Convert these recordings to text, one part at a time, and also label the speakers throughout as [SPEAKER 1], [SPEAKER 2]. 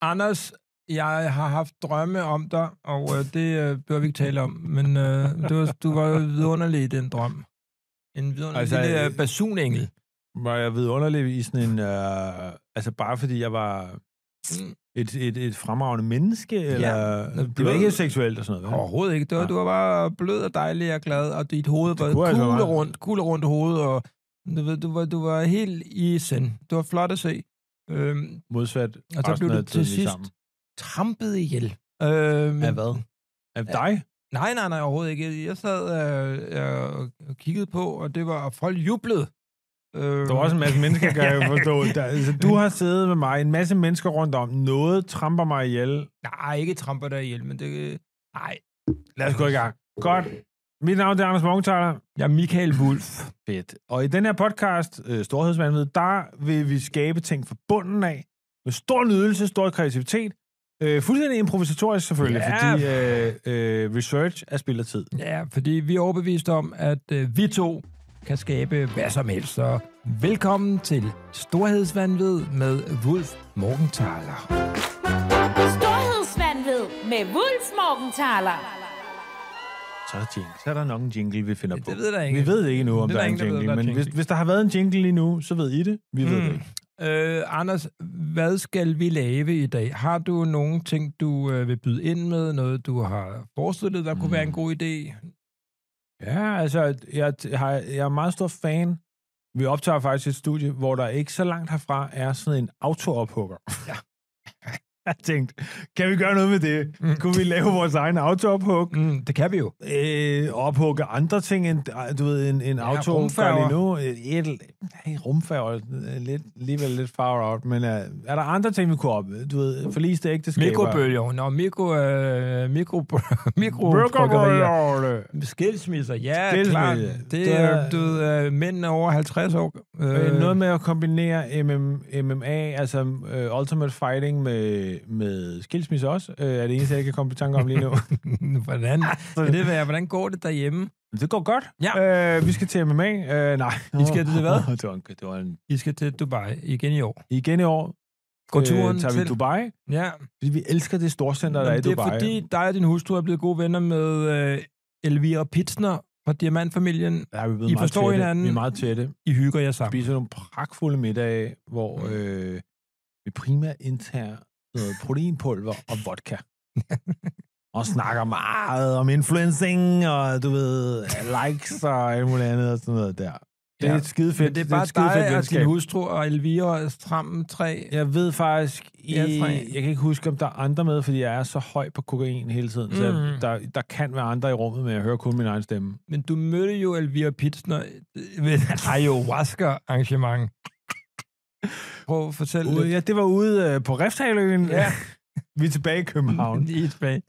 [SPEAKER 1] Anders, jeg har haft drømme om dig, og øh, det øh, bør vi ikke tale om, men øh, du, var, du var jo vidunderlig i den drøm. En vidunderlig altså,
[SPEAKER 2] Altså,
[SPEAKER 1] lille øh,
[SPEAKER 2] øh,
[SPEAKER 1] basunengel.
[SPEAKER 2] Var jeg vidunderlig i sådan en... Øh, altså bare fordi jeg var
[SPEAKER 1] Mm.
[SPEAKER 2] et, et, et fremragende menneske, eller... det var
[SPEAKER 1] blød.
[SPEAKER 2] ikke seksuelt og sådan noget. vel?
[SPEAKER 1] Overhovedet ikke. Det var,
[SPEAKER 2] Nej.
[SPEAKER 1] du var bare blød og dejlig og glad, og dit hoved var
[SPEAKER 2] kunne altså
[SPEAKER 1] kugle
[SPEAKER 2] være.
[SPEAKER 1] rundt, kugle rundt hoved, og du, ved, du, var, du var helt i send. Det var flot at se. Øhm,
[SPEAKER 2] Modsat
[SPEAKER 1] og så
[SPEAKER 2] resten
[SPEAKER 1] blev
[SPEAKER 2] af
[SPEAKER 1] du
[SPEAKER 2] tiden,
[SPEAKER 1] til
[SPEAKER 2] vi er
[SPEAKER 1] sidst
[SPEAKER 2] sammen.
[SPEAKER 1] trampet ihjel. Øhm,
[SPEAKER 2] Af hvad? Af
[SPEAKER 1] Ja.
[SPEAKER 2] dig?
[SPEAKER 1] Nej, nej, nej, overhovedet ikke. Jeg sad øh, øh, og kiggede på, og det var, og folk jublede. Øh,
[SPEAKER 2] Der var også en masse mennesker, kan jeg forstå. Der, altså, du har siddet med mig, en masse mennesker rundt om. Noget tramper mig ihjel.
[SPEAKER 1] Nej, ikke tramper der ihjel, men det... Nej.
[SPEAKER 2] Lad os gå i gang. Godt. Mit navn det er Anders Morgenthaler.
[SPEAKER 1] Jeg er Michael Wulf.
[SPEAKER 2] Fedt. Og i den her podcast, øh, Storhedsvandved, der vil vi skabe ting fra bunden af. Med stor nydelse, stor kreativitet. Øh, fuldstændig improvisatorisk selvfølgelig,
[SPEAKER 1] Altså, Ja.
[SPEAKER 2] fordi øh, øh, research er spild af tid.
[SPEAKER 1] Ja, fordi vi er overbevist om, at øh, vi to kan skabe hvad som helst. Så velkommen til Storhedsvandved med Wulf Morgenthaler.
[SPEAKER 3] Storhedsvandved med Wulf Morgenthaler.
[SPEAKER 2] Så er der jingle. Så er der nok en jingle, vi finder
[SPEAKER 1] Ja,
[SPEAKER 2] på.
[SPEAKER 1] det ved der ikke.
[SPEAKER 2] Vi ved ikke endnu, om
[SPEAKER 1] Det er
[SPEAKER 2] der
[SPEAKER 1] der
[SPEAKER 2] er
[SPEAKER 1] ingen,
[SPEAKER 2] en
[SPEAKER 1] der ved,
[SPEAKER 2] jingle.
[SPEAKER 1] om der er
[SPEAKER 2] men
[SPEAKER 1] jingle.
[SPEAKER 2] Hvis, hvis der har været en jingle lige nu, så ved I det. Vi ved
[SPEAKER 1] Mm.
[SPEAKER 2] det ikke.
[SPEAKER 1] Øh, Anders, hvad skal vi lave i dag? Har du nogle ting, du øh, vil byde ind med? Noget, du har forestillet dig, kunne være en
[SPEAKER 2] Mm.
[SPEAKER 1] god idé?
[SPEAKER 2] Ja, altså, jeg, t- har, jeg er meget stor fan. Vi optager faktisk et studie, hvor der ikke så langt herfra er sådan en autoophugger.
[SPEAKER 1] Ja.
[SPEAKER 2] jeg tænkte, kan vi gøre noget med det?
[SPEAKER 1] Mm.
[SPEAKER 2] Mm. Kunne vi lave vores egen autoophug?
[SPEAKER 1] Mm, det kan vi jo.
[SPEAKER 2] Øh, ophugge andre ting end, øh, du ved, en, en
[SPEAKER 1] Ja,
[SPEAKER 2] ja, auto
[SPEAKER 1] rumfærger.
[SPEAKER 2] gør lige nu. Øh, Et, hey, rumfærger, øh, lidt, alligevel lidt far out, men øh, er der andre ting, vi kunne op? Du ved, forliste ægteskaber.
[SPEAKER 1] Mikrobølger, nå, mikro, øh, mikro, mikro, bryggerier.
[SPEAKER 2] Mikrobølger.
[SPEAKER 1] Skilsmisser, ja,
[SPEAKER 2] Skilsmisse.
[SPEAKER 1] klart. Det er, du ved, øh, mænd over 50 år.
[SPEAKER 2] Øh, noget med at kombinere MM, MMA, altså øh, Ultimate Fighting, med, med skilsmisse også, øh, er det eneste, jeg kan komme i tanke om lige nu.
[SPEAKER 1] hvordan, kan det være, hvordan går det derhjemme?
[SPEAKER 2] det går godt.
[SPEAKER 1] Ja.
[SPEAKER 2] Øh, vi skal til MMA. Øh, nej.
[SPEAKER 1] I skal til hvad?
[SPEAKER 2] det var en, det var en,
[SPEAKER 1] I skal til Dubai igen i år.
[SPEAKER 2] igen i år
[SPEAKER 1] Går turen
[SPEAKER 2] Øh, tager vi
[SPEAKER 1] til?
[SPEAKER 2] Dubai,
[SPEAKER 1] Ja,
[SPEAKER 2] fordi vi elsker det storcenter, der er i
[SPEAKER 1] Jamen, det er
[SPEAKER 2] Dubai.
[SPEAKER 1] fordi dig og din hustru er blevet gode venner med øh, Elvira Pitsner fra Diamantfamilien.
[SPEAKER 2] Ja, vi er blevet
[SPEAKER 1] I
[SPEAKER 2] meget
[SPEAKER 1] forstår
[SPEAKER 2] tætte.
[SPEAKER 1] hinanden.
[SPEAKER 2] Vi er meget tætte.
[SPEAKER 1] I hygger jer sammen.
[SPEAKER 2] Spiser nogle pragtfulde middage, hvor
[SPEAKER 1] Mm.
[SPEAKER 2] øh, vi primært indtager noget proteinpulver og vodka. og snakker meget om influencing, og du ved, likes og alt muligt andet og sådan noget der. Det er
[SPEAKER 1] Ja.
[SPEAKER 2] et skide
[SPEAKER 1] Men
[SPEAKER 2] fedt.
[SPEAKER 1] det er
[SPEAKER 2] et
[SPEAKER 1] bare
[SPEAKER 2] skide fedt
[SPEAKER 1] dig og din
[SPEAKER 2] venskab.
[SPEAKER 1] hustru og Elvira Strammen 3.
[SPEAKER 2] Jeg ved faktisk, i,
[SPEAKER 1] Ja, fra-
[SPEAKER 2] jeg kan ikke huske, om der er andre med, fordi jeg er så høj på kokain hele tiden, mm. så jeg,
[SPEAKER 1] Mm.
[SPEAKER 2] der, der kan være andre i rummet, men jeg hører kun min egen stemme.
[SPEAKER 1] Men du mødte jo Elvira Pitsner øh, ved et ayahuasca-arrangement. Prøv at fortælle
[SPEAKER 2] Ude,
[SPEAKER 1] lidt.
[SPEAKER 2] ja, det var ude øh, på Refshaløen.
[SPEAKER 1] Ja.
[SPEAKER 2] vi er tilbage i København.
[SPEAKER 1] I Spanien.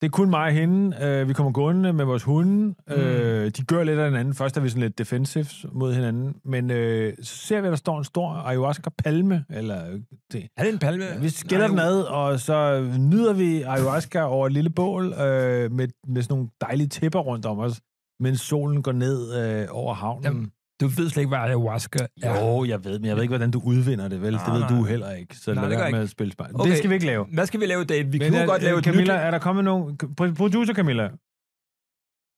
[SPEAKER 2] Det er kun mig og hende. Øh, vi kommer gående med vores hunde.
[SPEAKER 1] Mm.
[SPEAKER 2] Mm. Øh, de gør lidt af hinanden. Først er vi sådan lidt defensive mod hinanden. Men øh, så ser vi, at der står en stor ayahuasca-palme. Eller, øh, det.
[SPEAKER 1] Er det en palme?
[SPEAKER 2] Vi skiller den ad, og så nyder vi ayahuasca over et lille bål øh, med, med sådan nogle dejlige tæpper rundt om os, mens solen går ned øh, over havnen.
[SPEAKER 1] Jamen, Du ved slet ikke, hvad ayahuasca er.
[SPEAKER 2] Jo, jeg ved, men jeg ved ikke, hvordan du udvinder det, vel?
[SPEAKER 1] Nej,
[SPEAKER 2] det ved
[SPEAKER 1] nej.
[SPEAKER 2] du heller ikke, så
[SPEAKER 1] Nej,
[SPEAKER 2] lad
[SPEAKER 1] det gør
[SPEAKER 2] være
[SPEAKER 1] jeg
[SPEAKER 2] med at spille spejl.
[SPEAKER 1] Okay.
[SPEAKER 2] Det skal vi ikke lave.
[SPEAKER 1] Hvad skal vi lave i dag? Vi
[SPEAKER 2] Men
[SPEAKER 1] kunne
[SPEAKER 2] er,
[SPEAKER 1] godt lave et
[SPEAKER 2] Camilla,
[SPEAKER 1] nyt...
[SPEAKER 2] er der kommet nogen... Producer Camilla,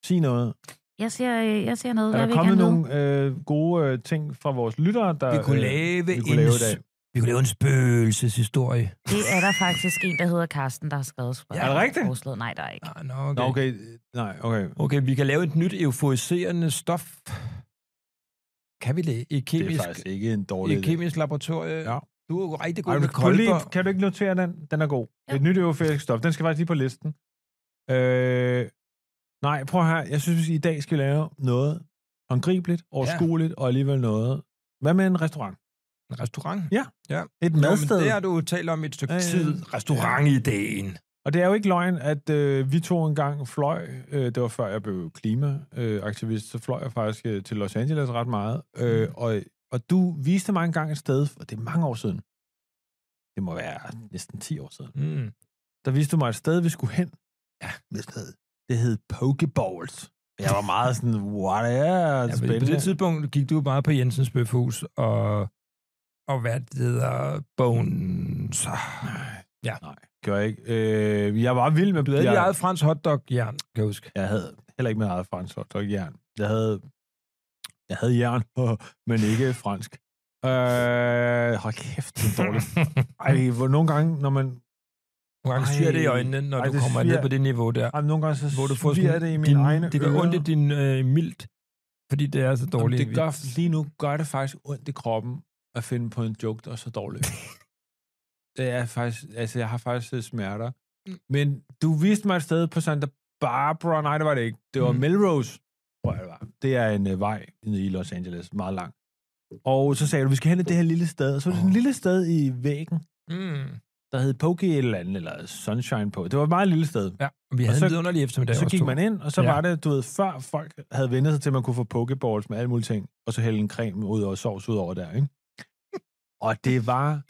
[SPEAKER 2] sig noget.
[SPEAKER 3] Jeg ser, øh, jeg ser noget,
[SPEAKER 2] Er
[SPEAKER 3] hvad
[SPEAKER 2] der
[SPEAKER 3] vi kan
[SPEAKER 2] kommet
[SPEAKER 3] nogle...
[SPEAKER 2] nogle øh, gode øh, ting fra vores lyttere, der
[SPEAKER 1] Vi kunne
[SPEAKER 2] øh,
[SPEAKER 1] lave,
[SPEAKER 2] vi kunne
[SPEAKER 1] en,
[SPEAKER 2] lave i dag?
[SPEAKER 1] s- vi kunne lave en spøgelseshistorie.
[SPEAKER 3] Det er der faktisk en, der hedder Karsten, der har skrevet for
[SPEAKER 2] Ja, er det rigtigt?
[SPEAKER 3] forslaget. Nej, der er ikke.
[SPEAKER 1] Ah, nå, okay.
[SPEAKER 2] Nå,
[SPEAKER 1] okay.
[SPEAKER 2] okay. Nej, okay.
[SPEAKER 1] Okay, vi kan lave et nyt euforiserende stof. Kan vi det? I
[SPEAKER 2] Det er
[SPEAKER 1] kemisk,
[SPEAKER 2] faktisk ikke en dårlig
[SPEAKER 1] i
[SPEAKER 2] idé.
[SPEAKER 1] kemisk laboratorie?
[SPEAKER 2] Ja.
[SPEAKER 1] Du er jo rigtig god
[SPEAKER 2] Ej,
[SPEAKER 1] med
[SPEAKER 2] men prøv
[SPEAKER 1] kolber.
[SPEAKER 2] lige, kan du ikke notere den? Den er god.
[SPEAKER 3] Ja.
[SPEAKER 2] Ja. Et nyt euforisk stof. Den skal faktisk lige på listen. Øh, nej, prøv her. Jeg synes, vi i dag skal lave noget håndgribeligt, overskueligt ja. og alligevel noget. Hvad med en restaurant?
[SPEAKER 1] En restaurant?
[SPEAKER 2] Et
[SPEAKER 1] Nå, men
[SPEAKER 2] madsted.
[SPEAKER 1] Det har du jo talt om i et stykke
[SPEAKER 2] Ja, ja, ja.
[SPEAKER 1] tid. Restaurantideen.
[SPEAKER 2] Og det er jo ikke løgn, at øh, vi to engang fløj, øh, det var før jeg blev klimaaktivist, så fløj jeg faktisk øh, til Los Angeles ret meget, øh,
[SPEAKER 1] Mm.
[SPEAKER 2] og, og du viste mig engang et sted, og det er mange år siden, det må være næsten 10 år siden,
[SPEAKER 1] Mm.
[SPEAKER 2] der viste du mig et sted, vi skulle hen. Ja, et sted. Det hed Pokeballs. Jeg var meget sådan, what er
[SPEAKER 1] Ja,
[SPEAKER 2] det
[SPEAKER 1] men Altså, på
[SPEAKER 2] spændende.
[SPEAKER 1] det tidspunkt gik du jo meget på Jensens Bøfhus og, og hvad det hedder, Bones.
[SPEAKER 2] Gør jeg ikke. Øh, jeg var vild med
[SPEAKER 1] Du havde ja. dit
[SPEAKER 2] jeg-
[SPEAKER 1] eget fransk hotdog-jern, kan jeg huske.
[SPEAKER 2] Jeg havde heller ikke mit eget fransk hotdog jern. Jeg havde, jeg havde jern, men ikke fransk. Øh, hold kæft, det er dårligt. Ej, hvor nogle gange, når man...
[SPEAKER 1] Nogle gange
[SPEAKER 2] Ej.
[SPEAKER 1] syr det i øjnene, når
[SPEAKER 2] Ej,
[SPEAKER 1] Ej, du
[SPEAKER 2] det
[SPEAKER 1] kommer
[SPEAKER 2] svier-
[SPEAKER 1] ned på det niveau der.
[SPEAKER 2] Ej, nogle gange så
[SPEAKER 1] Hvor du får
[SPEAKER 2] sviger
[SPEAKER 1] sådan,
[SPEAKER 2] det i mine
[SPEAKER 1] din,
[SPEAKER 2] egne
[SPEAKER 1] det gør
[SPEAKER 2] ører.
[SPEAKER 1] ondt i din øh, mildt, fordi det er så dårligt.
[SPEAKER 2] Jamen, det gør, lige nu gør det faktisk ondt i kroppen at finde på en joke, der er så dårlig. det er faktisk, altså, jeg har faktisk lidt smerter. Men du viste mig et sted på Santa Barbara. Nej, det var det ikke. Det var
[SPEAKER 1] Mm.
[SPEAKER 2] mm. Melrose, tror jeg, det var. Det er en uh, vej i Los Angeles, meget lang. Og så sagde du, vi skal hen til det her lille sted. Og så var det sådan et lille sted i væggen,
[SPEAKER 1] mm.
[SPEAKER 2] der hed Pokey et eller andet, eller Sunshine på. Det var et meget lille sted.
[SPEAKER 1] Ja, og vi
[SPEAKER 2] Og
[SPEAKER 1] havde
[SPEAKER 2] så-
[SPEAKER 1] en vidunderlig eftermiddag.
[SPEAKER 2] Og så
[SPEAKER 1] os
[SPEAKER 2] gik
[SPEAKER 1] to.
[SPEAKER 2] man ind, og så
[SPEAKER 1] Ja.
[SPEAKER 2] ja. var det, du ved, før folk havde vendt sig til, at man kunne få pokeballs med alle mulige ting, og så hælde en creme ud og sovs ud over der, ikke? Og det var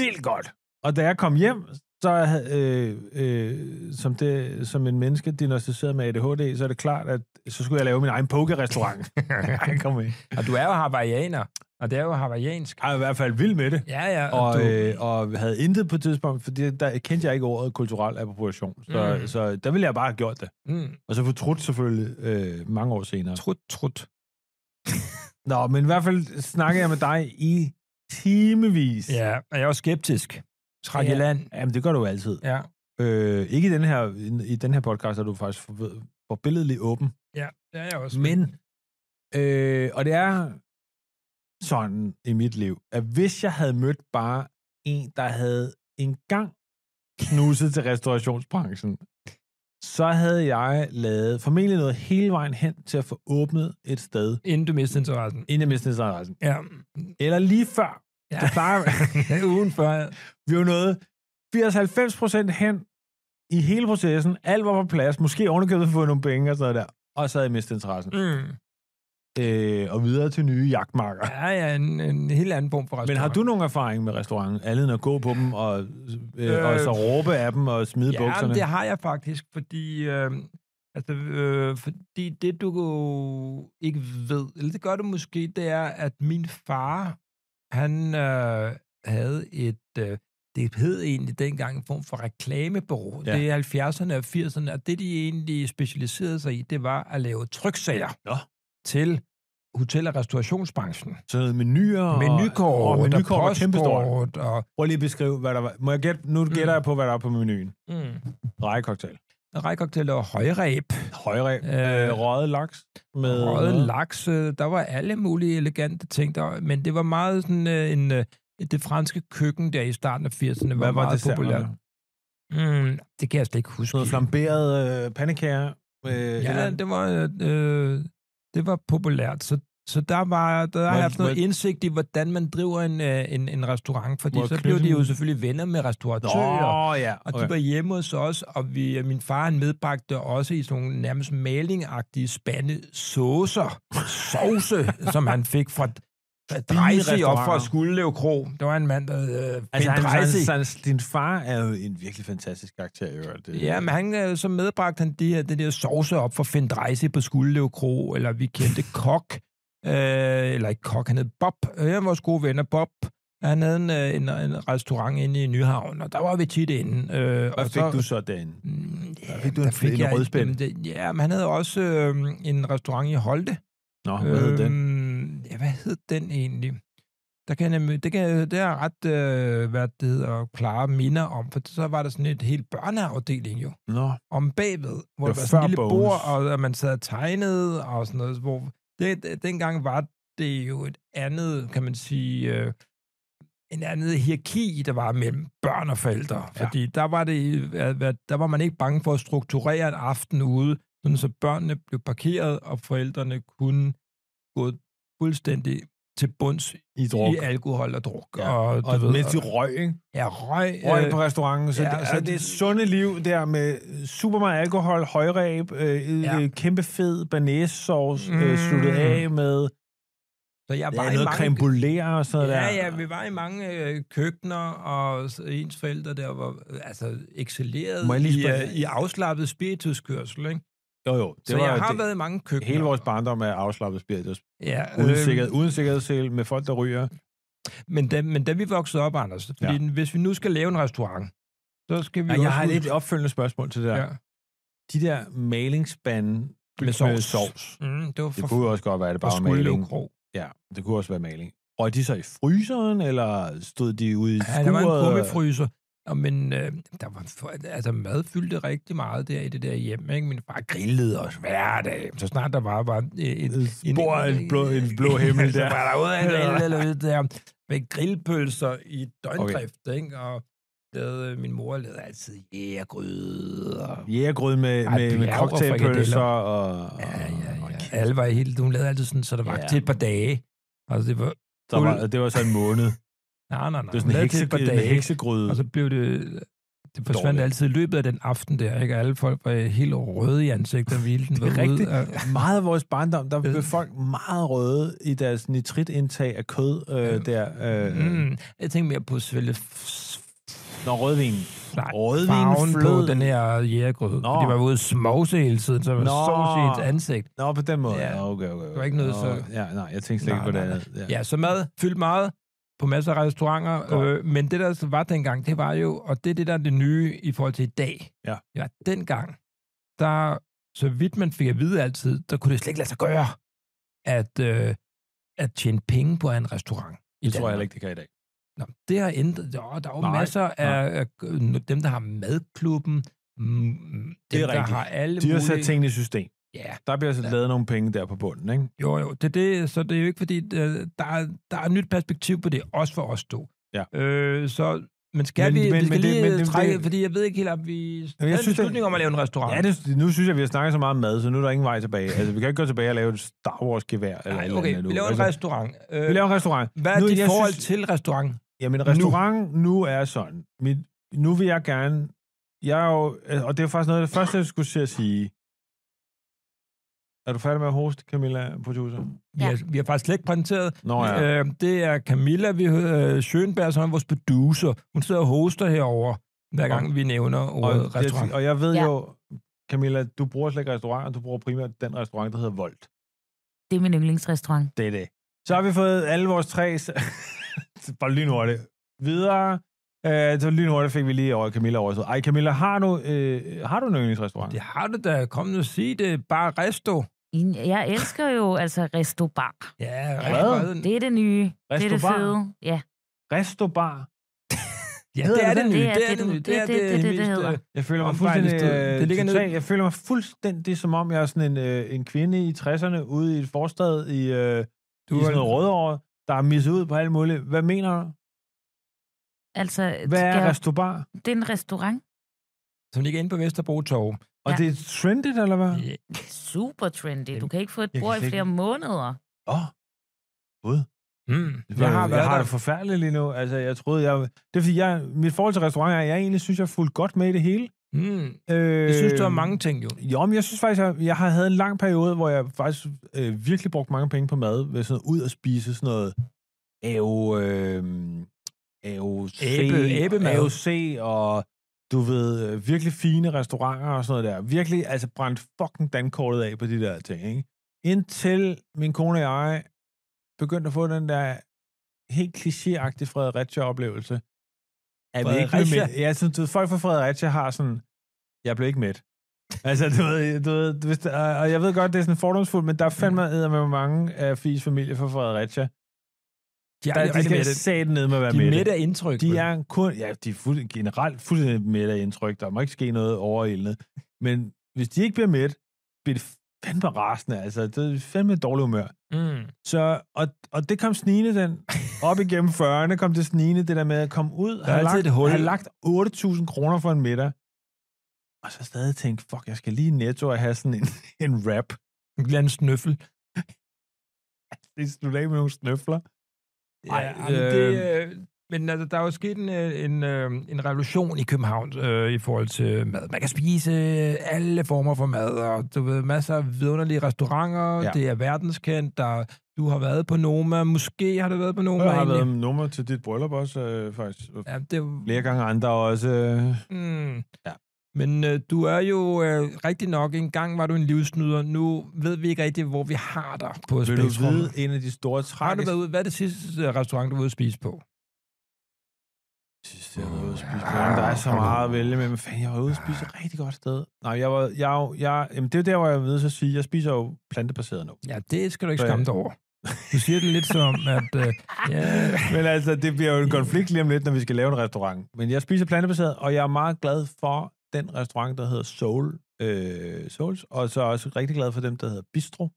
[SPEAKER 2] vildt godt. Og da jeg kom hjem, så havde, øh, øh, som, det, som en menneske diagnostiseret med ADHD, så er det klart, at så skulle jeg lave min egen pokerestaurant. Ej, kom med.
[SPEAKER 1] Og du er jo hawaiianer, og det er jo hawaiiansk.
[SPEAKER 2] Jeg er i hvert fald vild med det.
[SPEAKER 1] Ja, ja.
[SPEAKER 2] Og,
[SPEAKER 1] du,
[SPEAKER 2] øh, og havde intet på et tidspunkt, for det, der kendte jeg ikke ordet kulturel appropriation. Så,
[SPEAKER 1] Mm.
[SPEAKER 2] mm. så der ville jeg bare have gjort det.
[SPEAKER 1] mm,
[SPEAKER 2] Og så fortrudt selvfølgelig øh, mange år senere.
[SPEAKER 1] trut, trut.
[SPEAKER 2] Nå, men i hvert fald snakkede jeg med dig i timevis.
[SPEAKER 1] Ja, og jeg var skeptisk. Træk ja. i
[SPEAKER 2] Ja.
[SPEAKER 1] land.
[SPEAKER 2] Jamen, det gør du jo altid.
[SPEAKER 1] Ja,
[SPEAKER 2] Øh, ikke i den her, i, i den her podcast, er du faktisk for, for billedlig åben.
[SPEAKER 1] ja, det er jeg også.
[SPEAKER 2] Men, øh, og det er sådan i mit liv, at hvis jeg havde mødt bare en, der havde engang snuset til restaurationsbranchen, så havde jeg lavet formentlig noget hele vejen hen til at få åbnet et sted,
[SPEAKER 1] Inden du mister interessen.
[SPEAKER 2] inden jeg mistede interessen.
[SPEAKER 1] Ja.
[SPEAKER 2] Eller lige før.
[SPEAKER 1] Ja.
[SPEAKER 2] Ja. Det plejer,
[SPEAKER 1] Ugen før.
[SPEAKER 2] vi var nået 80-90 procent hen i hele processen. Alt var på plads. Måske ovenikøbet få nogle penge og sådan noget der. Og så havde jeg mistet interessen.
[SPEAKER 1] Mm.
[SPEAKER 2] Øh, og videre til nye jagtmarker.
[SPEAKER 1] Ja, ja, en, en helt anden form for restaurant.
[SPEAKER 2] Men har du nogen erfaring med restauranten, andet end at gå på dem og, øh, øh, og så råbe af dem og smide
[SPEAKER 1] Ja,
[SPEAKER 2] bukserne?
[SPEAKER 1] men det har jeg faktisk, fordi, øh, altså, øh, fordi det, du jo ikke ved, eller det gør du måske, det er, at min far, han øh, havde et, øh, det hed egentlig dengang en form for reklamebureau. Ja.
[SPEAKER 2] Ja.
[SPEAKER 1] Det er 70'erne og 80'erne, og det, de egentlig specialiserede sig i, det var at lave tryksager
[SPEAKER 2] Nå.
[SPEAKER 1] til hotel- og restaurationsbranchen.
[SPEAKER 2] Sådan noget menuer og...
[SPEAKER 1] Menukort,
[SPEAKER 2] og, menukort var
[SPEAKER 1] og
[SPEAKER 2] kæmpestort.
[SPEAKER 1] postkort, og...
[SPEAKER 2] Prøv lige at beskrive, hvad der var. Må jeg gætte? Nu gætter
[SPEAKER 1] Mm.
[SPEAKER 2] jeg på, hvad der er på menuen.
[SPEAKER 1] Mm.
[SPEAKER 2] Rejekoktail.
[SPEAKER 1] Rejkoktail og højræb.
[SPEAKER 2] Højre.
[SPEAKER 1] Øh,
[SPEAKER 2] Øh, røget laks. Med
[SPEAKER 1] røget laks, øh, der var alle mulige elegante ting, der, var- men det var meget sådan øh, en, øh, det franske køkken der i starten af 80'erne var,
[SPEAKER 2] Hvad var
[SPEAKER 1] meget
[SPEAKER 2] det
[SPEAKER 1] populært. Mm, det kan jeg slet ikke huske.
[SPEAKER 2] Noget flamberet øh, pandekager. Øh,
[SPEAKER 1] ja,
[SPEAKER 2] eller-
[SPEAKER 1] det var, øh, det var populært, så så der var der har jeg haft
[SPEAKER 2] må
[SPEAKER 1] noget
[SPEAKER 2] jeg-
[SPEAKER 1] indsigt i, hvordan man driver en, øh, en, en restaurant, fordi
[SPEAKER 2] Må jeg
[SPEAKER 1] så blev
[SPEAKER 2] knytte
[SPEAKER 1] de jo
[SPEAKER 2] en-
[SPEAKER 1] selvfølgelig venner med restauratører.
[SPEAKER 2] Nå, ja.
[SPEAKER 1] Og okay. de
[SPEAKER 2] Okay.
[SPEAKER 1] var hjemme hos os, og vi, min far han medbragte også i sådan nogle nærmest malingagtige spande saucer, sovse, som han fik fra, fra Drejse op fra
[SPEAKER 2] restauranter.
[SPEAKER 1] Skuldelev Kro. Det var en mand, der øh,
[SPEAKER 2] Altså,
[SPEAKER 1] altså,
[SPEAKER 2] han, han,
[SPEAKER 1] Drejse.
[SPEAKER 2] han, din far er jo en virkelig fantastisk karakter, i øvrigt.
[SPEAKER 1] Ja, men han, øh, så medbragte han de her, den der sovse op fra Finn Drejse på Skuldelev Kro, eller vi kendte Kok, øh, eller ikke Kok, han hed Bob, øh, vores gode venner Bob. Han havde en, øh, en, en restaurant inde i Nyhavn, og der var vi tit inde. Øh,
[SPEAKER 2] Hvad
[SPEAKER 1] og
[SPEAKER 2] fik du så derinde?
[SPEAKER 1] Mm,
[SPEAKER 2] Der
[SPEAKER 1] ja,
[SPEAKER 2] fik du en- en
[SPEAKER 1] jeg
[SPEAKER 2] rødspænd.
[SPEAKER 1] jamen, det- Ja, men han havde også øh, en restaurant i Holte.
[SPEAKER 2] Nå, hvad hed den?
[SPEAKER 1] Øhm, Ja, hvad hed den egentlig? Der kan jeg nemlig, det, kan, det er ret, øh, hvad det hedder, klare minder om, for så var der sådan et helt børneafdeling jo,
[SPEAKER 2] Nå,
[SPEAKER 1] om bagved, hvor
[SPEAKER 2] Det
[SPEAKER 1] der
[SPEAKER 2] var
[SPEAKER 1] var sådan
[SPEAKER 2] før
[SPEAKER 1] et lille
[SPEAKER 2] Bones.
[SPEAKER 1] bord, og, og man sad og tegnede og sådan noget, hvor det, det, dengang var det jo et andet, kan man sige, øh, en anden hierarki, der var mellem børn og forældre. Ja.
[SPEAKER 2] Ja.
[SPEAKER 1] Fordi der var, det, hvad- hvad- der var man ikke bange for at strukturere en aften ude, sådan så børnene blev parkeret, og forældrene kunne gå fuldstændig til bunds
[SPEAKER 2] i druk.
[SPEAKER 1] i alkohol og drug.
[SPEAKER 2] Ja,
[SPEAKER 1] Og,
[SPEAKER 2] Og mens de røg, ikke?
[SPEAKER 1] ja, røg,
[SPEAKER 2] Røg
[SPEAKER 1] øh,
[SPEAKER 2] på restauranten. Så,
[SPEAKER 1] ja,
[SPEAKER 2] ja, det,
[SPEAKER 1] så
[SPEAKER 2] så det er sunde liv der med super meget alkohol, højræb, øh,
[SPEAKER 1] Ja.
[SPEAKER 2] ja. kæmpe fed banæssauce, mm. øh,
[SPEAKER 1] Mm.
[SPEAKER 2] sluttet af med
[SPEAKER 1] så jeg
[SPEAKER 2] der
[SPEAKER 1] var
[SPEAKER 2] er
[SPEAKER 1] i
[SPEAKER 2] noget
[SPEAKER 1] mange
[SPEAKER 2] creme brûlée og sådan noget
[SPEAKER 1] Ja,
[SPEAKER 2] der.
[SPEAKER 1] ja, vi var i mange øh, køkkener, og s- ens forældre der var øh, altså excelleret
[SPEAKER 2] Må jeg lige
[SPEAKER 1] i,
[SPEAKER 2] spørge-
[SPEAKER 1] øh, i afslappet spirituskørsel, ikke?
[SPEAKER 2] Jo, jo. Det
[SPEAKER 1] Så
[SPEAKER 2] var,
[SPEAKER 1] jeg har
[SPEAKER 2] det,
[SPEAKER 1] været i mange køkkener.
[SPEAKER 2] Hele vores barndom er afslappet spiritus.
[SPEAKER 1] ja,
[SPEAKER 2] Uden,
[SPEAKER 1] øh,
[SPEAKER 2] sikkerhed, uden sikkerhedssel, med folk, der ryger.
[SPEAKER 1] øhm, Men da, men da vi voksede op, Anders, fordi ja. hvis vi nu skal lave en restaurant, så skal vi
[SPEAKER 2] Ja,
[SPEAKER 1] også
[SPEAKER 2] jeg har
[SPEAKER 1] huske-
[SPEAKER 2] lidt opfølgende spørgsmål til det der.
[SPEAKER 1] Ja.
[SPEAKER 2] Ja. De der malingsspande
[SPEAKER 1] Med
[SPEAKER 2] fyldt
[SPEAKER 1] sovs.
[SPEAKER 2] sovs.
[SPEAKER 1] Mm, det var
[SPEAKER 2] Det
[SPEAKER 1] for
[SPEAKER 2] kunne jo også godt være, at det
[SPEAKER 1] for
[SPEAKER 2] bare var
[SPEAKER 1] skulle
[SPEAKER 2] maling.
[SPEAKER 1] jo grov.
[SPEAKER 2] Ja, det kunne også være maling. Røg de så i fryseren, eller stod de ude i
[SPEAKER 1] Ja,
[SPEAKER 2] skuret? øh,
[SPEAKER 1] der var en gummifryser. Og men øh, der var, for- altså, mad fyldte rigtig meget der i det der hjem. Ikke? Min far grillede også hver dag. Så snart der bare var øh, en, en,
[SPEAKER 2] Et spor af en blå- en Altså, blå himmel
[SPEAKER 1] så
[SPEAKER 2] der.
[SPEAKER 1] var der ud af en eller, eller ud der med grillpølser i døgndrift. Okay. Ikke? Og lavede, øh, min mor lavede altid jægergryde. Og,
[SPEAKER 2] Jægergrød med,
[SPEAKER 1] Ej,
[SPEAKER 2] med, med
[SPEAKER 1] bjerg og
[SPEAKER 2] cocktailpølser
[SPEAKER 1] frikadeller.
[SPEAKER 2] og... og
[SPEAKER 1] ja, ja,
[SPEAKER 2] og
[SPEAKER 1] ja.
[SPEAKER 2] kæft,
[SPEAKER 1] Alle var helt, hun lavede altid sådan, så der var
[SPEAKER 2] Ja.
[SPEAKER 1] til et par dage. Altså, det var,
[SPEAKER 2] Der var, det var så en måned. Det
[SPEAKER 1] nej, nej, nej.
[SPEAKER 2] var
[SPEAKER 1] hun
[SPEAKER 2] sådan en,
[SPEAKER 1] lavede til
[SPEAKER 2] hekse,
[SPEAKER 1] et par
[SPEAKER 2] en
[SPEAKER 1] dage.
[SPEAKER 2] heksegryde.
[SPEAKER 1] Og så blev det... Det forsvandt
[SPEAKER 2] Dårligt.
[SPEAKER 1] altid i løbet af den aften der, ikke? Og alle folk var helt røde i ansigtet, og vilden var
[SPEAKER 2] Det er rigtigt.
[SPEAKER 1] ude. Og,
[SPEAKER 2] Meget af vores barndom, der blev folk meget røde i deres nitritindtag af kød øh, der. Øh, mm.
[SPEAKER 1] mm, jeg tænkte mere på selvfølgelig
[SPEAKER 2] Når rødvin.
[SPEAKER 1] nej,
[SPEAKER 2] Rødvin
[SPEAKER 1] farven
[SPEAKER 2] flød.
[SPEAKER 1] på den her jægergrød.
[SPEAKER 2] Nå.
[SPEAKER 1] Fordi man var ude og smovse hele tiden, så man
[SPEAKER 2] Nå.
[SPEAKER 1] sovs i ens ansigt.
[SPEAKER 2] Nå, på den måde.
[SPEAKER 1] Ja.
[SPEAKER 2] Ja, okay, okay. Det
[SPEAKER 1] var ikke noget, så-
[SPEAKER 2] Ja, nej, jeg tænkte slet
[SPEAKER 1] Nej,
[SPEAKER 2] ikke på det
[SPEAKER 1] nej,
[SPEAKER 2] andet. Ja.
[SPEAKER 1] Ja, så mad fyldt meget på masser af restauranter.
[SPEAKER 2] Godt.
[SPEAKER 1] Øh, men det, der så var dengang, det var jo, og det er det, der er det nye i forhold til i dag.
[SPEAKER 2] Ja.
[SPEAKER 1] Ja, dengang, der, så vidt man fik at vide altid, der kunne det slet ikke lade sig gøre, at, øh, at tjene penge på en restaurant. i
[SPEAKER 2] Det tror
[SPEAKER 1] Danmark.
[SPEAKER 2] jeg heller ikke, det kan i dag.
[SPEAKER 1] Nå, det har ændret. Jo, der er jo
[SPEAKER 2] Nej,
[SPEAKER 1] masser af, af dem, der har madklubben, mm, dem,
[SPEAKER 2] Det er
[SPEAKER 1] der
[SPEAKER 2] rigtigt.
[SPEAKER 1] har alle
[SPEAKER 2] De har
[SPEAKER 1] mulige...
[SPEAKER 2] sat tingene i system.
[SPEAKER 1] Ja,
[SPEAKER 2] Der bliver så
[SPEAKER 1] Ja.
[SPEAKER 2] lavet nogle penge der på bunden, ikke?
[SPEAKER 1] Jo, jo, det er det, så det er jo ikke fordi, øh, der er, der er et nyt perspektiv på det, også for os to.
[SPEAKER 2] Ja.
[SPEAKER 1] Øh, så, men skal
[SPEAKER 2] Men-
[SPEAKER 1] vi,
[SPEAKER 2] men-
[SPEAKER 1] vi skal
[SPEAKER 2] men det-
[SPEAKER 1] lige
[SPEAKER 2] men det-
[SPEAKER 1] det, trække,
[SPEAKER 2] det-
[SPEAKER 1] fordi jeg ved ikke helt, om vi
[SPEAKER 2] jeg
[SPEAKER 1] havde en
[SPEAKER 2] synes, det-
[SPEAKER 1] beslutning om at lave en restaurant.
[SPEAKER 2] Ja, det, nu synes jeg, vi har snakket så meget om mad, så nu er der ingen vej tilbage. Altså, vi kan ikke gå tilbage og lave et Star Wars-gevær. Eller et
[SPEAKER 1] Nej,
[SPEAKER 2] eller
[SPEAKER 1] okay,
[SPEAKER 2] andet,
[SPEAKER 1] vi laver en
[SPEAKER 2] altså,
[SPEAKER 1] restaurant. Øh,
[SPEAKER 2] vi laver en restaurant.
[SPEAKER 1] hvad er
[SPEAKER 2] Nu,
[SPEAKER 1] dit
[SPEAKER 2] jeg
[SPEAKER 1] forhold
[SPEAKER 2] synes-
[SPEAKER 1] synes... til restaurant?
[SPEAKER 2] Jamen, restaurant nu, nu er sådan. Mit, nu vil jeg gerne... Jeg er jo, øh, og det er faktisk noget af det første, jeg skulle til at sige. Er du færdig med at hoste, Camilla, producer?
[SPEAKER 1] Vi, har, vi har faktisk slet ikke præsenteret.
[SPEAKER 2] Nå ja.
[SPEAKER 1] Øh, det er Camilla vi, øh, Schönberg, som er vores producer. Hun sidder og hoster herover hver gang vi nævner ordet
[SPEAKER 2] og,
[SPEAKER 1] restaurant.
[SPEAKER 2] Jeg, og jeg ved
[SPEAKER 3] Ja.
[SPEAKER 2] jo, Camilla, du bruger slet ikke restauranter, du bruger primært den restaurant, der hedder Volt.
[SPEAKER 3] Det er min yndlingsrestaurant.
[SPEAKER 2] Det er det. Så har vi fået alle vores tre... s- Bare lynhurtigt. Videre. Øh, så lynhurtigt fik vi lige over Camilla overstået. Ej, Camilla, har du, øh, har du en yndlingsrestaurant?
[SPEAKER 1] Det har du da. Kom nu og sig det. Bare resto.
[SPEAKER 3] Jeg elsker jo altså restobar.
[SPEAKER 1] Ja,
[SPEAKER 2] Hvad?
[SPEAKER 1] resto.
[SPEAKER 3] Det er det nye. Det er det
[SPEAKER 2] Restobar?
[SPEAKER 3] fede. Ja.
[SPEAKER 2] Restobar.
[SPEAKER 1] Ja,
[SPEAKER 2] Hedder
[SPEAKER 1] det er
[SPEAKER 2] det
[SPEAKER 1] det nye.
[SPEAKER 3] det?
[SPEAKER 1] Det er det nye. Det er det, det, det,
[SPEAKER 3] det hedder.
[SPEAKER 1] det,
[SPEAKER 2] Jeg føler mig
[SPEAKER 1] Omdrejningsstød.
[SPEAKER 2] fuldstændig, øh,
[SPEAKER 1] Det ligger nede-
[SPEAKER 2] total, jeg føler mig fuldstændig som om, jeg er sådan en, øh, en kvinde i 60'erne ude i et forstad i,
[SPEAKER 1] Du
[SPEAKER 2] øh, du i
[SPEAKER 1] er
[SPEAKER 2] sådan noget
[SPEAKER 1] en-
[SPEAKER 2] rødovre, der er misset ud på alt muligt. Hvad mener du?
[SPEAKER 3] Altså,
[SPEAKER 2] Hvad er
[SPEAKER 3] skal-
[SPEAKER 2] restobar?
[SPEAKER 3] det er en restaurant.
[SPEAKER 1] som ligger inde på Vesterbro Torv.
[SPEAKER 2] Og
[SPEAKER 3] Ja.
[SPEAKER 2] det er trendet, eller hvad?
[SPEAKER 1] Ja.
[SPEAKER 3] Super trendy. Du kan ikke få et
[SPEAKER 2] Jeg kan
[SPEAKER 3] bord i
[SPEAKER 2] slet
[SPEAKER 3] flere måneder.
[SPEAKER 2] Åh, oh. Gud.
[SPEAKER 1] Mm.
[SPEAKER 2] Jeg har, jeg
[SPEAKER 1] været
[SPEAKER 2] har
[SPEAKER 1] der.
[SPEAKER 2] det forfærdeligt lige nu. Altså, jeg troede, jeg... Det er fordi, jeg, mit forhold til restauranter er, at jeg egentlig synes, jeg er fuldt godt med i det hele.
[SPEAKER 1] Mm.
[SPEAKER 2] Øh,
[SPEAKER 1] Jeg synes, du har mange ting, jo.
[SPEAKER 2] Jo, men jeg synes faktisk, jeg, jeg har havde en lang periode, hvor jeg faktisk øh, virkelig brugte mange penge på mad, ved sådan ud at spise sådan noget AO, øh, AOC,
[SPEAKER 1] Æble- æblemad.
[SPEAKER 2] AOC og du ved, øh, virkelig fine restauranter og sådan noget der. Virkelig, altså brændt fucking dankortet af på de der ting, ikke? Indtil min kone og jeg begyndte at få den der helt klichéagtige Fredericia-oplevelse. Er vi ikke
[SPEAKER 1] Fredericia?
[SPEAKER 2] med? Ja, sådan, du ved, folk fra Fredericia har sådan, jeg blev ikke mæt. Altså, du ved, du ved hvis der, og- og jeg ved godt, det er sådan fordomsfuldt, men der er fandme mm. med mange af Fies familie fra Fredericia.
[SPEAKER 1] De er
[SPEAKER 2] Der,
[SPEAKER 1] aldrig
[SPEAKER 2] de
[SPEAKER 1] rigtig
[SPEAKER 2] skal
[SPEAKER 1] med det.
[SPEAKER 2] sætte ned med at være
[SPEAKER 1] De er
[SPEAKER 2] mætte.
[SPEAKER 1] med af indtryk.
[SPEAKER 2] De
[SPEAKER 1] vel?
[SPEAKER 2] er kun, ja, de er fuld, generelt fuldstændig mætte af indtryk. Der må ikke ske noget overildende. Men hvis de ikke bliver mæt, bliver det fandme rasende. Altså, det er fandme dårlig humør.
[SPEAKER 1] Mm.
[SPEAKER 2] Så, og, og det kom snigende den. Op igennem 40'erne kom det snigende, det der med at komme ud, have
[SPEAKER 1] altid
[SPEAKER 2] lagt,
[SPEAKER 1] et hul.
[SPEAKER 2] have lagt 8.000 kroner for en middag, og så stadig tænke, fuck, jeg skal lige i netto og have sådan en, en rap.
[SPEAKER 1] En eller anden snøffel.
[SPEAKER 2] Det slutter af med nogle snøfler. Ej,
[SPEAKER 1] Ja, men, det, øh, men altså, der er jo sket en, øh, en, øh, en revolution i København øh, i forhold til mad. Man kan spise øh, alle former for mad, og du ved, masser af vidunderlige restauranter,
[SPEAKER 2] Ja.
[SPEAKER 1] ja. det er verdenskendt, der, du har været på Noma, måske har du været på Noma.
[SPEAKER 2] Jeg har
[SPEAKER 1] egentlig.
[SPEAKER 2] været nummer til dit bryllup også, øh, faktisk.
[SPEAKER 1] Ja, det,
[SPEAKER 2] Flere gange andre også. Øh,
[SPEAKER 1] Mm.
[SPEAKER 2] Ja.
[SPEAKER 1] Men øh, du er jo øh, rigtig nok, engang var du en livsnyder, nu ved vi ikke rigtig, hvor vi har dig på
[SPEAKER 2] Vil du vide
[SPEAKER 1] spektrum.
[SPEAKER 2] en af de store
[SPEAKER 1] Har du
[SPEAKER 2] tragiske...
[SPEAKER 1] været ude, hvad er det sidste øh, restaurant, du var ude at spise på?
[SPEAKER 2] sidste, jeg var ude at spise på. Jamen, der er så meget at vælge med, men fanden, jeg var ude at spise et rigtig godt sted. Nej, jeg var, jeg, er jo- jeg, jamen, det er jo der, hvor jeg er nødt til at sige, jeg spiser jo plantebaseret nu.
[SPEAKER 1] Ja, det skal du ikke
[SPEAKER 2] Ja.
[SPEAKER 1] skamme dig over. Du siger det lidt som, at... Øh, ja,
[SPEAKER 2] Men altså, det bliver jo en konflikt lige om lidt, når vi skal lave en restaurant. Men jeg spiser plantebaseret, og jeg er meget glad for den restaurant, der hedder Soul. Øh, Souls, og så er jeg også rigtig glad for dem, der hedder Bistro.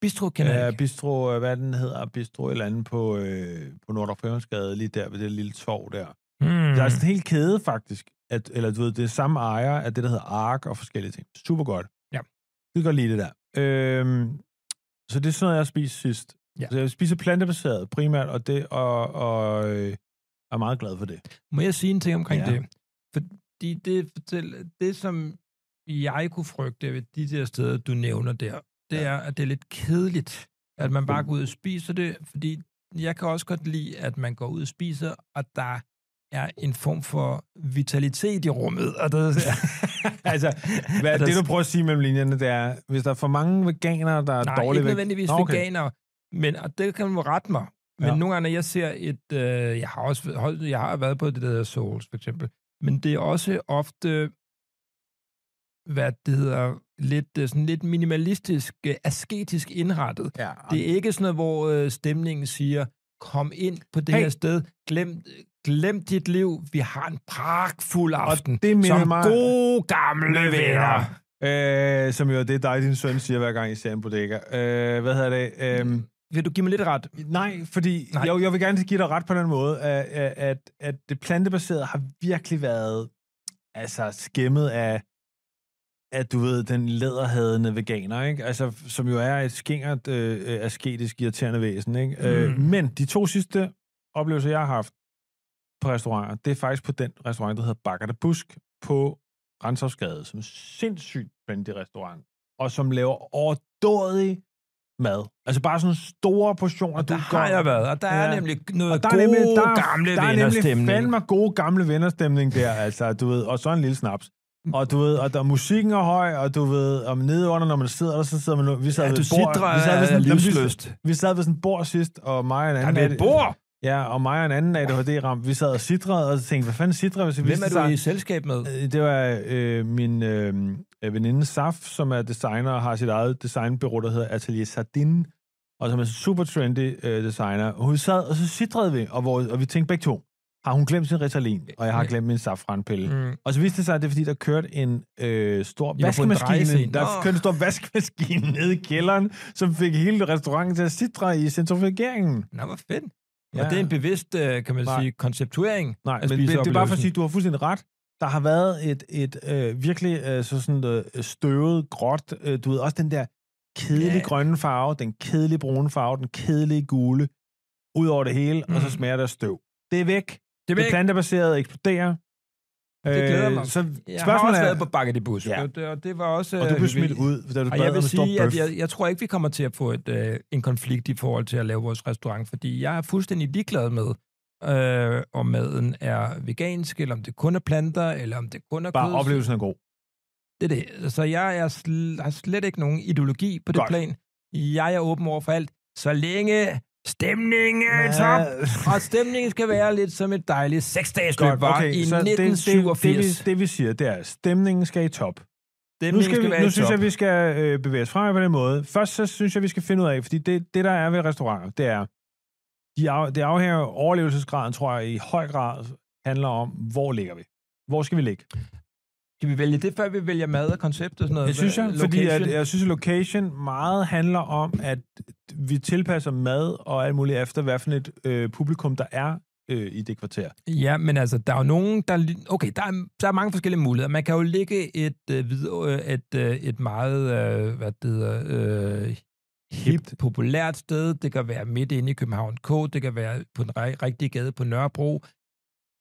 [SPEAKER 1] bistro kan jeg
[SPEAKER 2] Ja,
[SPEAKER 1] ikke.
[SPEAKER 2] Bistro, øh, hvad den hedder, Bistro et eller andet på, øh, på Nordafrikansgade, lige der ved det lille torv der. Mm. Der er
[SPEAKER 1] Hmm.
[SPEAKER 2] sådan en hel kæde faktisk, at, eller du ved, det er samme ejer af det, der hedder Ark og forskellige ting. Super godt.
[SPEAKER 1] Ja.
[SPEAKER 2] Jeg kan godt lide det der. Øhm, så det er sådan noget, jeg spiser sidst.
[SPEAKER 1] Ja.
[SPEAKER 2] Ja. Så jeg spiser plantebaseret primært, og, det, og, og øh, er meget glad for det.
[SPEAKER 1] Må jeg sige en ting omkring ja.
[SPEAKER 2] Ja.
[SPEAKER 1] det? Fordi det, fortæl, det, som jeg kunne frygte ved de der steder, du nævner der, det
[SPEAKER 2] Ja. Mm.
[SPEAKER 1] er, at det er lidt kedeligt, at man bare går ud og spiser det, fordi jeg kan også godt lide, at man går ud og spiser, og der er en form for vitalitet i rummet. Og der,
[SPEAKER 2] altså, Hvad, det, du prøver at sige mellem linjerne, det er, hvis der er for mange veganere, der er
[SPEAKER 1] Nej,
[SPEAKER 2] dårlige
[SPEAKER 1] ikke
[SPEAKER 2] væk-
[SPEAKER 1] nødvendigvis
[SPEAKER 2] Nå,
[SPEAKER 1] okay. veganere, men og det kan man rette mig. Men
[SPEAKER 2] Ja.
[SPEAKER 1] nogle gange, når jeg ser et... Øh, jeg har også hold- jeg har været på det, der hedder Souls, for eksempel. Men det er også ofte, hvad det hedder, lidt, øh, sådan lidt minimalistisk, øh, asketisk indrettet.
[SPEAKER 2] Ja,
[SPEAKER 1] Det er ikke sådan noget, hvor øh, stemningen siger, kom ind på det hey.
[SPEAKER 2] Hey.
[SPEAKER 1] her sted, glem, glem dit liv, vi har en pragtfuld aften.
[SPEAKER 2] det minder
[SPEAKER 1] som
[SPEAKER 2] mig-
[SPEAKER 1] gode gamle venner.
[SPEAKER 2] Øh, som jo er det, dig og din søn siger hver gang, I ser en bodega. Øh, hvad hedder det? Øh,
[SPEAKER 1] Vil du give mig lidt ret?
[SPEAKER 2] nej, fordi
[SPEAKER 1] Nej.
[SPEAKER 2] nej. Jeg, jeg vil gerne give dig ret på den måde, at, at, at det plantebaserede har virkelig været altså skæmmet af at du ved, den læderhadende veganer, ikke? Altså, som jo er et skingert, øh, øh, asketisk, irriterende væsen, ikke? Mm. Øh,
[SPEAKER 1] Mm.
[SPEAKER 2] men de to sidste oplevelser, jeg har haft på restauranter, det er faktisk på den restaurant, der hedder Bakker de Busk på Renshavsgade, som er sindssygt spændende restaurant, og som laver overdådig mad. Altså bare sådan store portioner.
[SPEAKER 1] Og der
[SPEAKER 2] går-
[SPEAKER 1] har jeg været, og der er
[SPEAKER 2] Ja.
[SPEAKER 1] nemlig noget
[SPEAKER 2] og der er
[SPEAKER 1] gode,
[SPEAKER 2] nemlig, der, er-
[SPEAKER 1] gamle
[SPEAKER 2] der er nemlig
[SPEAKER 1] vennerstemning.
[SPEAKER 2] fandme god gamle vennerstemning der, altså, du ved, og så en lille snaps. Og du ved, og der, musikken er høj, og du ved, om nede under, når man sidder der, så sidder man, vi sad
[SPEAKER 1] Ja,
[SPEAKER 2] ved
[SPEAKER 1] du
[SPEAKER 2] et bord,
[SPEAKER 1] sidder
[SPEAKER 2] Altså, vi sad ved sådan,
[SPEAKER 1] af
[SPEAKER 2] jamen, vi-
[SPEAKER 1] livsløst.
[SPEAKER 2] vi sad ved sådan et bord sidst, og mig og en
[SPEAKER 1] Der er
[SPEAKER 2] anden,
[SPEAKER 1] ved et bord.
[SPEAKER 2] ja, og mig og en anden ADHD-ram, vi sad og sidrede, og tænkte, hvad fanden sidrer, hvis det
[SPEAKER 1] Hvem
[SPEAKER 2] viste
[SPEAKER 1] er
[SPEAKER 2] sig-
[SPEAKER 1] du i selskab med?
[SPEAKER 2] Øh, Det var øh, min øh, øh, veninde Saf, som er designer og har sit eget designbureau, der hedder Atelier Sardin, og som er super trendy øh, designer. Og hun sad, og så sidrede vi, og, hvor, og vi tænkte begge to, har hun glemt sin Ritalin, og jeg har
[SPEAKER 1] Ja.
[SPEAKER 2] glemt min safranpille. Mm.
[SPEAKER 1] Mm.
[SPEAKER 2] Og så viste det sig, at det er fordi, der kørte en øh, stor
[SPEAKER 1] på en drejescene.
[SPEAKER 2] vaskemaskine. Der
[SPEAKER 1] Nå.
[SPEAKER 2] kørte en stor vaskemaskine nede i kælderen, som fik hele restauranten til at sidre i centrifugeringen.
[SPEAKER 1] Nå, hvor fedt. Ja. Og
[SPEAKER 2] Ja.
[SPEAKER 1] det er en bevidst, øh, kan man
[SPEAKER 2] Nej.
[SPEAKER 1] sige, konceptuering.
[SPEAKER 2] Nej,
[SPEAKER 1] at
[SPEAKER 2] men, men det er bare for at
[SPEAKER 1] spiseoplevelsen.
[SPEAKER 2] sige, at du har fuldstændig ret. Der har været et, et øh, virkelig øh, så sådan øh, støvet, gråt, øh, du ved, også den der kedelige
[SPEAKER 1] Ja.
[SPEAKER 2] yeah. grønne farve, den kedelige brune farve, den kedelige gule, ud over det hele, mm. og så
[SPEAKER 1] Mm.
[SPEAKER 2] smager det af støv. Det er væk. Det,
[SPEAKER 1] Det,
[SPEAKER 2] det plantebaserede eksploderer.
[SPEAKER 1] Det glæder mig.
[SPEAKER 2] Så
[SPEAKER 1] jeg har
[SPEAKER 2] spørgsmålet
[SPEAKER 1] også
[SPEAKER 2] er,
[SPEAKER 1] været på Bakke de Bus,
[SPEAKER 2] Ja.
[SPEAKER 1] og, det, og det var også...
[SPEAKER 2] og du
[SPEAKER 1] øh,
[SPEAKER 2] blev smidt
[SPEAKER 1] hyggeligt.
[SPEAKER 2] ud, da du
[SPEAKER 1] Og
[SPEAKER 2] bad
[SPEAKER 1] jeg
[SPEAKER 2] om
[SPEAKER 1] vil
[SPEAKER 2] en stor
[SPEAKER 1] sige,
[SPEAKER 2] bøf.
[SPEAKER 1] at jeg, jeg tror ikke, vi kommer til at få et, øh, en konflikt i forhold til at lave vores restaurant, fordi jeg er fuldstændig ligeglad med, øh, om maden er vegansk, eller om det kun er planter, eller om det kun er
[SPEAKER 2] Bare
[SPEAKER 1] kød.
[SPEAKER 2] oplevelsen er god.
[SPEAKER 1] Det er det. Så jeg er sl- har slet ikke nogen ideologi på det Godt.
[SPEAKER 2] Godt.
[SPEAKER 1] plan. Jeg er åben over for alt, så længe stemningen er top. Og stemningen skal være lidt som et dejligt seksdagsløb
[SPEAKER 2] Godt,
[SPEAKER 1] var
[SPEAKER 2] okay,
[SPEAKER 1] i
[SPEAKER 2] så det, det, det,
[SPEAKER 1] 1987.
[SPEAKER 2] vi, det vi siger, det er, at stemningen skal i top. Nu,
[SPEAKER 1] Stemningen
[SPEAKER 2] skal vi,
[SPEAKER 1] være
[SPEAKER 2] nu
[SPEAKER 1] i
[SPEAKER 2] synes
[SPEAKER 1] top.
[SPEAKER 2] jeg, vi skal øh, bevæge os fremad på den måde. Først så synes jeg, vi skal finde ud af, fordi det, det der er ved restauranter, det er, de af, det afhænger af overlevelsesgraden, tror jeg, i høj grad handler om, hvor ligger vi? Hvor skal vi ligge?
[SPEAKER 1] Skal vi vælge det, før vi vælger mad og koncept og sådan noget?
[SPEAKER 2] Jeg synes, jeg,
[SPEAKER 1] Hvad-
[SPEAKER 2] fordi at,
[SPEAKER 1] location?
[SPEAKER 2] jeg synes, at location meget handler om, at vi tilpasser mad og alt muligt efter, hvad for et øh, publikum, der er øh, i det kvarter.
[SPEAKER 1] Ja, men altså, der er jo nogen, der... li- Okay, der er, der er mange forskellige muligheder. Man kan jo lægge et, øh, videre, øh, et, øh, et meget, øh, hvad det hedder, øh, hipt, populært sted. Det kan være midt inde i København K. Det kan være på den ri- rigtige gade på Nørrebro.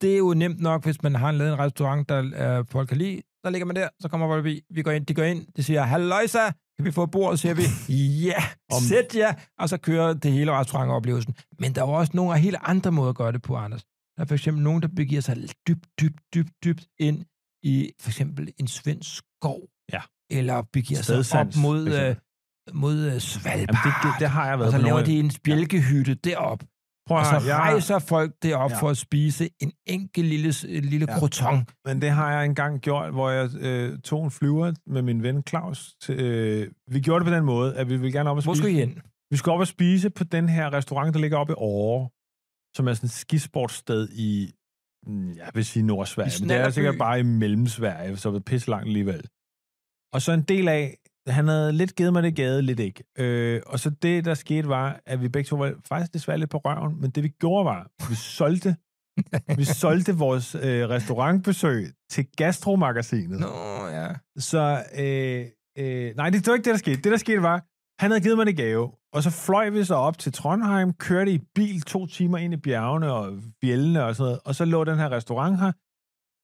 [SPEAKER 1] Det er jo nemt nok, hvis man har lavet en restaurant, der øh, folk kan lide. Så ligger man der, så kommer folk forbi. Vi går ind, de går ind, de siger, halløjsa, kan vi få et bord? Så siger vi, ja,
[SPEAKER 2] Om-
[SPEAKER 1] sæt jer, og så kører det hele restaurantoplevelsen. Men der er jo også nogle af helt andre måder at gøre det på, Anders. Der er for eksempel nogen, der begiver sig dybt, dybt, dybt, dybt ind i for eksempel en svensk skov,
[SPEAKER 2] Ja.
[SPEAKER 1] eller begiver sig op
[SPEAKER 2] Stedsans,
[SPEAKER 1] mod,
[SPEAKER 2] for
[SPEAKER 1] øh,
[SPEAKER 2] eksempel.
[SPEAKER 1] mod øh, Svalbard,
[SPEAKER 2] Jamen, det, det, det, har jeg været
[SPEAKER 1] og så
[SPEAKER 2] på
[SPEAKER 1] laver
[SPEAKER 2] nogle af-
[SPEAKER 1] de en spjælkehytte derop,
[SPEAKER 2] Prøv
[SPEAKER 1] og
[SPEAKER 2] at
[SPEAKER 1] så
[SPEAKER 2] høre, jeg-
[SPEAKER 1] rejser folk derop
[SPEAKER 2] Ja.
[SPEAKER 1] for at spise en enkelt lille, s- lille
[SPEAKER 2] Ja.
[SPEAKER 1] croton.
[SPEAKER 2] Men det har jeg engang gjort, hvor jeg øh, tog en flyver med min ven Claus. Til, øh, vi gjorde det på den måde, at vi ville gerne op og
[SPEAKER 1] Hvor
[SPEAKER 2] spise.
[SPEAKER 1] skal I hen?
[SPEAKER 2] Vi skal op og spise på den her restaurant, der ligger oppe i Åre, som er sådan et skisportssted i, mm, jeg vil sige
[SPEAKER 1] I
[SPEAKER 2] Nordsverige, men det er
[SPEAKER 1] Snallerby.
[SPEAKER 2] sikkert bare i Mellemsverige, så det er pisse langt alligevel. Og så en del af, han havde lidt givet mig det gade, lidt ikke. Øh, og så det, der skete, var, at vi begge to var faktisk desværre lidt på røven, men det vi gjorde var, vi solgte, vi solgte vores øh, restaurantbesøg til Gastromagasinet.
[SPEAKER 1] Nå, ja.
[SPEAKER 2] Så, øh, øh, nej, det var ikke det, der skete. Det, der skete var, han havde givet mig det gave, og så fløj vi så op til Trondheim, kørte i bil to timer ind i bjergene og bjællene og sådan noget, og så lå den her restaurant her,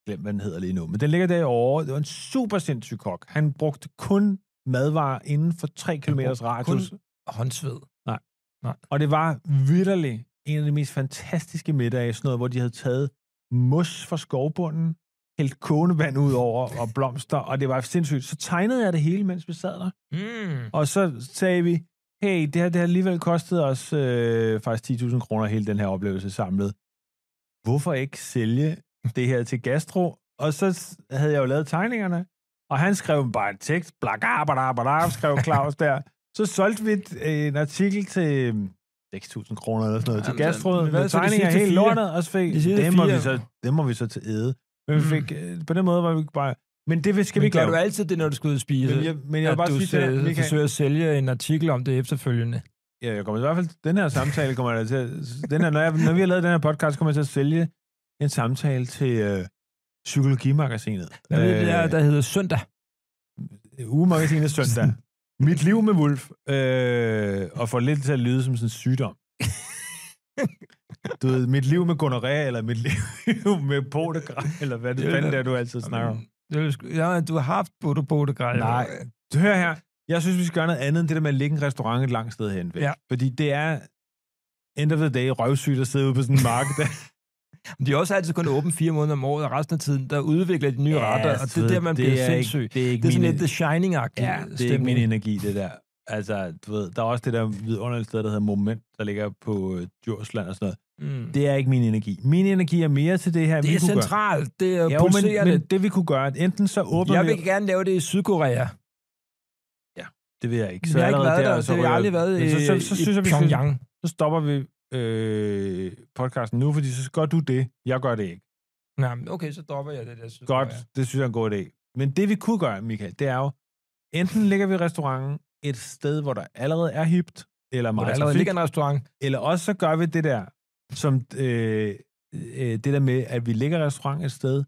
[SPEAKER 2] glem hvad den hedder lige nu, men den ligger der i Åre. Det var en super sindssyg kok. Han brugte kun madvarer inden for 3 km
[SPEAKER 1] brugte
[SPEAKER 2] radius. Kun...
[SPEAKER 1] Håndsved.
[SPEAKER 2] Og det var vidderligt en af de mest fantastiske middage, sådan noget, hvor de havde taget mos fra skovbunden, hældt kogende vand ud over og blomster, og det var sindssygt. Så tegnede jeg det hele, mens vi sad der.
[SPEAKER 1] Mm.
[SPEAKER 2] Og så sagde vi, hey, det her det har alligevel kostet os øh, faktisk 10.000 kroner hele den her oplevelse samlet. Hvorfor ikke sælge det her til Gastro? Og så s- havde jeg jo lavet tegningerne, og han skrev bare en tekst, blakabadabadab, skrev Claus der. Så solgte vi et, øh, en artikel til 6.000 kroner eller sådan noget til
[SPEAKER 1] Jamen, så-
[SPEAKER 2] Gastro,
[SPEAKER 1] hvad
[SPEAKER 2] med
[SPEAKER 1] så de
[SPEAKER 2] tegninger
[SPEAKER 1] sidste
[SPEAKER 2] helt
[SPEAKER 1] fire?
[SPEAKER 2] lortet, og så fik,
[SPEAKER 1] De sidste
[SPEAKER 2] dem, må
[SPEAKER 1] fire?
[SPEAKER 2] vi så, dem må vi så til æde. Men vi
[SPEAKER 1] Mm.
[SPEAKER 2] fik, øh, på den måde var vi bare, men det vil- skal
[SPEAKER 1] Kan
[SPEAKER 2] vi
[SPEAKER 1] vi
[SPEAKER 2] ikke
[SPEAKER 1] gør du
[SPEAKER 2] lave.
[SPEAKER 1] altid det, når du skal ud og spise?
[SPEAKER 2] Men jeg, men jeg vil
[SPEAKER 1] at
[SPEAKER 2] bare
[SPEAKER 1] du
[SPEAKER 2] sige til dig,
[SPEAKER 1] selv
[SPEAKER 2] Michael-
[SPEAKER 1] forsøger at sælge en artikel om det efterfølgende.
[SPEAKER 2] Ja, jeg kommer i hvert fald, den her samtale kommer jeg da til, at- den her, når, jeg, når vi har lavet den her podcast, kommer jeg til at sælge en samtale til øh, Psykologimagasinet.
[SPEAKER 1] Hvad øh, det der,
[SPEAKER 2] Øh,
[SPEAKER 1] der hedder søndag?
[SPEAKER 2] Ugemagasinet søndag. Mit liv med Wolf. Øh, og får lidt til at lyde som sådan en sygdom. Du ved, mit liv med gonorrhea, eller mit liv med potegræn, eller hvad det
[SPEAKER 1] Det er
[SPEAKER 2] fanden
[SPEAKER 1] da-
[SPEAKER 2] der, du altid snakker om.
[SPEAKER 1] Det er jo sgu- Ja, du har haft bodo bodo grej.
[SPEAKER 2] Nej. Du hører her, jeg synes, vi skal gøre noget andet end det der med at lægge en restaurant et langt sted hen.
[SPEAKER 1] Ja.
[SPEAKER 2] Ja. Fordi det er end of the day røvsygt at sidde ude på sådan en mark. Der.
[SPEAKER 1] De er også altid kun åben fire måneder om året, og resten af tiden, der udvikler de nye retter, og det er der, man bliver
[SPEAKER 2] er
[SPEAKER 1] sindssyg.
[SPEAKER 2] Ikke, altså, det er ikke
[SPEAKER 1] Det er sådan
[SPEAKER 2] min,
[SPEAKER 1] lidt The Shining-agtigt.
[SPEAKER 2] ja, det er ikke min energi, det der. Altså, du ved, der er også det der vidunderlige sted, der hedder Moment, der ligger på øh, Djursland og sådan noget.
[SPEAKER 1] mm. det,
[SPEAKER 2] Det er ikke min energi. Min energi er mere til det her,
[SPEAKER 1] det
[SPEAKER 2] vi
[SPEAKER 1] er
[SPEAKER 2] kunne
[SPEAKER 1] centralt. Det er
[SPEAKER 2] gøre.
[SPEAKER 1] ja,
[SPEAKER 2] Ja, jo, men,
[SPEAKER 1] pulserende.
[SPEAKER 2] men det vi kunne gøre, at enten så åbner
[SPEAKER 1] jeg
[SPEAKER 2] vi...
[SPEAKER 1] vil gerne lave det i Sydkorea.
[SPEAKER 2] Det vil jeg ikke.
[SPEAKER 1] Så jeg har ikke
[SPEAKER 2] allerede
[SPEAKER 1] været der,
[SPEAKER 2] er
[SPEAKER 1] det har jeg
[SPEAKER 2] ryger-
[SPEAKER 1] aldrig været
[SPEAKER 2] Men
[SPEAKER 1] i,
[SPEAKER 2] så, så, så,
[SPEAKER 1] i
[SPEAKER 2] synes jeg, vi skal,
[SPEAKER 1] Pyongyang.
[SPEAKER 2] så stopper vi øh, podcasten nu, fordi så gør du det. Jeg gør det ikke.
[SPEAKER 1] Nej, men okay, så dropper jeg det der Sydkorea.
[SPEAKER 2] Godt, det synes jeg er en god idé. Men det vi kunne gøre, Michael, det er jo, enten ligger vi restauranten et sted, hvor der allerede er hipt, eller
[SPEAKER 1] Hvor der
[SPEAKER 2] meget
[SPEAKER 1] allerede
[SPEAKER 2] trafik,
[SPEAKER 1] ligger en restaurant.
[SPEAKER 2] eller også så gør vi det der, som øh, øh, det der med, at vi ligger restauranten et sted,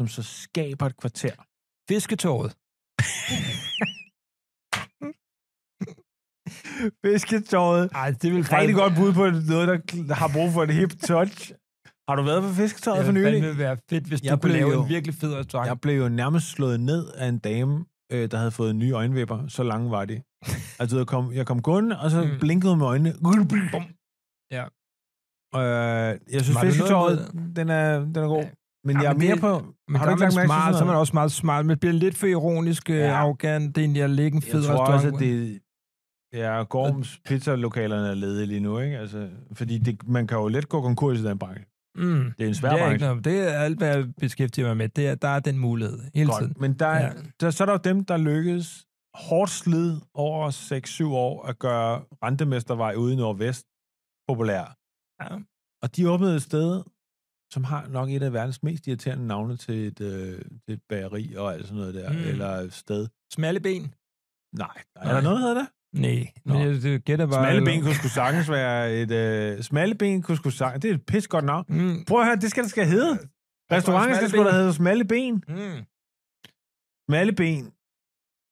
[SPEAKER 2] som så skaber et kvarter.
[SPEAKER 1] Fisketoget.
[SPEAKER 2] Fisketåret.
[SPEAKER 1] Ej, det vil
[SPEAKER 2] Rigtig godt bud på noget, der har brug for et hip touch. Har du været på fisketåret for nylig?
[SPEAKER 1] Det ville være fedt, hvis
[SPEAKER 2] Jeg
[SPEAKER 1] du kunne
[SPEAKER 2] blev
[SPEAKER 1] lave
[SPEAKER 2] jo-
[SPEAKER 1] en virkelig fed restaurant.
[SPEAKER 2] Jeg blev jo nærmest slået ned af en dame, øh, der havde fået nye øjenvipper. Så lange var de. Altså, jeg kom, jeg kom gående, og så
[SPEAKER 1] Mm.
[SPEAKER 2] mm. blinkede hun med øjnene. Bum.
[SPEAKER 1] Ja.
[SPEAKER 2] Øh, jeg synes,
[SPEAKER 1] Var det
[SPEAKER 2] fisketåret,
[SPEAKER 1] noget
[SPEAKER 2] den er, den er god.
[SPEAKER 1] Ja.
[SPEAKER 2] Ja. Men
[SPEAKER 1] Ja,
[SPEAKER 2] jeg er
[SPEAKER 1] men
[SPEAKER 2] mere
[SPEAKER 1] det-
[SPEAKER 2] på...
[SPEAKER 1] Men
[SPEAKER 2] har du ikke lagt mærke til
[SPEAKER 1] smart,
[SPEAKER 2] sådan
[SPEAKER 1] så er man
[SPEAKER 2] noget?
[SPEAKER 1] også meget smart. Men det bliver lidt for ironisk, ja.
[SPEAKER 2] Ja.
[SPEAKER 1] arrogant, egentlig at lægge en fed
[SPEAKER 2] Jeg tror
[SPEAKER 1] restaurant.
[SPEAKER 2] også, at det... Ja, Gorms pizzalokalerne er ledige lige nu, ikke? Altså, fordi det, man kan jo let gå konkurs i den branche.
[SPEAKER 1] mm.
[SPEAKER 2] Det er en svær
[SPEAKER 1] det er,
[SPEAKER 2] branche.
[SPEAKER 1] ikke noget, det er alt, hvad jeg beskæftiger mig med. Det er, der er den mulighed hele Godt. tiden.
[SPEAKER 2] Godt. Men der,
[SPEAKER 1] Ja.
[SPEAKER 2] ja. der, så er der jo dem, der lykkes hårdt slid over 6-7 år at gøre rentemestervej ude i Nordvest populær.
[SPEAKER 1] Ja.
[SPEAKER 2] Og de åbnede et sted, som har nok et af verdens mest irriterende navne til et, øh, til et bageri og alt sådan noget der.
[SPEAKER 1] Mm.
[SPEAKER 2] Mm. Eller et sted.
[SPEAKER 1] Smalle ben?
[SPEAKER 2] Nej, er
[SPEAKER 1] Nej.
[SPEAKER 2] der noget, der hedder det?
[SPEAKER 1] Nej,
[SPEAKER 2] Nå.
[SPEAKER 1] men jeg, det gætter bare...
[SPEAKER 2] Smalle ben kunne sgu sagtens være et... Øh, smalle ben kunne sgu sagtens... Det er et pis godt navn.
[SPEAKER 1] Mm.
[SPEAKER 2] Prøv at høre, det skal det skal hedde. Restauranten skal sgu da hedde Smalle Ben.
[SPEAKER 1] Mm.
[SPEAKER 2] smalle ben,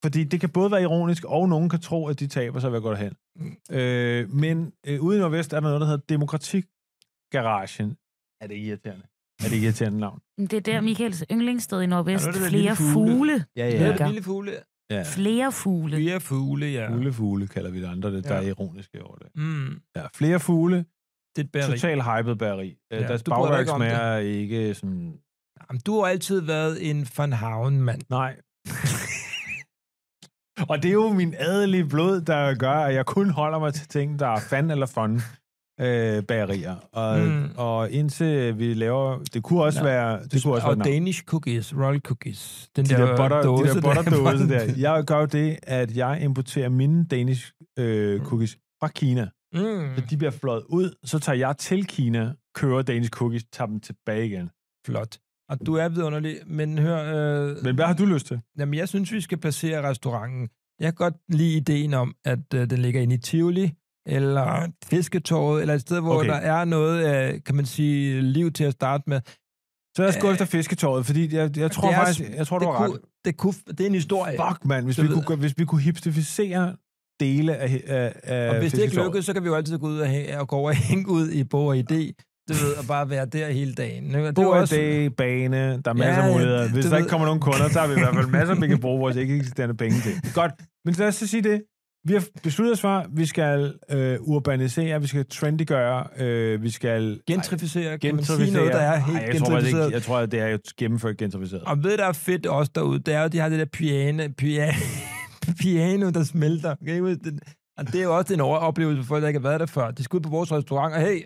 [SPEAKER 2] fordi det kan både være ironisk, og nogen kan tro, at de taber sig ved at gå derhen. Mm. Øh, men øh, ude i Nordvest er der noget, der hedder Demokratikgaragen. Er det irriterende? Er det irriterende navn?
[SPEAKER 3] Men Det er
[SPEAKER 2] Mm.
[SPEAKER 3] der Michaels yndlingssted i Nordvest.
[SPEAKER 1] Ja, nu er det
[SPEAKER 3] Ja,
[SPEAKER 1] der
[SPEAKER 3] flere
[SPEAKER 1] lille fugle.
[SPEAKER 3] fugle.
[SPEAKER 2] Ja,
[SPEAKER 1] Ja.
[SPEAKER 3] Lækker.
[SPEAKER 1] Lille fugle.
[SPEAKER 2] ja.
[SPEAKER 3] Flere fugle.
[SPEAKER 1] Flere fugle, ja.
[SPEAKER 2] Fugle fugle kalder vi det andre, det, der
[SPEAKER 1] Ja.
[SPEAKER 2] er ironiske over det.
[SPEAKER 1] Mm.
[SPEAKER 2] Ja, flere fugle,
[SPEAKER 1] Det er et bageri.
[SPEAKER 2] total hyped bageri. Ja,
[SPEAKER 1] Ja,
[SPEAKER 2] Deres
[SPEAKER 1] du bryder dig ikke om
[SPEAKER 2] bagværksmager er ikke sådan...
[SPEAKER 1] Jamen, du har altid været en Van Havn-mand.
[SPEAKER 2] Nej. og det er jo min adelige blod, der gør, at jeg kun holder mig til ting, der er fan eller fun øh, bagerier. Og,
[SPEAKER 1] Mm.
[SPEAKER 2] mm. og indtil vi laver... Det kunne også
[SPEAKER 1] Ja.
[SPEAKER 2] ja. være... Det kunne også
[SPEAKER 1] og
[SPEAKER 2] være et navn.
[SPEAKER 1] Danish cookies, roll cookies. Den
[SPEAKER 2] de der, butter, de der butterdåse der.
[SPEAKER 1] Ja.
[SPEAKER 2] Jeg gør jo det, at jeg importerer mine danish øh, cookies fra Kina. Så
[SPEAKER 1] Mm,
[SPEAKER 2] de bliver fløjet ud, så tager jeg til Kina, kører danish cookies, tager dem tilbage igen.
[SPEAKER 1] flot. Og du er vidunderlig, men hør... Øh,
[SPEAKER 2] Men hvad har du lyst til?
[SPEAKER 1] Jamen, jeg synes, vi skal placere restauranten. Jeg kan godt lide ideen om, at øh, den ligger inde i Tivoli, eller Fisketorvet, eller et sted, hvor okay.
[SPEAKER 2] Okay.
[SPEAKER 1] der er noget, øh, kan man sige, liv til at starte med.
[SPEAKER 2] Så lad os gå efter fisketåret, fordi jeg, jeg tror
[SPEAKER 1] Øh. Det er
[SPEAKER 2] faktisk,
[SPEAKER 1] sm-
[SPEAKER 2] jeg tror, du
[SPEAKER 1] det,
[SPEAKER 2] har ret.
[SPEAKER 1] kunne, det, kunne, det er en historie.
[SPEAKER 2] Fuck, mand, hvis,
[SPEAKER 1] Det
[SPEAKER 2] vi
[SPEAKER 1] ved
[SPEAKER 2] kunne, gøre- hvis vi kunne hipstificere dele af, af, af
[SPEAKER 1] Og hvis det ikke
[SPEAKER 2] fisketorvet.
[SPEAKER 1] lykkes, så kan vi jo altid gå ud og, hæ- og gå over og hænge ud i Bog og Idé, du ved, og bare være der hele dagen. ikke? Og Det er jo
[SPEAKER 2] God
[SPEAKER 1] også-
[SPEAKER 2] dag, bane, der er masser
[SPEAKER 1] Ja,
[SPEAKER 2] af
[SPEAKER 1] ja,
[SPEAKER 2] muligheder.
[SPEAKER 1] det-
[SPEAKER 2] Hvis
[SPEAKER 1] det
[SPEAKER 2] der
[SPEAKER 1] ved-
[SPEAKER 2] ikke kommer nogen kunder, så har vi i hvert fald masser, vi kan bruge vores ikke eksisterende penge til. Godt, men lad os så sige det. Vi har besluttet os for, at vi skal øh, urbanisere, vi skal trendiggøre, øh, vi skal...
[SPEAKER 1] gentrificere, kan man sige
[SPEAKER 2] gentrificere.
[SPEAKER 1] noget, der er helt
[SPEAKER 2] Ej, jeg, tror, faktisk
[SPEAKER 1] gentrificeret.
[SPEAKER 2] ikke, jeg tror, at det er jo gennemført gentrificeret.
[SPEAKER 1] Og ved, der er fedt også derude, det er jo, de har det der piano, piano, piano der smelter. Kan I huske den? Og det er jo også en over- oplevelse for folk, der ikke har været der før. De skal ud på vores restaurant, og hey,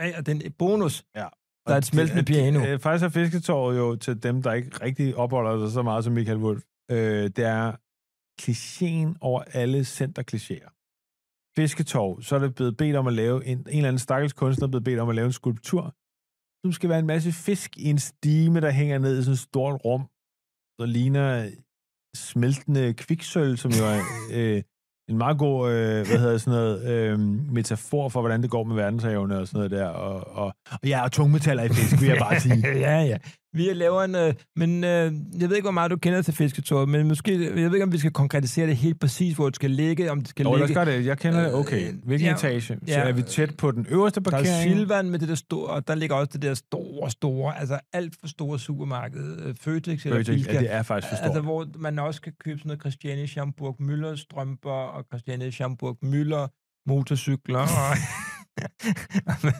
[SPEAKER 1] hey og den bonus,
[SPEAKER 2] Ja.
[SPEAKER 1] der er et smeltende piano.
[SPEAKER 2] Øh, faktisk er fisketåret jo til dem, der ikke rigtig opholder sig så meget som Michael Wolf. Øh, det er klichéen over alle centerklichéer. Fisketov, så er det blevet bedt om at lave en, en eller anden stakkels kunstner er blevet bedt om at lave en skulptur, som skal være en masse fisk i en stime, der hænger ned i sådan et stort rum, der ligner smeltende kviksøl, som jo er øh, en meget god øh, hvad hedder sådan noget, øh, metafor for, hvordan det går med verdenshavene og sådan noget der. Og, og, og ja, og tungmetaller i fisk, vil jeg bare sige.
[SPEAKER 1] ja, ja. Vi laver en... Øh, men øh, jeg ved ikke, hvor meget du kender til fisketåret, men måske... Jeg ved ikke, om vi skal konkretisere det helt præcis, hvor det skal ligge, om det skal
[SPEAKER 2] Jo, lad os
[SPEAKER 1] ligge...
[SPEAKER 2] gøre det. Jeg kender det. Okay. Hvilken
[SPEAKER 1] Øh, Ja.
[SPEAKER 2] ja, etage? Så
[SPEAKER 1] Ja.
[SPEAKER 2] er vi tæt på den øverste
[SPEAKER 1] Der
[SPEAKER 2] parkering.
[SPEAKER 1] er Silvan med det der store, og der ligger også det der store, store, altså alt for store supermarked, øh, Føtex eller
[SPEAKER 2] Føtex.
[SPEAKER 1] Bilka.
[SPEAKER 2] Ja, det er faktisk for stort.
[SPEAKER 1] Altså, hvor man også kan købe sådan noget Christiane Schamburg Müller strømper og Christiane Schamburg Müller motorcykler og...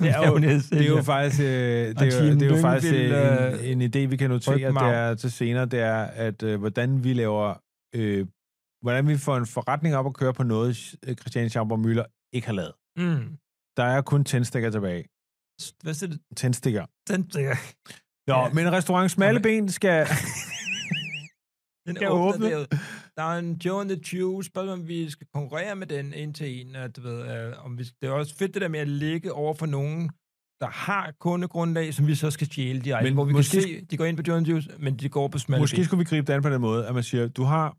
[SPEAKER 2] Det er jo-
[SPEAKER 1] det
[SPEAKER 2] Det er jo faktisk, øh, det
[SPEAKER 1] Og
[SPEAKER 2] er,
[SPEAKER 1] Tine
[SPEAKER 2] jo- det er jo faktisk
[SPEAKER 1] Lyngvild,
[SPEAKER 2] øh, en, en idé, vi kan notere
[SPEAKER 1] Rygmarv.
[SPEAKER 2] der til senere, det er, at øh, hvordan vi laver, øh, hvordan vi får en forretning op at køre på noget, øh, Christian Schaumburg Møller ikke har lavet.
[SPEAKER 1] Mm.
[SPEAKER 2] Der er kun tændstikker tilbage.
[SPEAKER 1] Hvad siger du?
[SPEAKER 2] Tændstikker.
[SPEAKER 1] Den, der-
[SPEAKER 2] Nå,
[SPEAKER 1] Ja.
[SPEAKER 2] ja. men restaurant Smalle Ben skal...
[SPEAKER 1] den
[SPEAKER 2] Skal
[SPEAKER 1] åbner
[SPEAKER 2] åbne.
[SPEAKER 1] derude. Der er en Joe and the Jew. Spørgsmålet om vi skal konkurrere med den en til en. Og, du ved, øh, om vi, det er også fedt det der med at ligge over for nogen, der har kundegrundlag, som vi så skal stjæle direkte. Men
[SPEAKER 2] Men
[SPEAKER 1] hvor vi måske...
[SPEAKER 2] måske-
[SPEAKER 1] kan se, de går ind på Joe and the Jew, men de går på smalle
[SPEAKER 2] Måske skulle vi gribe det an på den måde, at man siger, du har... De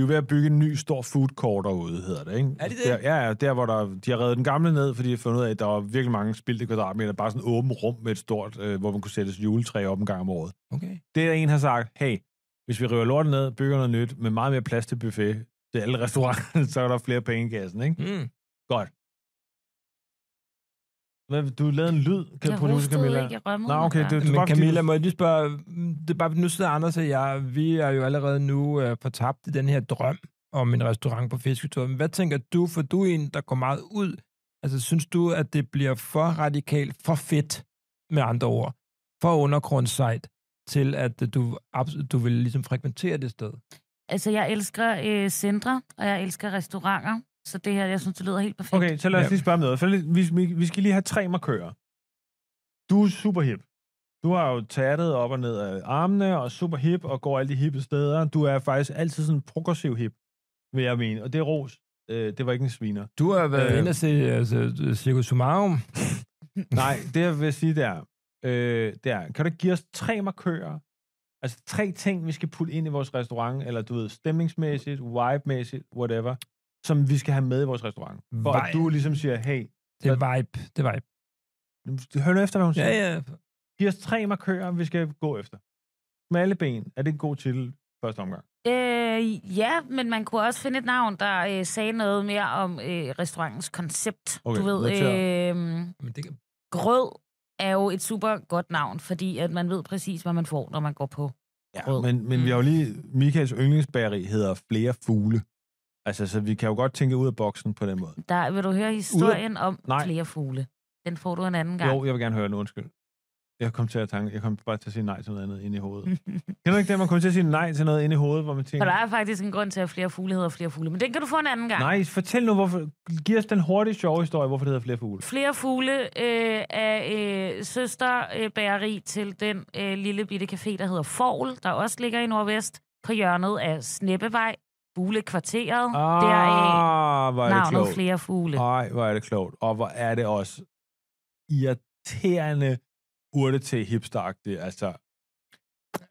[SPEAKER 2] er jo ved at bygge en ny stor food court derude, hedder det, ikke?
[SPEAKER 1] Er de det?
[SPEAKER 2] Der, ja, ja, der hvor der, de har reddet den gamle ned, fordi de har fundet ud af, at der var virkelig mange spildte kvadratmeter, bare sådan et åbent rum med et stort, øh, hvor man kunne sætte et juletræ op en gang om året.
[SPEAKER 1] Okay.
[SPEAKER 2] Det er der en, har sagt, hey, hvis vi river lorten ned, bygger noget nyt, med meget mere plads til buffet til alle restauranterne, så er der flere penge i kassen, ikke?
[SPEAKER 1] Mm.
[SPEAKER 2] Hvad, du lavede en lyd, kan
[SPEAKER 3] jeg
[SPEAKER 2] producer
[SPEAKER 3] hostede
[SPEAKER 2] Camilla.
[SPEAKER 3] ikke, altså. jeg rømmede.
[SPEAKER 2] Nå,
[SPEAKER 3] mig
[SPEAKER 2] okay,
[SPEAKER 3] bare.
[SPEAKER 2] det-
[SPEAKER 1] Men
[SPEAKER 2] bare fordi
[SPEAKER 1] Camilla,
[SPEAKER 2] du-
[SPEAKER 1] må jeg lige spørge, mm, det er bare, nu sidder Anders og jeg, vi er jo allerede nu øh, fortabt i den her drøm om en restaurant på Fisketur. Men hvad tænker du, for du er en, der går meget ud? Altså, synes du, at det bliver for radikalt, for fedt, med andre ord, for undergrundssejt, til at øh, du, abs- du vil ligesom frekventere det sted?
[SPEAKER 3] Altså, jeg elsker øh, centre, og jeg elsker restauranter. Så det her, jeg synes, det lyder helt perfekt.
[SPEAKER 2] Okay, så lad os
[SPEAKER 1] Ja.
[SPEAKER 2] lige spørge om noget. For lidt- vi, vi, vi skal lige have tre markører. Du er super hip. Du har jo tattet op og ned af armene, og super hip, og går alle de hippe steder. Du er faktisk altid sådan progressiv hip, vil jeg mene. Og det er ros. Øh, det var ikke en sviner.
[SPEAKER 1] Du har været øh.
[SPEAKER 2] Øh.
[SPEAKER 1] inde og se altså, Circus Sumarum.
[SPEAKER 2] Nej, det jeg vil sige, det er, øh, det er, kan du ikke give os tre markører? Altså tre ting, vi skal putte ind i vores restaurant, eller du ved, stemningsmæssigt, vibe-mæssigt, whatever, som vi skal have med i vores restaurant. For at
[SPEAKER 1] Vibe.
[SPEAKER 2] du ligesom siger, hey,
[SPEAKER 1] Det er vibe. Det er vibe.
[SPEAKER 2] hør nu efter, hvad hun siger.
[SPEAKER 1] Ja, ja.
[SPEAKER 2] Giv os tre markører, vi skal gå efter. Smalle ben. Er det en god titel første omgang?
[SPEAKER 3] Øh, ja, men man kunne også finde et navn, der øh, sagde noget mere om øh, restaurantens koncept.
[SPEAKER 2] Okay,
[SPEAKER 3] du ved,
[SPEAKER 2] noterer.
[SPEAKER 3] øh,
[SPEAKER 1] Men det, kan-
[SPEAKER 3] grød er jo et super godt navn, fordi at man ved præcis, hvad man får, når man går på. Rød.
[SPEAKER 2] men, men vi har
[SPEAKER 3] Mm.
[SPEAKER 2] jo lige... Michaels yndlingsbageri hedder Flere Fugle. Altså, så vi kan jo godt tænke ud af boksen på den måde.
[SPEAKER 3] Der vil du høre historien om
[SPEAKER 2] Nej.
[SPEAKER 3] flere fugle. Den får du en anden gang.
[SPEAKER 2] Jo, jeg vil gerne høre den, undskyld. Jeg kom til at tanke, jeg kom bare til at sige nej til noget andet inde i hovedet. Kender du ikke det, man kommer til at sige nej til noget inde i hovedet, hvor man
[SPEAKER 3] For
[SPEAKER 2] tænker,
[SPEAKER 3] der er faktisk en grund til, at flere fugle hedder flere fugle. Men den kan du få en anden gang.
[SPEAKER 2] nej, fortæl nu, hvorfor, giv os den hurtige, sjove historie, hvorfor det hedder flere fugle.
[SPEAKER 3] Flere fugle øh, er øh, søsterbæreri til den øh, lille bitte café, der hedder Forl, der også ligger i Nordvest, på hjørnet af Sneppevej, Fuglekvarteret.
[SPEAKER 2] Ah,
[SPEAKER 3] Der er øh,
[SPEAKER 2] hvor er det
[SPEAKER 3] navnet
[SPEAKER 2] klogt. Ah,
[SPEAKER 3] Flere Fugle.
[SPEAKER 2] Nej, hvor er det klogt. Og hvor er det også irriterende urte til hipsteragtigt. Altså,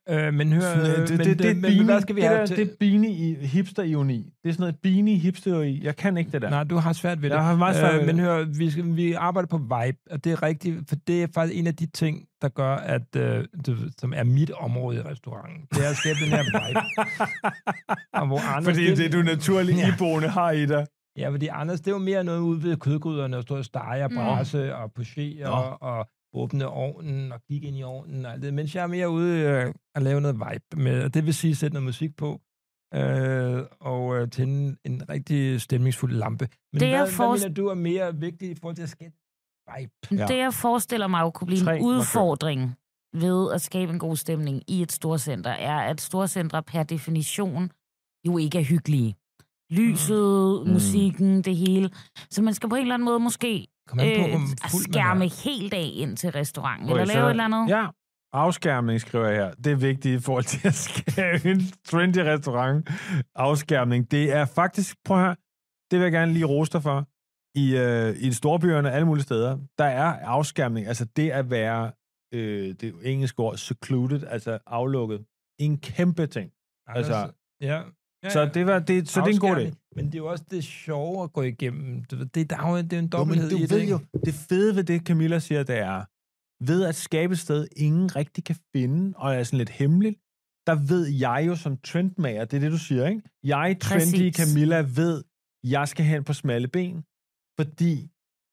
[SPEAKER 1] Øh, men hør,
[SPEAKER 2] Sådan, øh,
[SPEAKER 1] øh, men, øh, men,
[SPEAKER 2] beanie-
[SPEAKER 1] hvad skal vi
[SPEAKER 2] det
[SPEAKER 1] have
[SPEAKER 2] der-
[SPEAKER 1] til?
[SPEAKER 2] Det er beanie i hipster-ioni. Det er sådan noget beanie hipster i. Jeg kan ikke det der.
[SPEAKER 1] Nej, du har svært ved det.
[SPEAKER 2] jeg har meget svært
[SPEAKER 1] Øh,
[SPEAKER 2] ved
[SPEAKER 1] men
[SPEAKER 2] det.
[SPEAKER 1] hør, vi, skal, vi arbejder på vibe, og det er rigtigt, for det er faktisk en af de ting, der gør, at øh, det, som er mit område i restauranten. Det er at skabe den her vibe. og hvor Anders,
[SPEAKER 2] Fordi det, du naturligt
[SPEAKER 1] Ja.
[SPEAKER 2] iboende har i dig.
[SPEAKER 1] Ja, fordi Anders, det er jo mere noget ude ved kødgryderne, at stå og stege og brase mm. og pochere
[SPEAKER 2] Nå.
[SPEAKER 1] og åbne ovnen og kigge ind i ovnen og alt det. Mens jeg er mere ude øh, at lave noget vibe med, og det vil sige sætte noget musik på. Øh, og øh, tænde en, en rigtig stemningsfuld lampe. Men
[SPEAKER 3] Det,
[SPEAKER 1] hvad,
[SPEAKER 3] jeg
[SPEAKER 1] hvad
[SPEAKER 3] forest-
[SPEAKER 1] mener du er mere vigtigt i forhold til at skabe vibe?
[SPEAKER 3] Men
[SPEAKER 2] Ja.
[SPEAKER 3] Det, jeg forestiller mig jo kunne blive
[SPEAKER 2] Tre
[SPEAKER 3] en udfordring ved at skabe en god stemning i et storcenter, er, at storcentre per definition jo ikke er hyggelige. Lyset,
[SPEAKER 2] Mm.
[SPEAKER 3] mm. musikken, det hele. Så man skal på en eller anden måde måske
[SPEAKER 1] Kom an på,
[SPEAKER 3] øh,
[SPEAKER 1] hvor fuld
[SPEAKER 3] skærme
[SPEAKER 1] man
[SPEAKER 3] helt af ind til restauranten,
[SPEAKER 2] Okay,
[SPEAKER 3] eller lave
[SPEAKER 2] så-
[SPEAKER 3] et eller andet.
[SPEAKER 2] Ja. Afskærmning, skriver jeg her. Det er vigtigt i forhold til at skabe en trendy restaurant. Afskærmning. Det er faktisk, prøv her, det vil jeg gerne lige rose dig for. I, øh, I storbyerne, alle mulige steder, der er afskærmning. Altså det at være, øh, det engelske ord, secluded, altså aflukket. En kæmpe ting.
[SPEAKER 1] er.
[SPEAKER 2] altså-
[SPEAKER 1] Anders, ja. Ja,
[SPEAKER 2] Så,
[SPEAKER 1] ja.
[SPEAKER 2] det, var, det, så det er en god idé.
[SPEAKER 1] Afskærmning. Men det er jo også det sjove at gå igennem. Du ved, Det, der er jo det er jo en
[SPEAKER 2] Jo, men
[SPEAKER 1] dobbelthed
[SPEAKER 2] du
[SPEAKER 1] i det.
[SPEAKER 2] ved
[SPEAKER 1] ikke?
[SPEAKER 2] jo, det fede ved det, Camilla siger, det er, ved at skabe et sted, ingen rigtig kan finde, og er sådan lidt hemmeligt, der ved jeg jo som trendmager, det er det, du siger, ikke? Jeg, trendy
[SPEAKER 3] Præcis.
[SPEAKER 2] Camilla, ved, jeg skal hen på smalle ben, fordi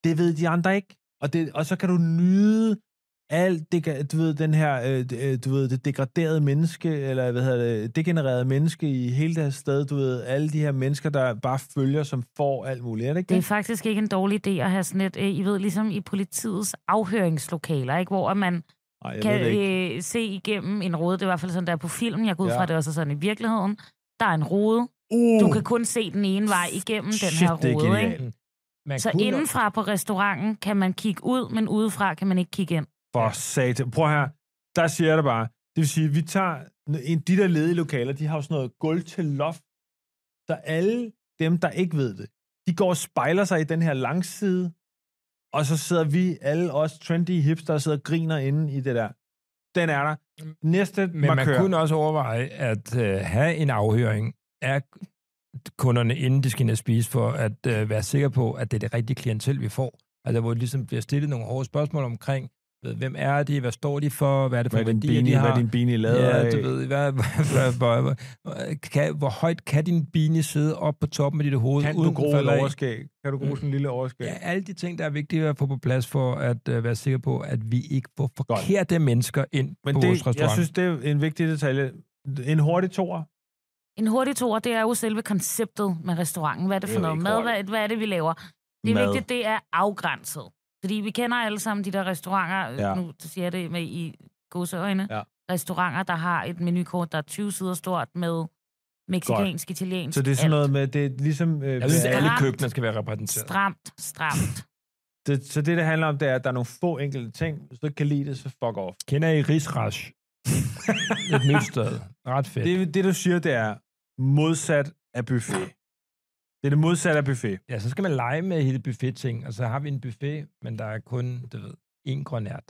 [SPEAKER 2] det ved de andre ikke. Og, det, og så kan du nyde alt det, du ved, den her, øh, d- øh, du ved, det degraderede menneske, eller hvad hedder det, degenererede menneske i hele det her sted, du ved, alle de her mennesker, der bare følger, som får alt muligt, er det ikke
[SPEAKER 3] Det er faktisk ikke en dårlig idé at have sådan et, øh, I ved, ligesom i politiets afhøringslokaler, ikke? hvor at man
[SPEAKER 2] Ej, jeg ved det ikke.
[SPEAKER 3] kan øh, se igennem en rode. Det er i hvert fald sådan, der er på filmen. Jeg går ud
[SPEAKER 2] Ja.
[SPEAKER 3] fra, at det også er sådan i virkeligheden. Der er en rode.
[SPEAKER 2] Uh,
[SPEAKER 3] Du kan kun se den ene vej igennem den
[SPEAKER 2] Shit,
[SPEAKER 3] her
[SPEAKER 2] det er
[SPEAKER 3] rode. Ikke?
[SPEAKER 2] genialt.
[SPEAKER 1] Man
[SPEAKER 3] Så
[SPEAKER 1] kunne-
[SPEAKER 3] indenfra på restauranten kan man kigge ud, men udefra kan man ikke kigge ind.
[SPEAKER 2] For satan. Prøv her. Der siger jeg det bare. Det vil sige, vi tager... en- De der ledige lokaler, de har jo sådan noget gulv til loft. Så alle dem, der ikke ved det, de går og spejler sig i den her langside. Og så sidder vi, alle os trendy hipster, og sidder og griner inde i det der. Den er der. Næste
[SPEAKER 1] Mm. Men man,
[SPEAKER 2] markør.
[SPEAKER 1] kunne også overveje at øh, have en afhøring af kunderne, inden de skal ind og spise, for at øh, være sikker på, at det er det rigtige klientel, vi får. Altså, hvor det ligesom bliver stillet nogle hårde spørgsmål omkring, ved, hvem er de, hvad står de for, hvad er det for
[SPEAKER 2] Hvad er din
[SPEAKER 1] værdier, de
[SPEAKER 2] beanie,
[SPEAKER 1] har.
[SPEAKER 2] hvad er din beanie lavet
[SPEAKER 1] Ja,
[SPEAKER 2] af?
[SPEAKER 1] du ved, hvad, hvad, hvad, hvad, hvad, kan, hvor højt kan din beanie sidde op på toppen af dit hoved,
[SPEAKER 2] Kan
[SPEAKER 1] uden
[SPEAKER 2] du
[SPEAKER 1] den
[SPEAKER 2] gro
[SPEAKER 1] falder
[SPEAKER 2] et
[SPEAKER 1] af? Mm.
[SPEAKER 2] overskæg? Kan du gro sådan en lille overskæg?
[SPEAKER 1] Ja, alle de ting, der er vigtige at få på plads for at øh, være sikker på, at vi ikke får forkerte mennesker ind
[SPEAKER 2] Men
[SPEAKER 1] på vores
[SPEAKER 2] det,
[SPEAKER 1] restaurant.
[SPEAKER 2] jeg synes, det er en vigtig detalje. En hurtig toer.
[SPEAKER 3] En hurtig toer, det er jo selve konceptet med restauranten. Hvad er det
[SPEAKER 2] Det
[SPEAKER 3] for
[SPEAKER 2] er
[SPEAKER 3] noget
[SPEAKER 2] ikke
[SPEAKER 3] mad?
[SPEAKER 2] hurtigt.
[SPEAKER 3] Hvad, hvad er det, vi laver? Det er
[SPEAKER 2] Mad.
[SPEAKER 3] vigtigt, det er afgrænset. Fordi vi kender alle sammen de der restauranter,
[SPEAKER 2] Ja.
[SPEAKER 3] ja. nu siger jeg det med i godseøjne,
[SPEAKER 2] Ja.
[SPEAKER 3] restauranter, der har et menukort, der er 20 sider stort med meksikansk, italiensk,
[SPEAKER 2] Så det er sådan noget med, det er ligesom... Øh,
[SPEAKER 1] Jeg synes,
[SPEAKER 2] med
[SPEAKER 1] at
[SPEAKER 3] det er
[SPEAKER 1] alle
[SPEAKER 3] ret
[SPEAKER 1] køkkener skal være repræsenteret.
[SPEAKER 3] stramt, stramt.
[SPEAKER 2] Det, så det, det handler om, det er, at der er nogle få enkelte ting. Hvis du ikke kan lide det, så fuck off.
[SPEAKER 1] Kender I Rigsrash? Et nyt sted. Ret fedt. Det,
[SPEAKER 2] Det, det, du siger, det er modsat af buffet. Det er det modsatte af buffet.
[SPEAKER 1] ja, så skal man lege med hele buffet-ting, og så har vi en buffet, men der er kun, du ved, én grønært.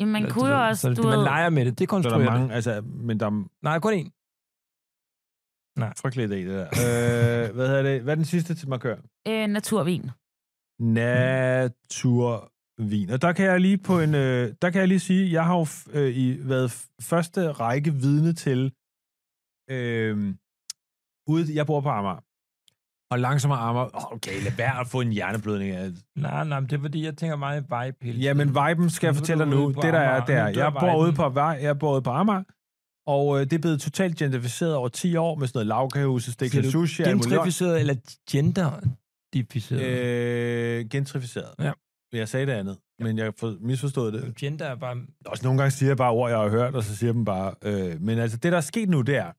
[SPEAKER 3] Jamen, man
[SPEAKER 1] Eller,
[SPEAKER 3] kunne
[SPEAKER 1] du
[SPEAKER 3] jo
[SPEAKER 1] ved, så
[SPEAKER 3] også, du
[SPEAKER 1] man
[SPEAKER 3] ved,
[SPEAKER 1] leger med det. Det
[SPEAKER 2] Så der er
[SPEAKER 1] konstruerer mange...
[SPEAKER 2] mange, altså, men der er
[SPEAKER 1] Nej, kun én.
[SPEAKER 2] frygteligt i det der. øh, hvad hedder det? Hvad er den sidste til markør?
[SPEAKER 3] øh, naturvin.
[SPEAKER 2] Naturvin. Og der kan jeg lige på en, øh, der kan jeg lige sige, jeg har jo f- øh, i, været f- første række vidne til, øh, ude, jeg bor på Amager. Og langsommere Amager, okay, lad være at få en hjerneblødning af
[SPEAKER 1] Nej, nej, men det er fordi, jeg tænker meget vibe hele tiden.
[SPEAKER 2] Jamen, viben skal jeg
[SPEAKER 1] Nu er
[SPEAKER 2] fortælle
[SPEAKER 1] du
[SPEAKER 2] dig nu.
[SPEAKER 1] ude på
[SPEAKER 2] Det der er,
[SPEAKER 1] Amager.
[SPEAKER 2] det er.
[SPEAKER 1] Nu dør
[SPEAKER 2] Jeg bor
[SPEAKER 1] viben.
[SPEAKER 2] ude på, Amager- jeg bor ude på Amager, og øh, det er blevet totalt gentrificeret over 10 år med sådan noget lavkagehus, stik
[SPEAKER 1] Siger
[SPEAKER 2] til
[SPEAKER 1] du
[SPEAKER 2] sushi, alt muligt.
[SPEAKER 1] Gentrificeret eller genderdificeret. Øh,
[SPEAKER 2] lort. Øh, gentrificeret.
[SPEAKER 1] Ja.
[SPEAKER 2] Jeg sagde det andet, men jeg for- misforstod det.
[SPEAKER 1] Gender er bare...
[SPEAKER 2] Også nogle gange siger jeg bare ord, jeg har hørt, og så siger jeg dem bare... Øh, men altså, det, der er sket nu, det er...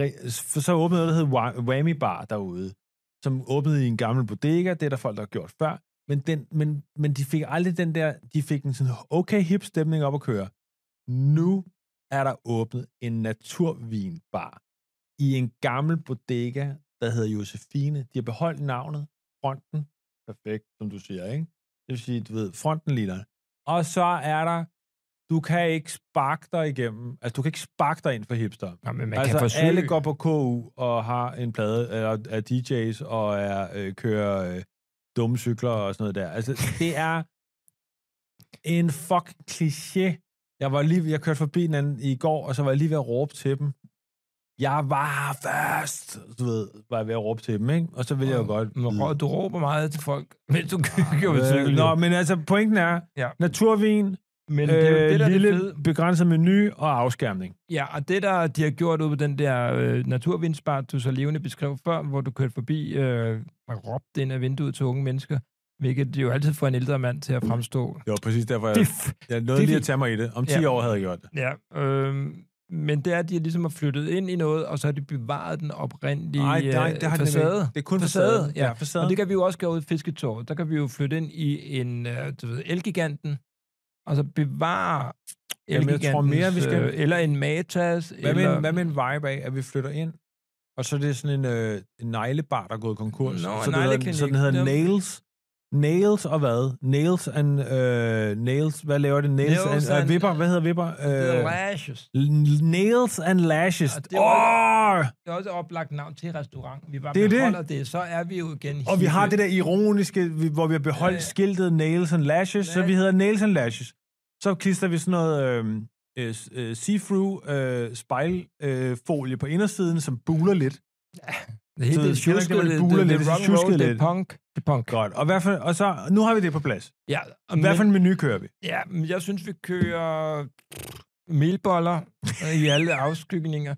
[SPEAKER 2] re- For så åbnede noget, der hed Wa- Whammy Bar derude, som åbnede i en gammel bodega. Det er der folk, der har gjort før. Men, den, men, men de fik aldrig den der... De fik en sådan okay hip stemning op at køre. Nu er der åbnet en naturvinbar i en gammel bodega, der hedder Josefine. De har beholdt navnet, fronten, perfekt, som du siger, ikke? Det vil sige, du ved, fronten ligner. Og så er der, du kan ikke sparke dig igennem, altså du kan ikke sparke dig ind for hipster.
[SPEAKER 1] Nå, men man
[SPEAKER 2] altså
[SPEAKER 1] kan forsøge...
[SPEAKER 2] alle går på KU og har en plade eller er DJ's og er, øh, kører øh, dumme cykler og sådan noget der. Altså det er en fuck kliché. Jeg var lige, jeg kørte forbi den anden i går, og så var jeg lige ved at råbe til dem. Jeg var først, du ved, var jeg ved at råbe til dem, ikke? Og så ville jeg jo godt...
[SPEAKER 1] Men
[SPEAKER 2] vide-
[SPEAKER 1] rå- Du råber meget til folk, mens du kører på cykel.
[SPEAKER 2] Øh, Nå, men altså, pointen er,
[SPEAKER 1] Ja.
[SPEAKER 2] naturvin,
[SPEAKER 1] men
[SPEAKER 2] øh,
[SPEAKER 1] det er jo det, der er
[SPEAKER 2] lille
[SPEAKER 1] det fede.
[SPEAKER 2] begrænset menu og afskærmning.
[SPEAKER 1] Ja, og det, der de har gjort ude på den der øh, naturvindsbar, du så levende beskrev før, hvor du kørte forbi øh, og råbte ind af vinduet til unge mennesker, hvilket jo altid får en ældre mand til at fremstå.
[SPEAKER 2] Det var præcis derfor, jeg,
[SPEAKER 1] Det, er f-
[SPEAKER 2] jeg nåede
[SPEAKER 1] det-
[SPEAKER 2] lige at tage mig i det. Om 10
[SPEAKER 1] Ja.
[SPEAKER 2] år havde jeg gjort det.
[SPEAKER 1] ja, øh, men det er, at de ligesom har flyttet ind i noget, og så har de bevaret den oprindelige
[SPEAKER 2] Nej, nej,
[SPEAKER 1] øh,
[SPEAKER 2] det har de
[SPEAKER 1] facade.
[SPEAKER 2] nemlig ikke. Det er kun facade.
[SPEAKER 1] Ja,
[SPEAKER 2] Ja, facade.
[SPEAKER 1] Og det kan vi jo også gøre ude i Fisketorvet. Der kan vi jo flytte ind i en, øh, du ved, Elgiganten, og så bevare
[SPEAKER 2] Jamen, jeg tror mere,
[SPEAKER 1] Elgigantens,
[SPEAKER 2] vi skal-
[SPEAKER 1] øh, eller en Matas.
[SPEAKER 2] Hvad med,
[SPEAKER 1] eller...
[SPEAKER 2] en, hvad med en vibe af, at vi flytter ind, og så er det sådan en, øh, en neglebar, der er gået konkurs.
[SPEAKER 1] Nå, en
[SPEAKER 2] så, det hedder,
[SPEAKER 1] negleklinik.
[SPEAKER 2] så den hedder
[SPEAKER 1] Dem-
[SPEAKER 2] Nails. Nails og hvad? Nails and... Øh, nails, hvad laver det? Nails,
[SPEAKER 1] Nails
[SPEAKER 2] and...
[SPEAKER 1] and-
[SPEAKER 2] Øh, vipper, hvad hedder vipper?
[SPEAKER 1] The
[SPEAKER 2] Øh,
[SPEAKER 1] Rashes.
[SPEAKER 2] nails and Lashes.
[SPEAKER 1] Og det
[SPEAKER 2] Åh!
[SPEAKER 1] var- Det er også et oplagt navn til restaurant. Vi bare
[SPEAKER 2] Det er
[SPEAKER 1] det
[SPEAKER 2] det.
[SPEAKER 1] beholder det. det, så er vi jo igen...
[SPEAKER 2] Og vi har det der ironiske, vi- hvor vi har beholdt
[SPEAKER 1] Ja, ja.
[SPEAKER 2] ja. skiltet Nails and Lashes, så
[SPEAKER 1] Ja.
[SPEAKER 2] vi hedder Nails and Lashes. Så klister vi sådan noget øh, øh, s- øh, see-through øh, spejlfolie øh, folie på indersiden, som buler lidt.
[SPEAKER 1] Det hele
[SPEAKER 2] Så
[SPEAKER 1] det er
[SPEAKER 2] det er
[SPEAKER 1] sjusket,
[SPEAKER 2] ikke,
[SPEAKER 1] det, det,
[SPEAKER 2] det buler
[SPEAKER 1] det, det,
[SPEAKER 2] lidt,
[SPEAKER 1] det
[SPEAKER 2] det
[SPEAKER 1] er rock
[SPEAKER 2] sjusket
[SPEAKER 1] roll, det er
[SPEAKER 2] lidt.
[SPEAKER 1] punk. Det er punk.
[SPEAKER 2] Godt. Og, hvad for, og så, nu har vi det på plads.
[SPEAKER 1] Ja, og
[SPEAKER 2] Hvad for
[SPEAKER 1] men,
[SPEAKER 2] en menu kører vi?
[SPEAKER 1] ja, men jeg synes, vi kører melboller i alle afskygninger.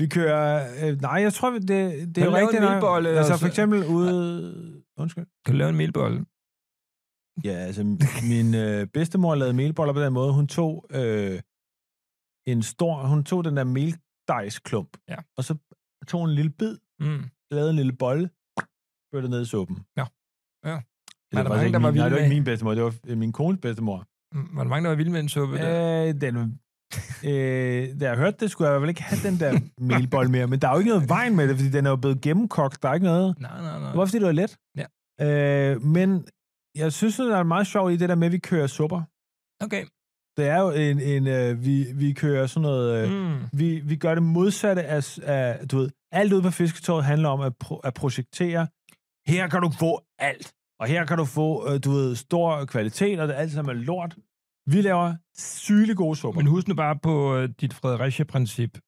[SPEAKER 2] Vi kører... Øh, nej, jeg tror, vi- det, det
[SPEAKER 1] Men
[SPEAKER 2] er jo
[SPEAKER 1] lav en
[SPEAKER 2] rigtigt. nok.
[SPEAKER 1] melbolle,
[SPEAKER 2] Altså
[SPEAKER 1] og så-
[SPEAKER 2] for eksempel ude... Undskyld.
[SPEAKER 1] Kan du lave en melbolle?
[SPEAKER 2] Ja, altså min øh, bedstemor lavede melboller på den måde. Hun tog øh, en stor, hun tog den der meldejsklump,
[SPEAKER 1] Ja.
[SPEAKER 2] og så tog en lille bid,
[SPEAKER 1] Mm.
[SPEAKER 2] lavede en lille bolle, førte det ned i suppen.
[SPEAKER 1] Nå. Ja.
[SPEAKER 2] Det var,
[SPEAKER 1] der
[SPEAKER 2] der
[SPEAKER 1] mange,
[SPEAKER 2] ikke
[SPEAKER 1] der var
[SPEAKER 2] min,
[SPEAKER 1] vilde
[SPEAKER 2] nej, det var ikke
[SPEAKER 1] med?
[SPEAKER 2] min bedstemor, det var øh, min kones bedstemor.
[SPEAKER 1] Mm, Var der mange, der var vilde med en suppe? Øh,
[SPEAKER 2] Øh, den, øh, da jeg hørte det, skulle jeg i hvert fald ikke have den der melbolle mere, men der er jo ikke noget vejen med det, fordi den er jo blevet gennemkogt, der er ikke noget...
[SPEAKER 1] nej, nej, nej.
[SPEAKER 2] Det var, fordi det var let.
[SPEAKER 1] Ja.
[SPEAKER 2] Øh, men jeg synes, det er meget sjovt i det der med, at vi kører supper.
[SPEAKER 1] Okay.
[SPEAKER 2] Det er jo en... en øh, vi, vi kører sådan noget... Øh, mm.
[SPEAKER 1] Mm.
[SPEAKER 2] vi, vi gør det modsatte af, s- af... Du ved, alt ude på fisketåret handler om at, pro, at projektere. Her kan du få alt. Og her kan du få, øh, du ved, stor kvalitet, og det er alt sammen er lort. Vi laver sygelig gode supper.
[SPEAKER 1] Men husk nu bare på øh, dit Fredericia-princip.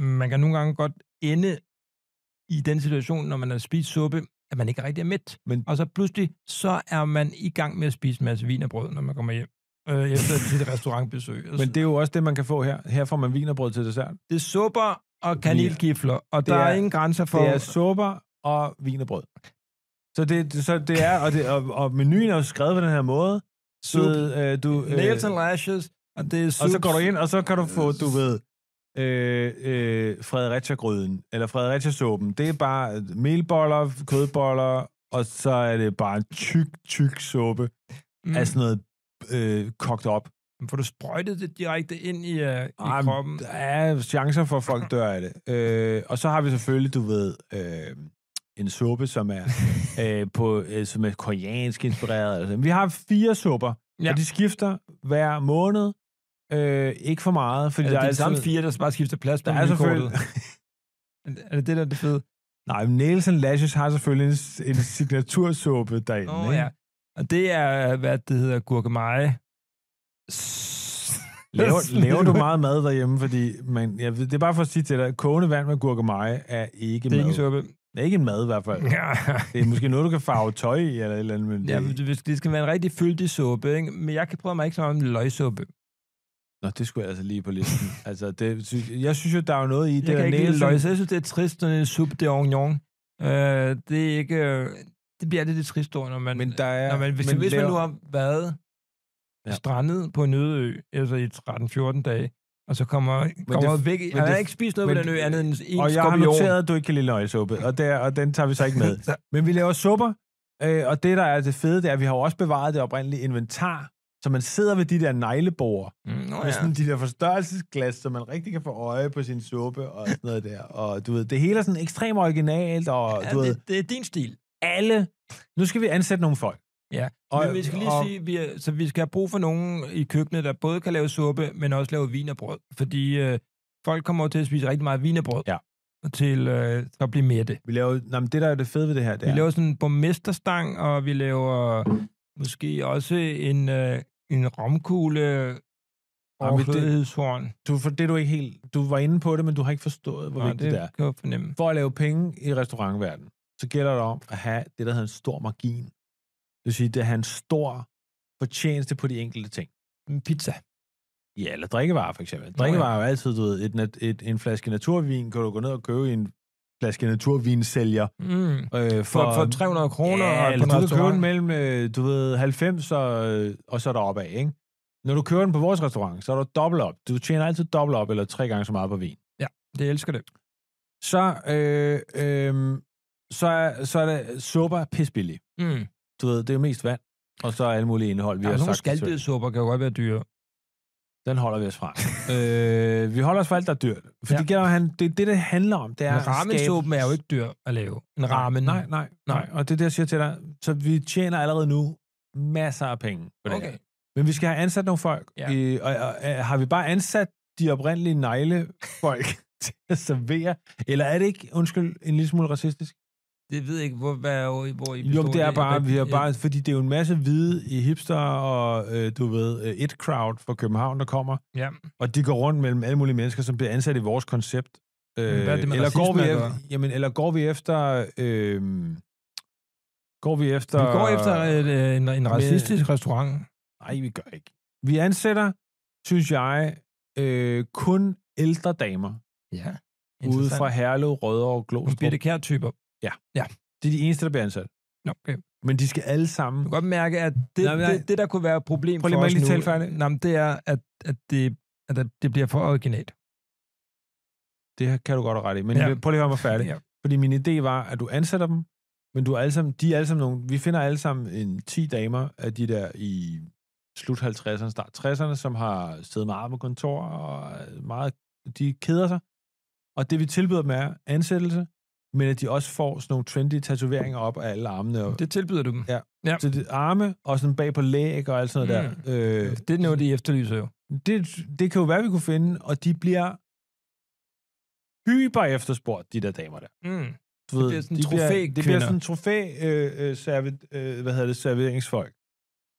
[SPEAKER 1] Man kan nogle gange godt ende i den situation, når man har spist suppe, at man ikke rigtig er mæt.
[SPEAKER 2] Men-
[SPEAKER 1] Og så pludselig, så er man i gang med at spise en masse vin og brød, når man kommer hjem øh, efter sit restaurantbesøg. Altså,
[SPEAKER 2] Men det er jo også det, man kan få her. Her får man vinerbrød til dessert.
[SPEAKER 1] det er supper og kanelgifler, og der er,
[SPEAKER 2] er-
[SPEAKER 1] ingen grænser for...
[SPEAKER 2] Det er supper og vinerbrød. Så det, det- så det er, og, det, og, og menuen er jo skrevet på den her måde. Så,
[SPEAKER 1] Sup.
[SPEAKER 2] øh, du, øh,
[SPEAKER 1] nails and lashes, og det er
[SPEAKER 2] og så går du ind, og så kan du få, du ved, øh, øh, Fredericia-grøden, eller Fredericia-suppen. Det er bare melboller, kødboller, og så er det bare en tyk, tyk suppe mm. af sådan noget øh, kogt op.
[SPEAKER 1] Mm, Altså, får du sprøjtet det direkte ind i, øh, i
[SPEAKER 2] Ah,
[SPEAKER 1] kroppen.
[SPEAKER 2] Der er chancer for, at folk dør af det. Øh, og så har vi selvfølgelig, du ved, øh, en suppe, som er, øh, på, øh, som er koreansk inspireret. eller sådan. Vi har fire supper,
[SPEAKER 1] Ja.
[SPEAKER 2] ja. og de skifter hver måned. Øh, ikke for meget, fordi
[SPEAKER 1] Altså, det er
[SPEAKER 2] der
[SPEAKER 1] de
[SPEAKER 2] altid-
[SPEAKER 1] samme fire, der bare skifter plads på
[SPEAKER 2] Der er selvfølgelig...
[SPEAKER 1] menukortet. Er det det, der er det fede?
[SPEAKER 2] Nej, men Nails and Lashes har selvfølgelig en, en signatursuppe derinde.
[SPEAKER 1] Åh,
[SPEAKER 2] ikke?
[SPEAKER 1] ja. Og det er, hvad det hedder, gurkemeje.
[SPEAKER 2] Laver, laver du meget mad derhjemme? Fordi man, jeg, ved- det er bare for at sige til dig, kogende vand med gurkemeje er ikke
[SPEAKER 1] Det er
[SPEAKER 2] mad.
[SPEAKER 1] ikke suppe.
[SPEAKER 2] Det er ikke en mad i hvert fald.
[SPEAKER 1] Ja.
[SPEAKER 2] Det er måske noget, du kan farve tøj i, eller et eller andet. Men
[SPEAKER 1] ja, men
[SPEAKER 2] det,
[SPEAKER 1] det, det skal være en rigtig fyldig suppe, ikke? Men jeg kan prøve mig ikke så meget om løgsuppe.
[SPEAKER 2] nå, det skulle jeg altså lige på listen. altså, det, synes- jeg synes jo, der er jo noget i det.
[SPEAKER 1] Jeg
[SPEAKER 2] der
[SPEAKER 1] kan ikke lide
[SPEAKER 2] Nielsen-
[SPEAKER 1] løg, så jeg synes, det er trist, når det er en suppe de oignon. Øh, det er ikke... øh, det bliver det lidt trist ord, når man...
[SPEAKER 2] Men der er...
[SPEAKER 1] når man hvis,
[SPEAKER 2] men
[SPEAKER 1] men hvis man
[SPEAKER 2] laver-
[SPEAKER 1] nu har været
[SPEAKER 2] Ja.
[SPEAKER 1] ja. strandet på en øde ø, altså i 13-14 dage, og så kommer, kommer
[SPEAKER 2] det-
[SPEAKER 1] væk...
[SPEAKER 2] men
[SPEAKER 1] han har
[SPEAKER 2] det-
[SPEAKER 1] ikke spist noget på
[SPEAKER 2] men-
[SPEAKER 1] den ø, andet end en skorpion.
[SPEAKER 2] Og jeg har noteret, at du ikke kan lide løgsuppe, og, der, og den tager vi så ikke med.
[SPEAKER 1] Så-
[SPEAKER 2] Men vi laver supper, øh, og det, der er det fede, det er, at vi har jo også bevaret det oprindelige inventar, så man sidder ved de der neglebord,
[SPEAKER 1] Mm, nå
[SPEAKER 2] oh, med
[SPEAKER 1] ja.
[SPEAKER 2] sådan de der forstørrelsesglas, så man rigtig kan få øje på sin suppe og sådan noget der. Og du ved, det hele er sådan ekstremt originalt, og ja, du
[SPEAKER 1] ja,
[SPEAKER 2] ved,
[SPEAKER 1] det, det er din stil.
[SPEAKER 2] alle... Nu skal vi ansætte nogle folk.
[SPEAKER 1] Ja,
[SPEAKER 2] og,
[SPEAKER 1] men vi skal lige
[SPEAKER 2] og,
[SPEAKER 1] sige, vi er, så vi skal have brug for nogen i køkkenet, der både kan lave suppe, men også lave vin og brød. Fordi øh, folk kommer jo til at spise rigtig meget vin og brød.
[SPEAKER 2] Ja.
[SPEAKER 1] Og til øh, at blive mætte.
[SPEAKER 2] Vi laver, nej, men det, der er det fede ved det her, det
[SPEAKER 1] Vi
[SPEAKER 2] er...
[SPEAKER 1] laver sådan en borgmesterstang, og vi laver måske også en, øh, en romkugle og
[SPEAKER 2] men det-
[SPEAKER 1] flødehedshorn.
[SPEAKER 2] Du, for det er du ikke helt... Du var inde på det, men du har ikke forstået, hvor
[SPEAKER 1] Nå,
[SPEAKER 2] vigtigt det, det er.
[SPEAKER 1] kan jeg fornemme.
[SPEAKER 2] For at lave penge i restaurantverdenen, så gælder det om at have det, der hedder en stor margin. Det vil sige, det er at have en stor fortjeneste på de enkelte ting.
[SPEAKER 1] En Pizza.
[SPEAKER 2] Ja, eller drikkevarer for eksempel. Drikkevarer er jo altid, du ved, et, nat- et, en flaske naturvin, kan du gå ned og købe i en flaske naturvinsælger.
[SPEAKER 1] Mm.
[SPEAKER 2] Øh,
[SPEAKER 1] For, for 300 kroner
[SPEAKER 2] ja,
[SPEAKER 1] og
[SPEAKER 2] eller
[SPEAKER 1] på en
[SPEAKER 2] du kan købe den
[SPEAKER 1] restaurant.
[SPEAKER 2] mellem, øh, du ved, 90 og, øh, og så deroppe af, ikke? Når du køber den på vores restaurant, så er du dobbelt op. Du tjener altid dobbelt op, eller tre gange så meget på vin.
[SPEAKER 1] Det elsker det.
[SPEAKER 2] Så, øh, øh, så, er, så er det supper pisbillig.
[SPEAKER 1] Mm.
[SPEAKER 2] Du ved, det er jo mest vand, og så er alle mulige indhold, vi
[SPEAKER 1] Ja,
[SPEAKER 2] har
[SPEAKER 1] sådan nogle
[SPEAKER 2] sagt. til-
[SPEAKER 1] skaldbidssupper kan jo godt være dyre.
[SPEAKER 2] Den holder vi os fra. øh, vi holder os fra alt, der er dyrt. For ja.
[SPEAKER 1] Ja.
[SPEAKER 2] det, gælder, jo, han, det, det, det handler om, det er...
[SPEAKER 1] Men
[SPEAKER 2] at skabe-
[SPEAKER 1] ramensuppen er jo ikke dyr at lave. En ramen.
[SPEAKER 2] Nej, nej, nej. Og det er det, jeg siger til dig. Så vi tjener allerede nu masser af penge på det her.
[SPEAKER 1] Okay.
[SPEAKER 2] Men vi skal have ansat nogle folk.
[SPEAKER 1] Ja.
[SPEAKER 2] Øh, og, og, og har vi bare ansat de oprindelige neglefolk til at servere? Eller er det ikke, undskyld, en lille smule racistisk?
[SPEAKER 1] Det ved jeg ikke, hvor, hvad, hvor, hvor I
[SPEAKER 2] Jo, men
[SPEAKER 1] består øh,
[SPEAKER 2] det er
[SPEAKER 1] af.
[SPEAKER 2] bare, vi har
[SPEAKER 1] Ja.
[SPEAKER 2] bare, fordi det er jo en masse hvide i hipster og, øh, du ved, øh, et crowd fra København, der kommer.
[SPEAKER 1] Ja.
[SPEAKER 2] Og de går rundt mellem alle mulige mennesker, som bliver ansat i vores koncept. Øh,
[SPEAKER 1] hvad er det med
[SPEAKER 2] eller, går vi
[SPEAKER 1] racisme at
[SPEAKER 2] efter, jamen, eller går vi efter... Øh, går vi efter...
[SPEAKER 1] Vi går efter et, øh, en, en racistisk restaurant.
[SPEAKER 2] Nej, vi gør ikke. Vi ansætter, synes jeg, øh, kun ældre damer
[SPEAKER 1] Ja.
[SPEAKER 2] ude fra Herlev, Rødovre og
[SPEAKER 1] Nogle
[SPEAKER 2] Glostrup.
[SPEAKER 1] Birte Kjær-typer.
[SPEAKER 2] Det er de eneste, der bliver ansat.
[SPEAKER 1] Nå, Okay.
[SPEAKER 2] Men de skal alle
[SPEAKER 1] Du
[SPEAKER 2] sammen...
[SPEAKER 1] kan godt mærke, at det,
[SPEAKER 2] Nej,
[SPEAKER 1] nej,
[SPEAKER 2] men
[SPEAKER 1] nej.
[SPEAKER 2] nej.
[SPEAKER 1] det, det der kunne være et problem
[SPEAKER 2] Prøv lige, må
[SPEAKER 1] for
[SPEAKER 2] jeg
[SPEAKER 1] os
[SPEAKER 2] lige
[SPEAKER 1] nu,
[SPEAKER 2] tale færdig?
[SPEAKER 1] Nå, men det er, at, at, det, at det bliver for originalt.
[SPEAKER 2] Det her kan du godt have ret i, men ja.
[SPEAKER 1] Ja.
[SPEAKER 2] prøv lige at høre mig færdig.
[SPEAKER 1] Ja.
[SPEAKER 2] Fordi min idé var, at du ansætter dem, men du er alle sammen, de er alle sammen nogle, vi finder alle sammen en 10 damer af de der i slut 50'erne, start 60'erne, som har siddet meget på kontor, og øh, meget, de keder sig. Og det vi tilbyder dem er ansættelse, men at de også får sådan nogle trendy tatoveringer op af alle armene. Og,
[SPEAKER 1] Det tilbyder du dem. ja.
[SPEAKER 2] Så det, arme og sådan bag på læg og alt sådan noget mm. der. Øh,
[SPEAKER 1] Det er noget, de efterlyser jo.
[SPEAKER 2] det, det kan jo være, vi kunne finde, og de bliver hyper efterspurgt, de der damer der.
[SPEAKER 1] Mm.
[SPEAKER 2] Du
[SPEAKER 1] Det bliver sådan
[SPEAKER 2] de bliver, det
[SPEAKER 1] trofækvinder.
[SPEAKER 2] bliver sådan trofæ øh, øh, servet, øh, hvad hedder det, serveringsfolk.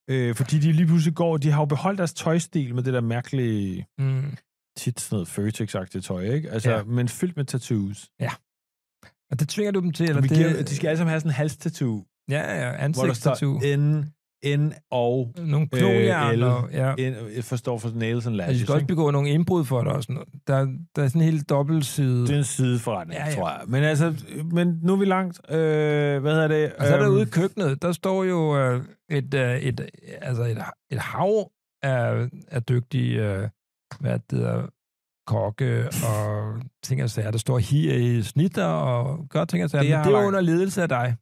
[SPEAKER 2] Øh, fordi de lige pludselig går, de har jo beholdt deres tøjstil med det der mærkelige,
[SPEAKER 1] Mm.
[SPEAKER 2] tit sådan noget Føtex-agtige tøj, ikke? Altså, ja.
[SPEAKER 1] Ja.
[SPEAKER 2] men fyldt med tattoos.
[SPEAKER 1] Og det tvinger du dem til? Eller
[SPEAKER 2] Vi
[SPEAKER 1] det,
[SPEAKER 2] giver, de skal alle sammen have sådan en halstattoo,
[SPEAKER 1] Ja, ja,
[SPEAKER 2] hvor der står
[SPEAKER 1] ansigtstattoo.
[SPEAKER 2] N, N og
[SPEAKER 1] Nogle knogjern.
[SPEAKER 2] L.
[SPEAKER 1] Øh, ja.
[SPEAKER 2] N, forstår for nails and
[SPEAKER 1] Og de
[SPEAKER 2] lashes.
[SPEAKER 1] skal også
[SPEAKER 2] ikke?
[SPEAKER 1] begå nogle indbrud for dig og sådan noget. Der, der er sådan en helt dobbeltside.
[SPEAKER 2] Det er en sideforretning, ja,
[SPEAKER 1] Ja,
[SPEAKER 2] ja.
[SPEAKER 1] ja.
[SPEAKER 2] tror jeg. Men altså, men nu er vi langt. Øh, hvad hedder det?
[SPEAKER 1] Og så
[SPEAKER 2] Øhm,
[SPEAKER 1] derude i køkkenet, der står jo øh, et, øh, et, øh, altså et, et hav af, af dygtige, øh, hvad det hedder, kokke og ting og sager. Der står her i snitter og gør ting og sager.
[SPEAKER 2] Det,
[SPEAKER 1] Det men
[SPEAKER 2] jeg
[SPEAKER 1] det
[SPEAKER 2] har
[SPEAKER 1] er
[SPEAKER 2] lagt-
[SPEAKER 1] jo under ledelse af dig.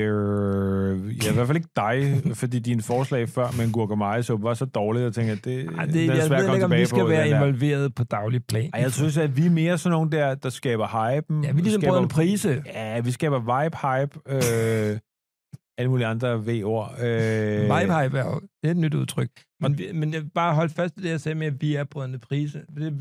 [SPEAKER 2] Øh, ja, i hvert fald ikke dig, fordi dine forslag før med en gurkemejesuppe var så dårlige, jeg tænker, at det,
[SPEAKER 1] Ej,
[SPEAKER 2] den
[SPEAKER 1] det, jeg
[SPEAKER 2] svært at
[SPEAKER 1] ved
[SPEAKER 2] komme
[SPEAKER 1] ikke, om
[SPEAKER 2] tilbage
[SPEAKER 1] vi skal
[SPEAKER 2] på,
[SPEAKER 1] være
[SPEAKER 2] den der.
[SPEAKER 1] involveret på daglig plan.
[SPEAKER 2] Ej, jeg synes, at vi er mere sådan nogle der, der skaber hypen.
[SPEAKER 1] Ja, vi er ligesom
[SPEAKER 2] skaber,
[SPEAKER 1] brødrene Price.
[SPEAKER 2] Ja, vi skaber vibe-hype. Øh, alle mulige andre V-ord. Øh,
[SPEAKER 1] Vibe hype er jo, det er et nyt udtryk. Men, vi, men jeg vil bare holde fast i det, jeg sagde med, at vi er brødende priser. Det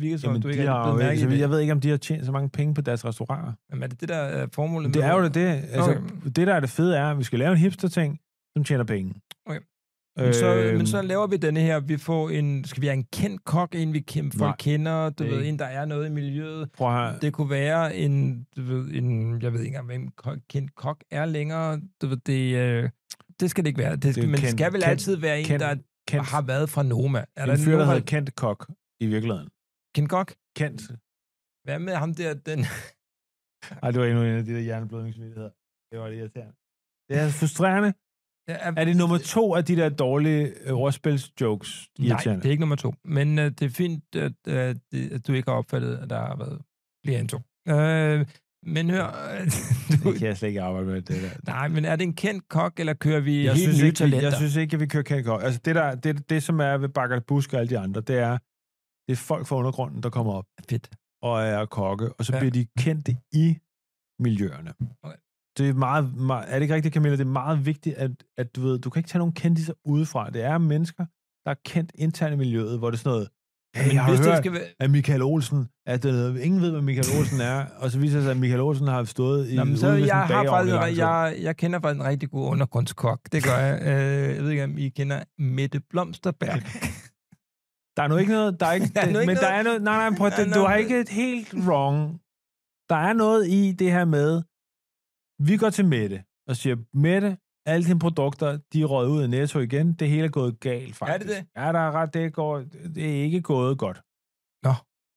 [SPEAKER 1] virker som,
[SPEAKER 2] Jamen,
[SPEAKER 1] om du ikke
[SPEAKER 2] de
[SPEAKER 1] har
[SPEAKER 2] har, jo altså,
[SPEAKER 1] blevet
[SPEAKER 2] ikke-
[SPEAKER 1] mærke i
[SPEAKER 2] så
[SPEAKER 1] det.
[SPEAKER 2] jeg ved ikke, om de har tjent så mange penge på deres restauranter.
[SPEAKER 1] Jamen, er det det, der er formålet
[SPEAKER 2] Det
[SPEAKER 1] med
[SPEAKER 2] er jo det. det. Altså, okay.
[SPEAKER 1] Okay.
[SPEAKER 2] Det, der er det fede, er, at vi skal lave en hipster-ting, som tjener penge.
[SPEAKER 1] Okay. Men så,
[SPEAKER 2] Øh.
[SPEAKER 1] men så laver vi denne her, vi får en, skal vi have en kendt kok, en vi kæmper, folk
[SPEAKER 2] Nej,
[SPEAKER 1] kender, du
[SPEAKER 2] det er
[SPEAKER 1] ved,
[SPEAKER 2] ikke-
[SPEAKER 1] en der er noget i miljøet.
[SPEAKER 2] Prøv at høre.
[SPEAKER 1] Det kunne være en, du ved, en jeg ved ikke engang, hvem kok, kendt kok er længere, du ved, det, øh, det skal det ikke være. Det,
[SPEAKER 2] Det er
[SPEAKER 1] det men det
[SPEAKER 2] kendt-
[SPEAKER 1] skal vel
[SPEAKER 2] kendt-
[SPEAKER 1] altid være en,
[SPEAKER 2] kendt-
[SPEAKER 1] der
[SPEAKER 2] Kent,
[SPEAKER 1] har været fra Noma. Er der
[SPEAKER 2] en fyr, der
[SPEAKER 1] nogen,
[SPEAKER 2] hedder Kent Kok i virkeligheden.
[SPEAKER 1] kendt kok?
[SPEAKER 2] Kent.
[SPEAKER 1] Hvad med ham der, den
[SPEAKER 2] Ej, det var endnu en af de der hjerneblødningsmuligheder. Det var det irriterende. Det er frustrerende.
[SPEAKER 1] Ja,
[SPEAKER 2] Er det nummer to af de der dårlige øh, ordspilsjokes?
[SPEAKER 1] Nej, det er ikke nummer to. Men øh, det er fint, at, øh, det, at du ikke har opfattet, at der har været flere end to. Øh, men hør... øh, du,
[SPEAKER 2] det kan jeg slet ikke arbejde med. Det der.
[SPEAKER 1] nej, men er det en kendt kok, eller kører vi
[SPEAKER 2] jeg
[SPEAKER 1] helt
[SPEAKER 2] synes,
[SPEAKER 1] nye
[SPEAKER 2] ikke, vi,
[SPEAKER 1] talenter?
[SPEAKER 2] jeg synes ikke, at vi kører kendt godt. Altså det, der, det, det, som er ved Bakker Busk og alle de andre, det er, det er folk fra undergrunden, der kommer op
[SPEAKER 1] Fedt.
[SPEAKER 2] og er kokke, og så
[SPEAKER 1] Ja.
[SPEAKER 2] ja. bliver de kendte i miljøerne.
[SPEAKER 1] Okay.
[SPEAKER 2] Det er meget, meget, er det ikke rigtigt, Camilla? Det er meget vigtigt, at, at du ved, du kan ikke tage nogen kendtiser udefra. Det er mennesker, der er kendt internt i miljøet, hvor det er sådan noget, hey,
[SPEAKER 1] Men
[SPEAKER 2] har du
[SPEAKER 1] hvis det
[SPEAKER 2] hørt,
[SPEAKER 1] skal være...
[SPEAKER 2] at Michael Olsen, at øh, ingen ved, hvad Michael Olsen er, og så viser det sig, at Michael Olsen har stået i
[SPEAKER 1] Nå, men så
[SPEAKER 2] ude ved sådan
[SPEAKER 1] jeg,
[SPEAKER 2] en
[SPEAKER 1] har
[SPEAKER 2] bageovn i lang
[SPEAKER 1] faktisk,
[SPEAKER 2] tid.
[SPEAKER 1] jeg, jeg kender faktisk en rigtig god undergrundskok. Det gør jeg. Øh, jeg ved ikke, om I kender Mette Blomsterberg.
[SPEAKER 2] Der er nu ikke noget, der er ikke,
[SPEAKER 1] Der er nu
[SPEAKER 2] men
[SPEAKER 1] ikke
[SPEAKER 2] der er noget, nej, nej, prøv,
[SPEAKER 1] Der er
[SPEAKER 2] det, du
[SPEAKER 1] noget-
[SPEAKER 2] har ikke et helt wrong. Der er noget i det her med, vi går til Mette og siger, Mette, alle dine produkter, de er røget ud af Netto igen, det hele er gået galt, faktisk.
[SPEAKER 1] det?
[SPEAKER 2] Ja, der er ret, det, går, det er ikke gået godt.
[SPEAKER 1] Nå.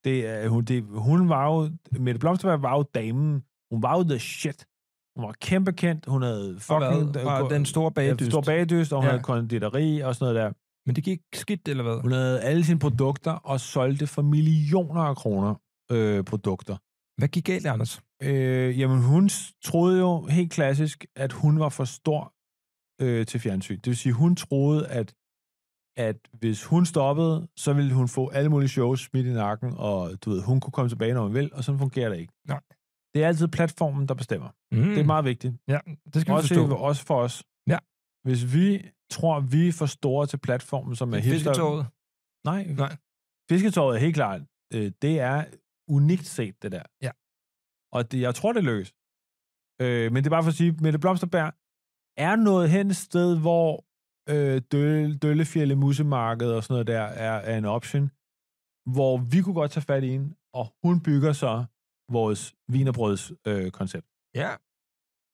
[SPEAKER 2] Det er, hun, det, hun var jo, Mette Blomsterberg var jo damen, hun var jo the shit. Hun var kæmpe kendt, hun havde
[SPEAKER 1] Og hvad?
[SPEAKER 2] fucking...
[SPEAKER 1] Og den store
[SPEAKER 2] bagedyst.
[SPEAKER 1] bagdyst.
[SPEAKER 2] Stor bagedyst, og hun
[SPEAKER 1] Ja.
[SPEAKER 2] ja. havde konditori og sådan noget der.
[SPEAKER 1] Men det gik skidt, eller hvad?
[SPEAKER 2] Hun havde alle sine produkter og solgte for millioner af kroner øh, produkter.
[SPEAKER 1] Hvad gik galt, Anders?
[SPEAKER 2] Øh, jamen, hun s- troede jo helt klassisk, at hun var for stor øh, til fjernsyn. Det vil sige, hun troede, at, at hvis hun stoppede, så ville hun få alle mulige shows smidt i nakken, og du ved, hun kunne komme tilbage, når hun vil, og sådan fungerer det ikke.
[SPEAKER 1] Nej.
[SPEAKER 2] Det er altid platformen, der bestemmer. Mm.
[SPEAKER 1] Mm.
[SPEAKER 2] Det er meget vigtigt.
[SPEAKER 1] Ja, det skal vi
[SPEAKER 2] Også,
[SPEAKER 1] forstå.
[SPEAKER 2] også for os.
[SPEAKER 1] Ja.
[SPEAKER 2] Hvis vi tror, vi er for store til platformen, som er hipster,
[SPEAKER 1] Fisketåret.
[SPEAKER 2] Nej,
[SPEAKER 1] Nej.
[SPEAKER 2] Fisketåret er helt klart, øh, det er unikt set, det der.
[SPEAKER 1] Ja.
[SPEAKER 2] Og det, jeg tror, det lykkes. Øh, men det er bare for at sige, Mette Blomsterberg er noget hen et sted, hvor øh, Dølle, Døllefjælde musemarked og sådan noget der er, er en option, hvor vi kunne godt tage fat i en, og hun bygger så vores vinerbrødskoncept. Øh, koncept.
[SPEAKER 1] Ja.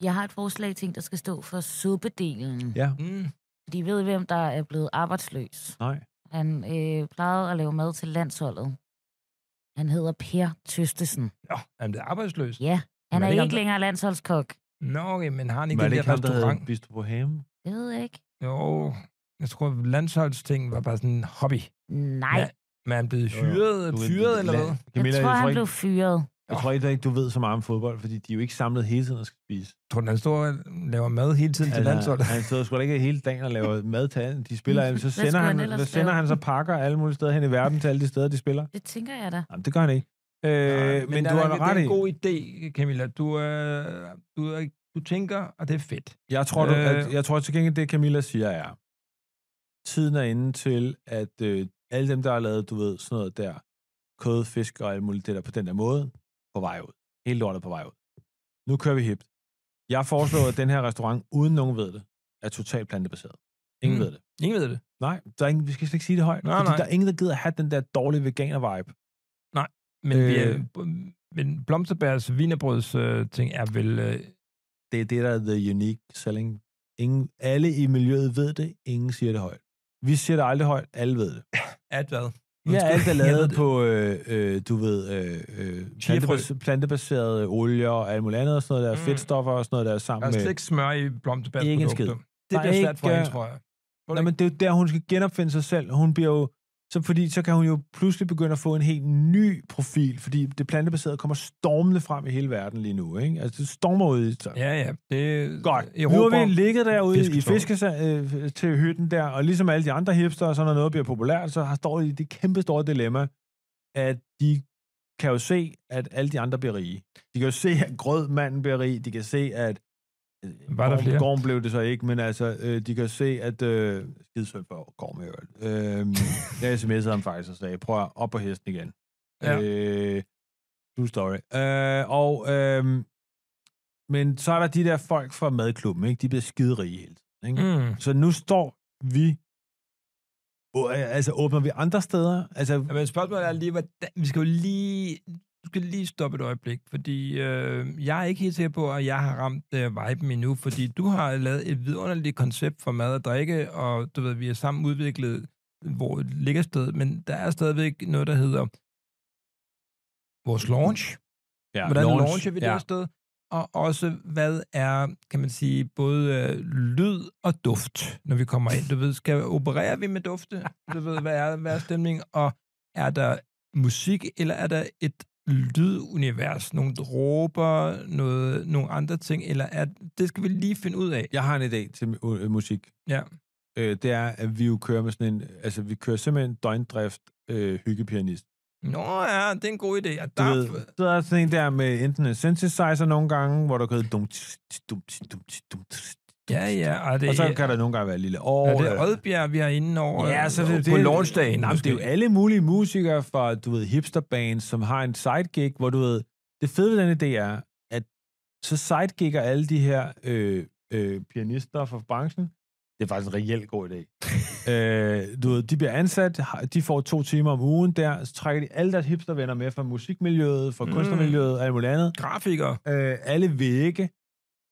[SPEAKER 3] Jeg har et forslag ting, der skal stå for suppedelen.
[SPEAKER 2] ja,
[SPEAKER 1] Mm.
[SPEAKER 3] Fordi ved I, hvem der er blevet arbejdsløs?
[SPEAKER 2] nej.
[SPEAKER 3] Han øh, plejede at lave mad til landsholdet. Han hedder Per Tøstesen.
[SPEAKER 1] Nå, han blev arbejdsløs.
[SPEAKER 3] Ja, han
[SPEAKER 1] Men er
[SPEAKER 3] er
[SPEAKER 1] det ikke ham,
[SPEAKER 3] ikke
[SPEAKER 1] der-
[SPEAKER 3] længere landsholdskok.
[SPEAKER 1] Nå, okay, men har han ikke
[SPEAKER 2] Var
[SPEAKER 1] den
[SPEAKER 2] det
[SPEAKER 1] der
[SPEAKER 2] ikke ham, der
[SPEAKER 1] restaurant?
[SPEAKER 2] havde bistro på ham?
[SPEAKER 3] Det ved jeg ikke.
[SPEAKER 1] Jo, jeg tror, landsholdsting var bare sådan en hobby.
[SPEAKER 3] Nej,
[SPEAKER 1] Ja, Men han blev hyret, fyret eller hvad?
[SPEAKER 3] jeg tror, han blev fyret.
[SPEAKER 2] Jeg tror ikke, at du ved så meget om fodbold, fordi de er jo ikke samlet hele tiden og skal spise.
[SPEAKER 1] Tror du, han står og laver mad hele tiden til landsholdet?
[SPEAKER 2] Altså, han sidder sgu da ikke hele dagen og laver mad til alle. De spiller, alle- så
[SPEAKER 3] Hvad
[SPEAKER 2] sender
[SPEAKER 3] skulle han
[SPEAKER 2] han,
[SPEAKER 3] ellers
[SPEAKER 2] han, sender
[SPEAKER 3] lave?
[SPEAKER 2] han så pakker alle mulige steder hen i verden til alle de steder, de spiller.
[SPEAKER 3] Det tænker jeg da.
[SPEAKER 2] Jamen, det gør han ikke. Øh,
[SPEAKER 1] Nej,
[SPEAKER 2] men, men
[SPEAKER 1] der
[SPEAKER 2] du
[SPEAKER 1] er
[SPEAKER 2] har
[SPEAKER 1] ikke-
[SPEAKER 2] ret
[SPEAKER 1] Det er
[SPEAKER 2] i.
[SPEAKER 1] en god idé, Camilla. Du, øh, du, er- du tænker, og det er fedt.
[SPEAKER 2] Jeg tror, du,
[SPEAKER 1] Øh.
[SPEAKER 2] at, jeg tror til gengæld, det Camilla siger er, tiden er inde til, at øh, alle dem, der har lavet, du ved, sådan noget der, kød, fisk og alt muligt det der på den der måde, på vej ud. Hele lortet på vej ud. Nu kører vi hipt. Jeg foreslår, at den her restaurant, uden nogen ved det, er totalt plantebaseret. Ingen
[SPEAKER 1] Mm.
[SPEAKER 2] mm. ved det.
[SPEAKER 1] Ingen ved det.
[SPEAKER 2] Nej, der er ingen, vi skal slet ikke sige det højt,
[SPEAKER 1] Nej,
[SPEAKER 2] fordi
[SPEAKER 1] nej.
[SPEAKER 2] der er ingen, der gider have den der dårlige veganer-vibe.
[SPEAKER 1] Men, øh. vi er,
[SPEAKER 2] Øh.
[SPEAKER 1] men Blomsterbergs vinerbrøds øh, ting er vel... Øh,
[SPEAKER 2] Det er det, der er the unique selling. Ingen, alle i miljøet ved det, ingen siger det højt. Vi siger det aldrig højt, alle ved det.
[SPEAKER 1] at hvad?
[SPEAKER 2] Ja, alt er lavet
[SPEAKER 1] Jeg-
[SPEAKER 2] på, øh, øh, du ved, øh, øh,
[SPEAKER 1] Chia-frø.
[SPEAKER 2] plantebas- plantebaserede olier og alt muligt andet og sådan noget
[SPEAKER 1] Mm.
[SPEAKER 2] der,
[SPEAKER 1] Altså,
[SPEAKER 2] mm. fedtstoffer og sådan noget der
[SPEAKER 1] Der
[SPEAKER 2] sammen
[SPEAKER 1] er slet
[SPEAKER 2] med...
[SPEAKER 1] ikke smør i Blomsterbergs
[SPEAKER 2] Ikke en
[SPEAKER 1] produkter. Det
[SPEAKER 2] Der er
[SPEAKER 1] bliver svært for
[SPEAKER 2] ikke,
[SPEAKER 1] hende,
[SPEAKER 2] øh,
[SPEAKER 1] tror jeg.
[SPEAKER 2] Nej, men det er jo der, hun skal genopfinde sig selv. Hun bliver jo... Så, fordi så kan hun jo pludselig begynde at få en helt ny profil, fordi det plantebaserede kommer stormende frem i hele verden lige nu, ikke? Altså, det stormer ud i... Ja.
[SPEAKER 1] Ja, ja. Det er
[SPEAKER 2] Godt.
[SPEAKER 1] Europa,
[SPEAKER 2] nu har vi ligget derude i
[SPEAKER 1] Fisketårn.
[SPEAKER 2] fiskesa- øh, til hytten der, og ligesom alle de andre hipster, og sådan noget, noget bliver populært, så har står de i det kæmpe store dilemma, at de kan jo se, at alle de andre bliver rige. De kan jo se, at grødmanden bliver rig. De kan se, at... øh,
[SPEAKER 1] Var der
[SPEAKER 2] Gorm-
[SPEAKER 1] flere?
[SPEAKER 2] Gorm blev det så ikke, men altså, øh, de kan se, at... Øh, Skidsøl for Gorm i øvrigt. Øh, jeg sms'ede ham faktisk og sagde, prøv at op på hesten igen.
[SPEAKER 1] Ja.
[SPEAKER 2] Ja. Øh, true story. Øh, og... Øh, men så er der de der folk fra madklubben, ikke? De bliver skiderige hele tiden, ikke? Mm.
[SPEAKER 1] Mm.
[SPEAKER 2] Så nu står vi... Åh, Altså, åbner vi andre steder? Altså,
[SPEAKER 1] Ja, Men spørgsmålet er lige, hvordan, vi skal jo lige, du skal lige stoppe et øjeblik, fordi øh, jeg er ikke helt sikker på, at jeg har ramt øh, viben endnu, fordi du har lavet et vidunderligt koncept for mad og drikke, og du ved, vi har sammen udviklet, hvor det ligger sted, men der er stadigvæk noget, der hedder vores launch.
[SPEAKER 2] ja,
[SPEAKER 1] Hvordan launcher vi det her sted? og også hvad er, kan man sige, både øh, lyd og duft, når vi kommer ind. Du ved, skal opererer vi med dufte? Du ved, hvad er, hvad er stemningen? Og er der musik, eller er der et lydunivers? Nogle dråber, noget, nogle andre ting, eller er, det skal vi lige finde ud af.
[SPEAKER 2] Jeg har en idé til mu- øh, musik.
[SPEAKER 1] Ja.
[SPEAKER 2] Øh, det er, at vi jo kører med sådan en... Altså, vi kører simpelthen døgndrift øh, hyggepianist.
[SPEAKER 1] Nå ja, det er en god idé. Ja,
[SPEAKER 2] Du
[SPEAKER 1] der,
[SPEAKER 2] ved, så er der sådan en der med enten en synthesizer nogle gange, hvor der kan hedde dum, tss, tss, dum, tss, dum, tss, dum, tss.
[SPEAKER 1] ja, ja. Og, det,
[SPEAKER 2] og så kan der nogle gange være et lille år.
[SPEAKER 1] er det Oddbjerg, vi har inde over
[SPEAKER 2] Ja, så
[SPEAKER 1] øh,
[SPEAKER 2] det,
[SPEAKER 1] på
[SPEAKER 2] det,
[SPEAKER 1] launchdagen?
[SPEAKER 2] Nej, men det er jo alle mulige musikere fra, du ved, hipsterbands, som har en sidekick, hvor du ved, det fede ved den idé er, at så sidekicker alle de her øh, øh, pianister fra branchen. Det er faktisk en reelt god idé. øh, du ved, de bliver ansat, har- de får to timer om ugen der, så trækker de alle deres hipstervenner med fra musikmiljøet, fra
[SPEAKER 1] Mm.
[SPEAKER 2] kunstnermiljøet og alt muligt andet.
[SPEAKER 1] grafikere.
[SPEAKER 2] Øh, alle vægge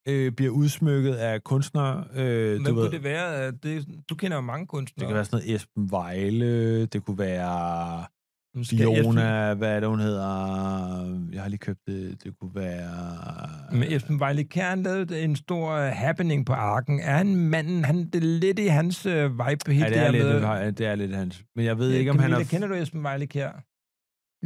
[SPEAKER 2] øh, bliver udsmykket af kunstnere. Øh,
[SPEAKER 1] Hvad
[SPEAKER 2] du ved,
[SPEAKER 1] kunne det være? at Det, du kender jo mange kunstnere.
[SPEAKER 2] det kan være sådan noget Esben Vejle, det kunne være
[SPEAKER 1] Nu skal jeg-
[SPEAKER 2] Fiona, hvad er det, hun hedder? Jeg har lige købt det. Det kunne være...
[SPEAKER 1] Men Esben Vejle Kjær lavede en stor øh, happening på Arken. Er han manden? Han, det er lidt i hans øh, vibe.
[SPEAKER 2] ja,
[SPEAKER 1] Helt
[SPEAKER 2] det, er
[SPEAKER 1] der
[SPEAKER 2] lidt,
[SPEAKER 1] med,
[SPEAKER 2] det, er, det er lidt hans. Men jeg ved
[SPEAKER 1] Øh,
[SPEAKER 2] ikke, om han
[SPEAKER 1] Camilla,
[SPEAKER 2] er...
[SPEAKER 1] Kender du Esben Vejle Kjær?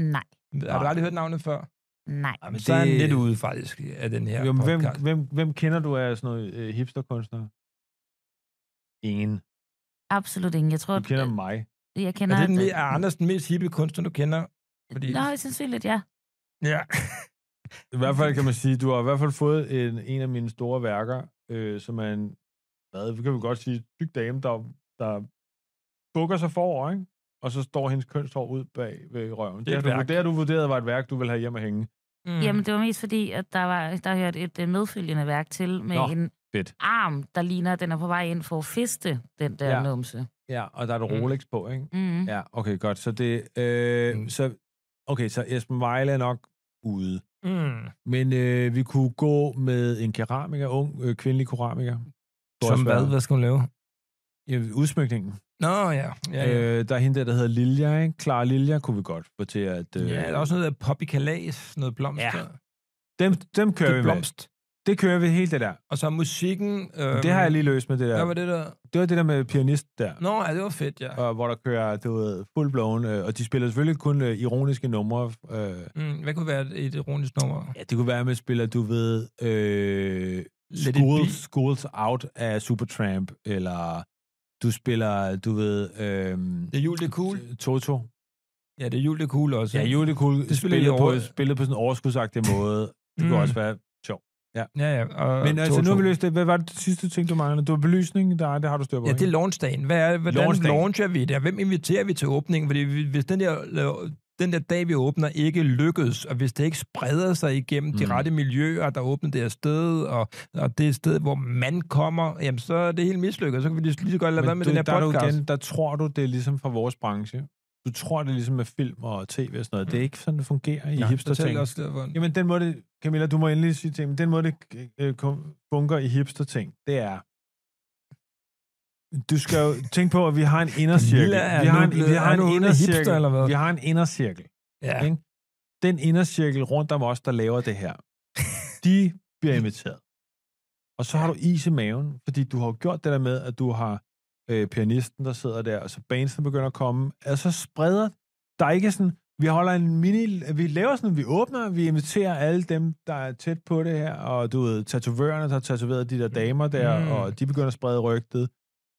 [SPEAKER 3] Nej,
[SPEAKER 1] Har du aldrig hørt navnet før?
[SPEAKER 3] nej.
[SPEAKER 2] Jamen,
[SPEAKER 1] Så er han lidt ude faktisk af den her
[SPEAKER 2] Jo, men hvem,
[SPEAKER 1] podcast.
[SPEAKER 2] hvem, hvem kender du af sådan noget øh, hipsterkunstnere? Ingen.
[SPEAKER 3] Absolut ingen. Jeg tror,
[SPEAKER 2] Du kender
[SPEAKER 3] at-
[SPEAKER 2] mig.
[SPEAKER 3] jeg
[SPEAKER 1] Er
[SPEAKER 3] kender...
[SPEAKER 1] det den, me- er Anders den mest hippe kunstner, du kender? Fordi,
[SPEAKER 3] Nå, sandsynligt, ja.
[SPEAKER 1] ja.
[SPEAKER 2] I hvert fald kan man sige, du har i hvert fald fået en, en af mine store værker, øh, som er en, hvad det kan vi godt sige, tyk dame, der, der bukker sig forover, ikke? og så står hendes kønshår ud bag ved røven. Det,
[SPEAKER 1] er
[SPEAKER 2] det,
[SPEAKER 1] et
[SPEAKER 2] du,
[SPEAKER 1] værk.
[SPEAKER 2] det du vurderede var et værk, du vil have hjem og hænge.
[SPEAKER 1] Mm.
[SPEAKER 3] Jamen, det var mest fordi, at der var der hørte et øh, medfølgende værk til med
[SPEAKER 2] Nå,
[SPEAKER 3] en
[SPEAKER 2] fedt.
[SPEAKER 3] arm, der ligner, at den er på vej ind for at fiste den der
[SPEAKER 2] Ja.
[SPEAKER 3] ja. numse.
[SPEAKER 2] Ja, og der er et
[SPEAKER 1] Mm.
[SPEAKER 2] Rolex på, ikke?
[SPEAKER 3] Mm. Ja.
[SPEAKER 2] Ja, okay, godt. Så det, øh,
[SPEAKER 1] Mm.
[SPEAKER 2] så, okay, så Esben Vejle er nok ude.
[SPEAKER 1] Mm.
[SPEAKER 2] Men øh, vi kunne gå med en keramiker, ung øh, kvindelig keramiker. Det kunne
[SPEAKER 1] Som
[SPEAKER 2] også
[SPEAKER 1] hvad?
[SPEAKER 2] være-
[SPEAKER 1] Hvad skal hun lave?
[SPEAKER 2] Ja, udsmykningen.
[SPEAKER 1] Nå, ja. ja, ja.
[SPEAKER 2] Øh, der er hende der, der hedder Lilja, ikke? Clara Lilja kunne vi godt få til at... Øh,
[SPEAKER 1] ja der er også noget af poppy kalas, noget blomster.
[SPEAKER 2] Ja, dem, dem kører
[SPEAKER 1] det
[SPEAKER 2] vi
[SPEAKER 1] er
[SPEAKER 2] med.
[SPEAKER 1] blomst.
[SPEAKER 2] Det kører vi helt det der.
[SPEAKER 1] Og så musikken. Øhm,
[SPEAKER 2] det har jeg lige løst med det
[SPEAKER 1] Hvad
[SPEAKER 2] der.
[SPEAKER 1] var det der?
[SPEAKER 2] Det var det der med pianist der.
[SPEAKER 1] Nå, ja, det var fedt, ja.
[SPEAKER 2] Og, hvor der kører, du ved, full blown, øh, og de spiller selvfølgelig kun øh, ironiske numre. Øh.
[SPEAKER 1] Mm, hvad kunne være et- et ironisk nummer?
[SPEAKER 2] Ja, det kunne være, at man spiller, du ved, øh,
[SPEAKER 1] Let it
[SPEAKER 2] school,
[SPEAKER 1] be.
[SPEAKER 2] Schools Out af Supertramp, eller du spiller, du ved, øh,
[SPEAKER 1] Det er jul, det er cool.
[SPEAKER 2] Toto.
[SPEAKER 1] Ja, det er jul, det er cool også.
[SPEAKER 2] Ja,
[SPEAKER 1] ikke?
[SPEAKER 2] julekul
[SPEAKER 1] Det
[SPEAKER 2] det
[SPEAKER 1] spiller
[SPEAKER 2] spillet,
[SPEAKER 1] i
[SPEAKER 2] på,
[SPEAKER 1] år.
[SPEAKER 2] spillet på sådan en overskudsagtig måde. Det kunne
[SPEAKER 1] Mm.
[SPEAKER 2] også være
[SPEAKER 1] Ja, ja. Og
[SPEAKER 2] Men altså,
[SPEAKER 1] Toto.
[SPEAKER 2] nu har vi løst det. Hvad var det sidste ting, du manglede? Du var belysning, der, er- det har du styr på.
[SPEAKER 1] Ja, det er
[SPEAKER 2] ikke?
[SPEAKER 1] launchdagen. Hvad er, hvordan
[SPEAKER 2] Launchdagen.
[SPEAKER 1] launcher vi det? og Hvem inviterer vi til åbningen? Fordi vi- hvis den der, den der dag, vi åbner, ikke lykkes, og hvis det ikke spreder sig igennem mm. de
[SPEAKER 2] Mm.
[SPEAKER 1] rette miljøer, der åbner det her sted, og, og det er et sted, hvor man kommer, jamen så er det helt mislykket. Så kan vi lige lige så godt lade være med
[SPEAKER 2] du,
[SPEAKER 1] den her
[SPEAKER 2] der, er du
[SPEAKER 1] podcast.
[SPEAKER 2] igen, der tror du, det er ligesom fra vores branche. Du tror, det er ligesom med film og tv og sådan noget. Det er ikke sådan, det fungerer i
[SPEAKER 1] Ja, fortæl
[SPEAKER 2] hipster-ting.
[SPEAKER 1] os derfor.
[SPEAKER 2] Jamen, den måde, det, Camilla, du må endelig sige til mig, den måde, det øh, kom- fungerer i hipster-ting, det er... Du skal jo tænke på, at vi har en indercirkel.
[SPEAKER 1] Camilla er
[SPEAKER 2] Vi har
[SPEAKER 1] nu
[SPEAKER 2] en,
[SPEAKER 1] blevet-
[SPEAKER 2] vi har
[SPEAKER 1] er nu
[SPEAKER 2] en
[SPEAKER 1] blevet
[SPEAKER 2] indercirkel.
[SPEAKER 1] hipster, eller hvad?
[SPEAKER 2] Vi har en indercirkel.
[SPEAKER 1] Ja.
[SPEAKER 2] Ikke? den indercirkel rundt om os, der laver det her, de bliver inviteret. Og så har du is i maven, fordi du har jo gjort det der med, at du har øh, pianisten, der sidder der, og så bandsene begynder at komme, og så spreder, der er ikke sådan, vi holder en mini, vi laver sådan, vi åbner, vi inviterer alle dem, der er tæt på det her, og du ved, tatovørerne, der har tatoveret de der damer der,
[SPEAKER 1] Mm.
[SPEAKER 2] mm. og de begynder at sprede rygtet.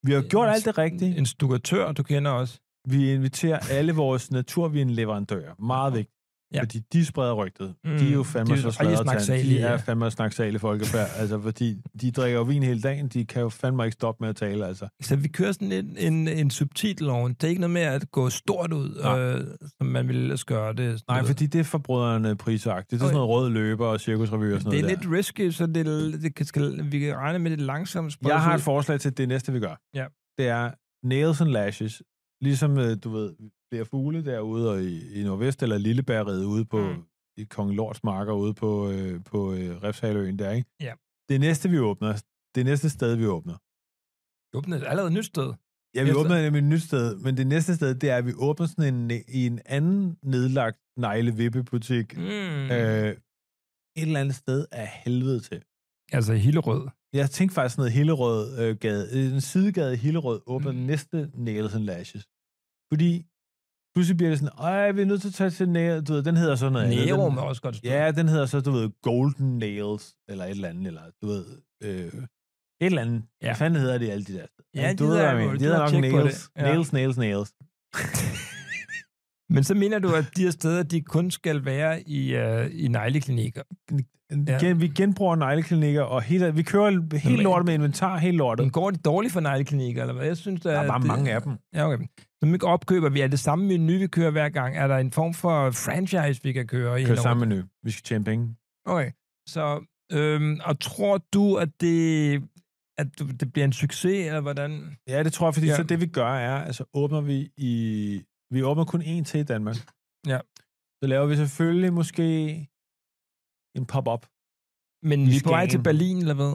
[SPEAKER 2] Vi har gjort alt det rigtige.
[SPEAKER 1] En stukatør, du kender også.
[SPEAKER 2] Vi inviterer alle vores naturvinleverandører. Meget vigtigt.
[SPEAKER 1] Ja.
[SPEAKER 2] Ja. Fordi de spreder rygtet. Mm,
[SPEAKER 1] Mm,
[SPEAKER 2] de er jo fandme
[SPEAKER 1] de er
[SPEAKER 2] så
[SPEAKER 1] jo
[SPEAKER 2] sladretand.
[SPEAKER 1] snaksaglige,
[SPEAKER 2] De
[SPEAKER 1] ja.
[SPEAKER 2] er fandme snaksale folkefærd. altså, fordi de drikker jo vin hele dagen. De kan jo fandme ikke stoppe med at tale, altså.
[SPEAKER 1] Så vi kører sådan en, en, en subtitel oven. Det er ikke noget med at gå stort ud,
[SPEAKER 2] Nej.
[SPEAKER 1] øh, som man ville ellers gøre det. sådan
[SPEAKER 2] Nej,
[SPEAKER 1] noget.
[SPEAKER 2] fordi det er forbrødrene prisagt. Det er
[SPEAKER 1] Okay.
[SPEAKER 2] sådan noget rød løber og cirkusrevy og sådan
[SPEAKER 1] det er
[SPEAKER 2] noget
[SPEAKER 1] lidt risky, så det, er- det kan, skal, vi kan regne med det langsomt
[SPEAKER 2] der. Jeg har et forslag til det næste, vi gør.
[SPEAKER 1] Ja.
[SPEAKER 2] Det er nails and lashes. Ligesom, øh, du ved, flere fugle derude og i, i Nordvest eller Lillebærrede ude på
[SPEAKER 1] Mm.
[SPEAKER 2] mm. i Kong Lords marker ude på, øh, på øh, Refshaløen der, ikke?
[SPEAKER 1] Ja.
[SPEAKER 2] Det næste, vi åbner, det næste sted, vi åbner,
[SPEAKER 1] Åbnet er allerede et nyt sted.
[SPEAKER 2] Ja, vi
[SPEAKER 1] Efter-
[SPEAKER 2] åbner nemlig et nyt sted, men det næste sted, det er, at vi åbner sådan en, i en anden nedlagt neglevippebutik,
[SPEAKER 1] Mm.
[SPEAKER 2] mm. øh, et eller andet sted af helvede til.
[SPEAKER 1] Altså Hillerød.
[SPEAKER 2] Jeg tænkte faktisk noget Hillerød øh, gade. øh, En sidegade i Hillerød åbner mm. næste Nails and Lashes. Fordi pludselig bliver det sådan, ej, vi er nødt til at tage til Nails. Du ved, den hedder sådan noget. andet.
[SPEAKER 1] Nærum
[SPEAKER 2] Den-
[SPEAKER 1] er også godt stået.
[SPEAKER 2] Ja, den hedder så, du ved, Golden Nails, eller et eller andet, eller du ved, øh, et eller andet. Ja.
[SPEAKER 1] Ja.
[SPEAKER 2] Hvad fanden hedder de alle de der?
[SPEAKER 1] Ja,
[SPEAKER 2] Men du
[SPEAKER 1] de
[SPEAKER 2] ved, hvad
[SPEAKER 1] hedder
[SPEAKER 2] jeg
[SPEAKER 1] jo-
[SPEAKER 2] mener.
[SPEAKER 1] de
[SPEAKER 2] de hedder
[SPEAKER 1] hedder
[SPEAKER 2] nok
[SPEAKER 1] tjek på
[SPEAKER 2] nails.
[SPEAKER 1] det. Ja.
[SPEAKER 2] nails, nails, nails.
[SPEAKER 1] Men så mener du, at de her steder, de kun skal være i, øh, i negleklinikker. Ja.
[SPEAKER 2] Gen, vi genbruger negleklinikker, og hele, vi kører helt
[SPEAKER 1] Jamen,
[SPEAKER 2] lortet med inventar, helt lortet.
[SPEAKER 1] Men går det dårligt for negleklinikker, eller hvad? Jeg synes,
[SPEAKER 2] Der er bare
[SPEAKER 1] øh, det,
[SPEAKER 2] mange af dem.
[SPEAKER 1] Ja, okay. Så nu opkøber vi, er det samme menu, vi kører hver gang? Er der en form for franchise, vi kan køre i?
[SPEAKER 2] Kører
[SPEAKER 1] en
[SPEAKER 2] samme menu. Vi skal tjene penge.
[SPEAKER 1] Okay, så øhm, og tror du, at det, at du- det bliver en succes, eller hvordan?
[SPEAKER 2] Ja, det tror jeg, fordi ja.
[SPEAKER 1] Ja.
[SPEAKER 2] så det vi gør er, altså åbner vi i... Vi åbner kun én til i Danmark.
[SPEAKER 1] Ja.
[SPEAKER 2] Så laver vi selvfølgelig måske en pop-up.
[SPEAKER 1] Men
[SPEAKER 2] I
[SPEAKER 1] vi er på vej
[SPEAKER 2] Skagen.
[SPEAKER 1] til Berlin, eller hvad?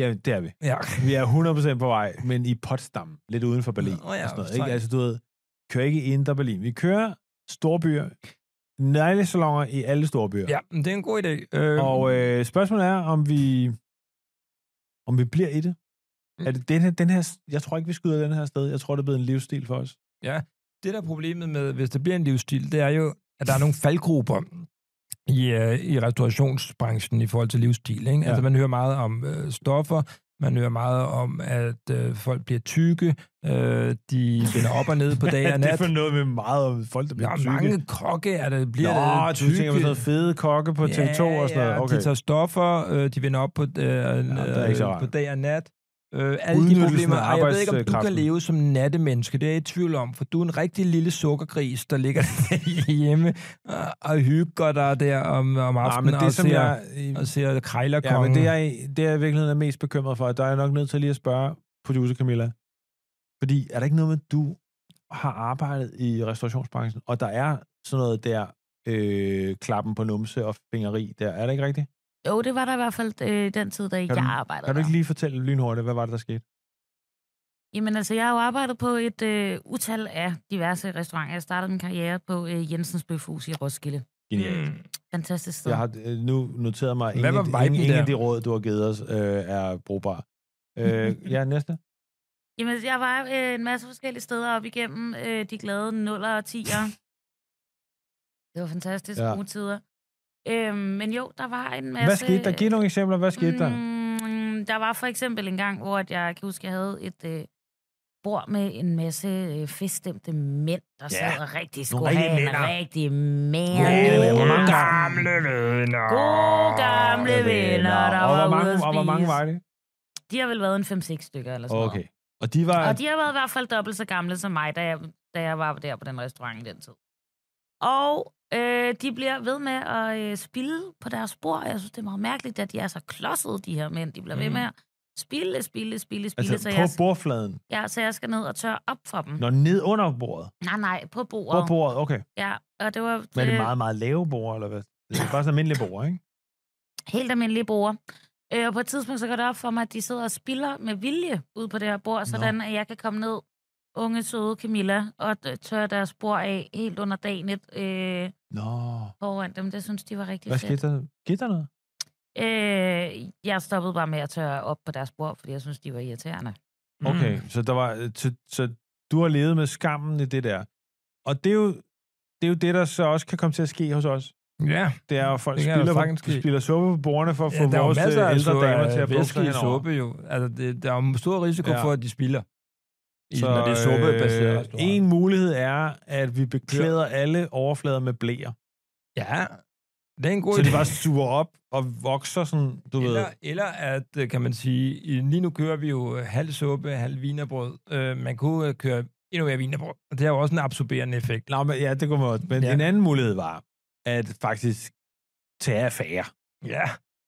[SPEAKER 2] Ja, det er vi.
[SPEAKER 1] Ja.
[SPEAKER 2] Vi er 100% på vej, men i Potsdam, lidt uden for Berlin.
[SPEAKER 1] Nå, ja,
[SPEAKER 2] og sådan noget,
[SPEAKER 1] sejt.
[SPEAKER 2] ikke? Altså, du ved, vi kører ikke i indre Berlin. Vi kører store byer, neglesalonger i alle store byer.
[SPEAKER 1] Ja, men det er en god idé. Øh,
[SPEAKER 2] Og øh, spørgsmålet er, om vi, om vi bliver i det.
[SPEAKER 1] Mm.
[SPEAKER 2] Er det den her, den her, jeg tror ikke, vi skyder den her sted. Jeg tror, det er blevet en livsstil for os.
[SPEAKER 1] det, der er problemet med, hvis det bliver en livsstil, det er jo, at der er nogle faldgrupper i, øh, i restaurationsbranchen i forhold til livsstil. Ikke?
[SPEAKER 2] Ja.
[SPEAKER 1] Ja. Altså, man hører meget om øh, stoffer, man hører meget om, at øh, folk bliver tykke, øh, de vender op og ned på dag og
[SPEAKER 2] det er
[SPEAKER 1] nat.
[SPEAKER 2] for noget med meget om folk, der
[SPEAKER 1] Der
[SPEAKER 2] bliver
[SPEAKER 1] er
[SPEAKER 2] syge.
[SPEAKER 1] mange kokke, er der bliver
[SPEAKER 2] Nå,
[SPEAKER 1] øh,
[SPEAKER 2] du tænker på sådan noget fede kokke på TV2 og sådan noget.
[SPEAKER 1] ja,
[SPEAKER 2] Okay.
[SPEAKER 1] de tager stoffer, øh, de vender op på, øh,
[SPEAKER 2] det er ikke så
[SPEAKER 1] ja, øh,
[SPEAKER 2] rart.
[SPEAKER 1] på dag og nat. Øh, alle de
[SPEAKER 2] Udnyttelsen
[SPEAKER 1] problemer.
[SPEAKER 2] af
[SPEAKER 1] Ej, jeg ved ikke, om du kan
[SPEAKER 2] arbejdskraften.
[SPEAKER 1] leve som nattemenneske. Det er jeg i tvivl om, for du er en rigtig lille sukkergris, der ligger hjemme og, og hygger dig der om, om
[SPEAKER 2] Nej,
[SPEAKER 1] aftenen
[SPEAKER 2] men det,
[SPEAKER 1] og,
[SPEAKER 2] som
[SPEAKER 1] ser,
[SPEAKER 2] jeg, øh,
[SPEAKER 1] og ser
[SPEAKER 2] ja, men
[SPEAKER 1] krejlerkongen.
[SPEAKER 2] det, jeg, det, jeg i virkeligheden er mest bekymret for, der er jeg nok nødt til lige at spørge producer Camilla. Fordi er der ikke noget med, at du har arbejdet i restaurationsbranchen, og der er sådan noget der øh, klappen på numse og fingeri der. Er det ikke rigtigt?
[SPEAKER 3] Jo, det var der i hvert fald øh, den tid, da
[SPEAKER 2] Kan
[SPEAKER 3] jeg
[SPEAKER 2] du-
[SPEAKER 3] arbejdede
[SPEAKER 2] Kan du
[SPEAKER 3] der.
[SPEAKER 2] ikke lige fortælle lynhurtigt, hvad var det, der skete?
[SPEAKER 3] Jamen altså, jeg har jo arbejdet på et øh, utal af diverse restauranter. Jeg startede min karriere på øh, Jensens Bøfhus i Roskilde.
[SPEAKER 2] Genialt.
[SPEAKER 1] Mm.
[SPEAKER 3] Fantastisk sted.
[SPEAKER 2] Jeg har øh, nu noteret mig, at
[SPEAKER 1] Hvad
[SPEAKER 2] ingen,
[SPEAKER 1] var viben
[SPEAKER 2] ingen, ingen af
[SPEAKER 1] der?
[SPEAKER 2] de råd, du har givet os, øh, er brugbare. Øh, ja, næste.
[SPEAKER 3] Jamen, jeg var øh, en masse forskellige steder op igennem øh, de glade 0'er og 10'er. Det var fantastisk
[SPEAKER 2] Ja.
[SPEAKER 3] ja. gode tider. Øhm, men jo, der var en masse...
[SPEAKER 2] Hvad skete der? Giv nogle eksempler. Hvad skete der?
[SPEAKER 3] Altså, Mm, der var for eksempel en gang, hvor at jeg kan huske, jeg havde et øh, bord med en masse øh, feststemte mænd, der
[SPEAKER 2] Ja,
[SPEAKER 3] ja. sad og rigtig skulle
[SPEAKER 2] rigtige
[SPEAKER 3] have en
[SPEAKER 2] mænder.
[SPEAKER 3] rigtig
[SPEAKER 2] Ja,
[SPEAKER 3] mænd.
[SPEAKER 2] hvor mange gange-
[SPEAKER 1] venner.
[SPEAKER 3] Gode
[SPEAKER 2] Ah,
[SPEAKER 3] gamle venner, der
[SPEAKER 2] og hvor
[SPEAKER 3] var
[SPEAKER 2] mange,
[SPEAKER 3] ude at
[SPEAKER 2] og hvor mange
[SPEAKER 3] spise.
[SPEAKER 2] var det?
[SPEAKER 3] De har vel været en 5-6 stykker eller sådan noget.
[SPEAKER 2] Okay. Og de var...
[SPEAKER 3] Og de har været i hvert fald dobbelt så gamle som mig, da jeg, da jeg var der på den restaurant i den tid. Og øh, de bliver ved med at øh, spille på deres bord. Jeg synes, det er meget mærkeligt, at de er så klodsede, de her mænd. De bliver ved
[SPEAKER 1] Mm.
[SPEAKER 3] med at spille, spille, spille, spille,
[SPEAKER 2] Mhm. altså
[SPEAKER 3] så,
[SPEAKER 2] på
[SPEAKER 3] jeg,
[SPEAKER 2] bordfladen.
[SPEAKER 3] ja, så jeg skal ned og tørre op for dem.
[SPEAKER 2] Nå, ned under bordet.
[SPEAKER 3] Nej, nej, på bordet.
[SPEAKER 2] På bordet, okay.
[SPEAKER 3] Ja, og det var
[SPEAKER 2] Men er det
[SPEAKER 3] øh,
[SPEAKER 2] meget, meget lave bord, eller hvad? Det er bare sådan almindelige bord, ikke?
[SPEAKER 3] helt almindelige bruger. Øh, og på et tidspunkt, så går det op for mig, at de sidder og spiller med vilje ud på det her bord, sådan at jeg kan komme ned, unge, søde Camilla, og øh, tørre deres bord af helt under dagen et, øh,
[SPEAKER 2] Nå.
[SPEAKER 3] foran dem. Det synes de var rigtig
[SPEAKER 2] Hvad skete
[SPEAKER 3] fedt.
[SPEAKER 2] der? Skete der noget?
[SPEAKER 3] Øh, jeg stoppede bare med at tørre op på deres bord, fordi jeg synes, de var irriterende. Mm.
[SPEAKER 2] Okay, så, der var, øh, så, så du har levet med skammen i det der. Og det er jo det, er jo det der så også kan komme til at ske hos os.
[SPEAKER 1] Ja,
[SPEAKER 2] Det er, at folk
[SPEAKER 1] Det kan
[SPEAKER 2] spiller,
[SPEAKER 1] der sagtens ske.
[SPEAKER 2] spiller suppe på bordene for at få
[SPEAKER 1] der er jo
[SPEAKER 2] vores øh,
[SPEAKER 1] masser af
[SPEAKER 2] ældre
[SPEAKER 1] suppe-
[SPEAKER 2] damer til at bukke sig
[SPEAKER 1] væske i
[SPEAKER 2] henover.
[SPEAKER 1] suppe jo. Altså, det, der er jo stor risiko
[SPEAKER 2] Ja.
[SPEAKER 1] ja. for, at de spiller. I, så, når det er suppebaseret
[SPEAKER 2] øh,
[SPEAKER 1] restaurant.
[SPEAKER 2] En mulighed er, at vi beklæder alle overflader med blæer.
[SPEAKER 1] Ja, det er en god
[SPEAKER 2] Så
[SPEAKER 1] idé.
[SPEAKER 2] de bare suger op og vokser sådan, du ved.
[SPEAKER 1] Eller, eller at, øh, kan man sige, i- lige nu kører vi jo øh, halv suppe, halv vinerbrød. Øh, man kunne øh, køre endnu mere vinerbrød, og det har jo også en absorberende effekt.
[SPEAKER 2] Nå, men, ja, det kunne man også. Men ja.
[SPEAKER 1] Ja.
[SPEAKER 2] en anden mulighed var, at faktisk tage affære.
[SPEAKER 1] Ja,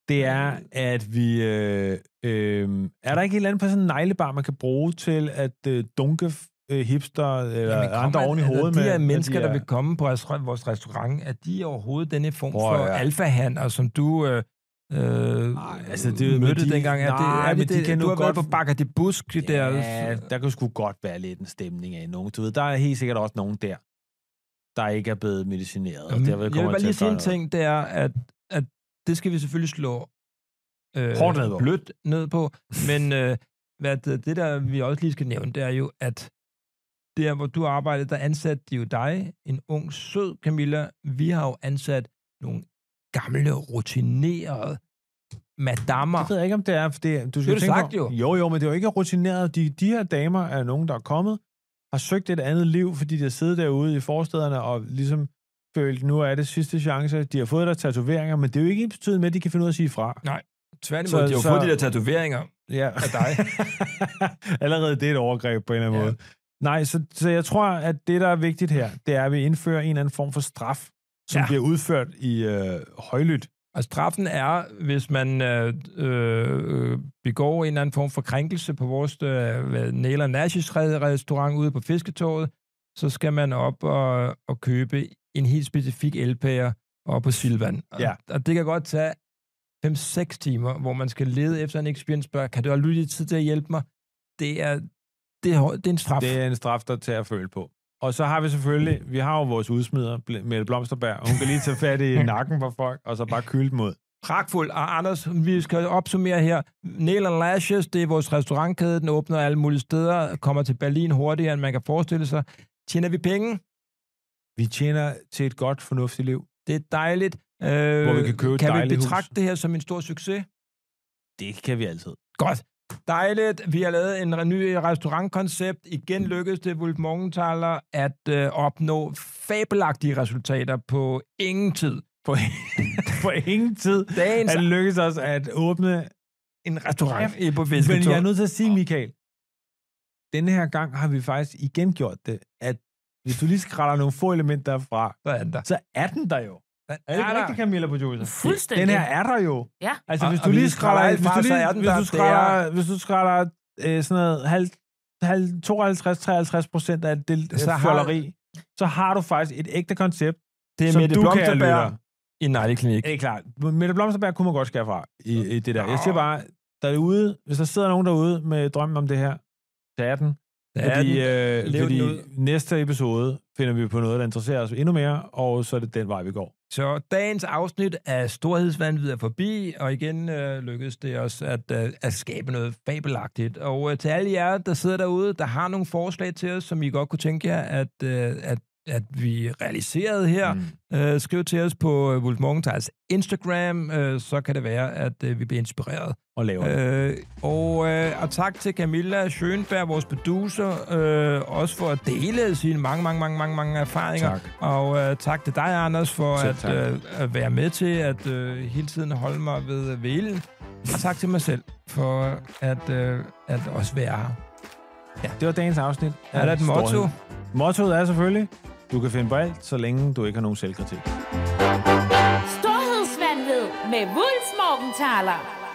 [SPEAKER 2] Det er,
[SPEAKER 1] Mm.
[SPEAKER 2] at vi... Øh, øh, er der ikke et eller andet på sådan en neglebar, man kan bruge til at øh, dunke øh, hipster eller
[SPEAKER 1] Jamen,
[SPEAKER 2] Jamen,
[SPEAKER 1] kommer-
[SPEAKER 2] andre oven i hovedet
[SPEAKER 1] altså,
[SPEAKER 2] med?
[SPEAKER 1] De her
[SPEAKER 2] at
[SPEAKER 1] mennesker,
[SPEAKER 2] er-
[SPEAKER 1] der vil komme på restaur- vores restaurant, er de overhovedet denne form
[SPEAKER 2] Prøv
[SPEAKER 1] for
[SPEAKER 2] at høre.
[SPEAKER 1] alfahander, som du... Øh, Øh,
[SPEAKER 2] Nej, altså, det er jo-
[SPEAKER 1] mødte
[SPEAKER 2] men de-
[SPEAKER 1] dengang. Er
[SPEAKER 2] nej,
[SPEAKER 1] det, er
[SPEAKER 2] men
[SPEAKER 1] det,
[SPEAKER 2] de
[SPEAKER 1] det,
[SPEAKER 2] kan
[SPEAKER 1] du
[SPEAKER 2] nu
[SPEAKER 1] har været
[SPEAKER 2] godt-
[SPEAKER 1] på Bakker de Busk, det der...
[SPEAKER 2] Ja, der kan sgu godt være lidt en stemning af nogen. Du ved, der er helt sikkert også nogen der, der ikke er blevet medicineret. og
[SPEAKER 1] Jamen,
[SPEAKER 2] derved
[SPEAKER 1] jeg vil
[SPEAKER 2] kommer
[SPEAKER 1] bare
[SPEAKER 2] til
[SPEAKER 1] lige
[SPEAKER 2] at
[SPEAKER 1] sige
[SPEAKER 2] gøre
[SPEAKER 1] en ting, det er, at, at det skal vi selvfølgelig slå øh,
[SPEAKER 2] Hårdt ned på.
[SPEAKER 1] blødt ned på. Men øh, hvad det, det, der vi også lige skal nævne, det er jo, at der, hvor du arbejdede, der ansatte de jo dig, en ung, sød Camilla. Vi har jo ansat nogle gamle, rutinerede madammer.
[SPEAKER 2] Det ved jeg ikke, om det er, for det, du
[SPEAKER 1] Det har
[SPEAKER 2] skal
[SPEAKER 1] du
[SPEAKER 2] tænke
[SPEAKER 1] sagt
[SPEAKER 2] på-
[SPEAKER 1] jo.
[SPEAKER 2] Jo, jo, men det er jo ikke rutineret. De, de her damer er nogen, der er kommet, har søgt et andet liv, fordi de har siddet derude i forstederne og ligesom følt, nu er det sidste chance. De har fået deres tatoveringer, men det er jo ikke ens betydende med, at de kan finde ud af at sige fra.
[SPEAKER 1] Tværtimod,
[SPEAKER 2] Så-
[SPEAKER 1] de har jo
[SPEAKER 2] så-
[SPEAKER 1] fået de der tatoveringer
[SPEAKER 2] Ja.
[SPEAKER 1] af dig.
[SPEAKER 2] Allerede det er et overgreb på en eller anden
[SPEAKER 1] Ja.
[SPEAKER 2] måde. Nej, så, så jeg tror, at det, der er vigtigt her, det er, at vi indfører en eller anden form for straf, som
[SPEAKER 1] Ja.
[SPEAKER 2] ja. bliver udført i øh, højlydt.
[SPEAKER 1] Og Altså, straffen er, hvis man øh, øh, begår en eller anden form for krænkelse på vores øh, hvad, Nail Nash's restaurant ude på Fisketoget, så skal man op og, og købe en helt specifik elpære op på Silvan. Og,
[SPEAKER 2] Ja.
[SPEAKER 1] og det kan godt tage 5-6 timer, hvor man skal lede efter en experience bar. Kan du have lidt tid til at hjælpe mig? Det er, det er, hår- det er en straf. Mm.
[SPEAKER 2] Det er en straf, der er til at føle på. Og så har vi selvfølgelig, vi har jo vores udsmider, Bl- Mette Blomsterberg, og hun kan lige tage fat i nakken på folk, og så bare kylde dem ud.
[SPEAKER 1] pragtfuldt. Og Anders, vi skal opsummere her. Nail and Lashes, det er vores restaurantkæde. Den åbner alle mulige steder, kommer til Berlin hurtigere, end man kan forestille sig. Tjener vi penge?
[SPEAKER 2] Vi tjener til et godt, fornuftigt liv.
[SPEAKER 1] Det er dejligt. Øh,
[SPEAKER 2] Hvor vi kan købe et
[SPEAKER 1] kan vi
[SPEAKER 2] dejligt
[SPEAKER 1] betragte det her som en stor succes?
[SPEAKER 2] Det kan vi altid.
[SPEAKER 1] Godt. Dejligt. Vi har lavet en re- ny restaurantkoncept. Igen lykkedes det Wolf Morgenthaler at øh, opnå fabelagtige resultater på ingen tid.
[SPEAKER 2] På, på ingen tid
[SPEAKER 1] Dagens
[SPEAKER 2] er det lykkedes os at åbne
[SPEAKER 1] en restaurant i på Fisketog.
[SPEAKER 2] Men jeg er nødt til at sige, Michael, denne her gang har vi faktisk igen gjort det, at hvis du lige skræller nogle få elementer fra,
[SPEAKER 1] Så er den der.
[SPEAKER 2] så er den der jo. Er det
[SPEAKER 1] Er
[SPEAKER 2] ikke
[SPEAKER 1] der?
[SPEAKER 2] rigtigt, Camilla producer?
[SPEAKER 3] Fuldstændig.
[SPEAKER 2] Den her er der jo.
[SPEAKER 3] Ja.
[SPEAKER 2] Altså,
[SPEAKER 1] Og-
[SPEAKER 2] hvis
[SPEAKER 1] og
[SPEAKER 2] du
[SPEAKER 1] hvis
[SPEAKER 2] lige
[SPEAKER 1] du skræller
[SPEAKER 2] skræller,
[SPEAKER 1] alt
[SPEAKER 2] hvis du
[SPEAKER 1] fra, så
[SPEAKER 2] lige,
[SPEAKER 1] er den
[SPEAKER 2] hvis
[SPEAKER 1] der.
[SPEAKER 2] du
[SPEAKER 1] Det
[SPEAKER 2] skræller, hvis du skræller øh, sådan noget halv, halv 52-53 procent af det
[SPEAKER 1] Så
[SPEAKER 2] så
[SPEAKER 1] har-
[SPEAKER 2] fjolleri, så har du faktisk et ægte koncept,
[SPEAKER 1] Det er
[SPEAKER 2] som
[SPEAKER 1] Mette
[SPEAKER 2] du kan
[SPEAKER 1] Blomsterberg
[SPEAKER 2] lytte.
[SPEAKER 1] i Nejleklinik.
[SPEAKER 2] Det er klart. Mette Blomsterberg kunne man godt skære fra i, i det der. Jeg siger bare, derude, hvis der sidder nogen derude med drømmen om det her, tag den. Fordi,
[SPEAKER 1] Fordi, øh,
[SPEAKER 2] øh,
[SPEAKER 1] Lev
[SPEAKER 2] fordi
[SPEAKER 1] den ud.
[SPEAKER 2] næste episode finder vi på noget, der interesserer os endnu mere, og så er det den vej, vi går.
[SPEAKER 1] så dagens afsnit af Storhedsvandvid er forbi, og igen øh, lykkedes det os at, øh, at skabe noget fabelagtigt. Og øh, til alle jer, der sidder derude, der har nogle forslag til os, som I godt kunne tænke jer, at, øh, at, at vi realiserede her,
[SPEAKER 2] Mm.
[SPEAKER 1] mm. øh, skriv til os på øh, Wolf Morgenthalers Instagram, øh, så kan det være, at øh, vi bliver inspireret.
[SPEAKER 2] Og laver det.
[SPEAKER 1] Øh, og, øh, og tak til Camilla Schönberg, vores producer, øh, også for at dele sine mange, mange, mange, mange, mange erfaringer.
[SPEAKER 2] Tak.
[SPEAKER 1] Og øh, tak til dig, Anders, for
[SPEAKER 2] Selv
[SPEAKER 1] at,
[SPEAKER 2] tak.
[SPEAKER 1] øh, at være med til at øh, hele tiden holde mig ved, ved ilden. Og tak til mig selv for at, øh, at også være her.
[SPEAKER 2] Det var dagens afsnit.
[SPEAKER 1] Er der et
[SPEAKER 2] Storhed.
[SPEAKER 1] motto?
[SPEAKER 2] Mottoet er selvfølgelig, du kan finde på alt, så længe du ikke har nogen selvkritik.
[SPEAKER 4] Storhedsvandved med Wulf Morgenthaler.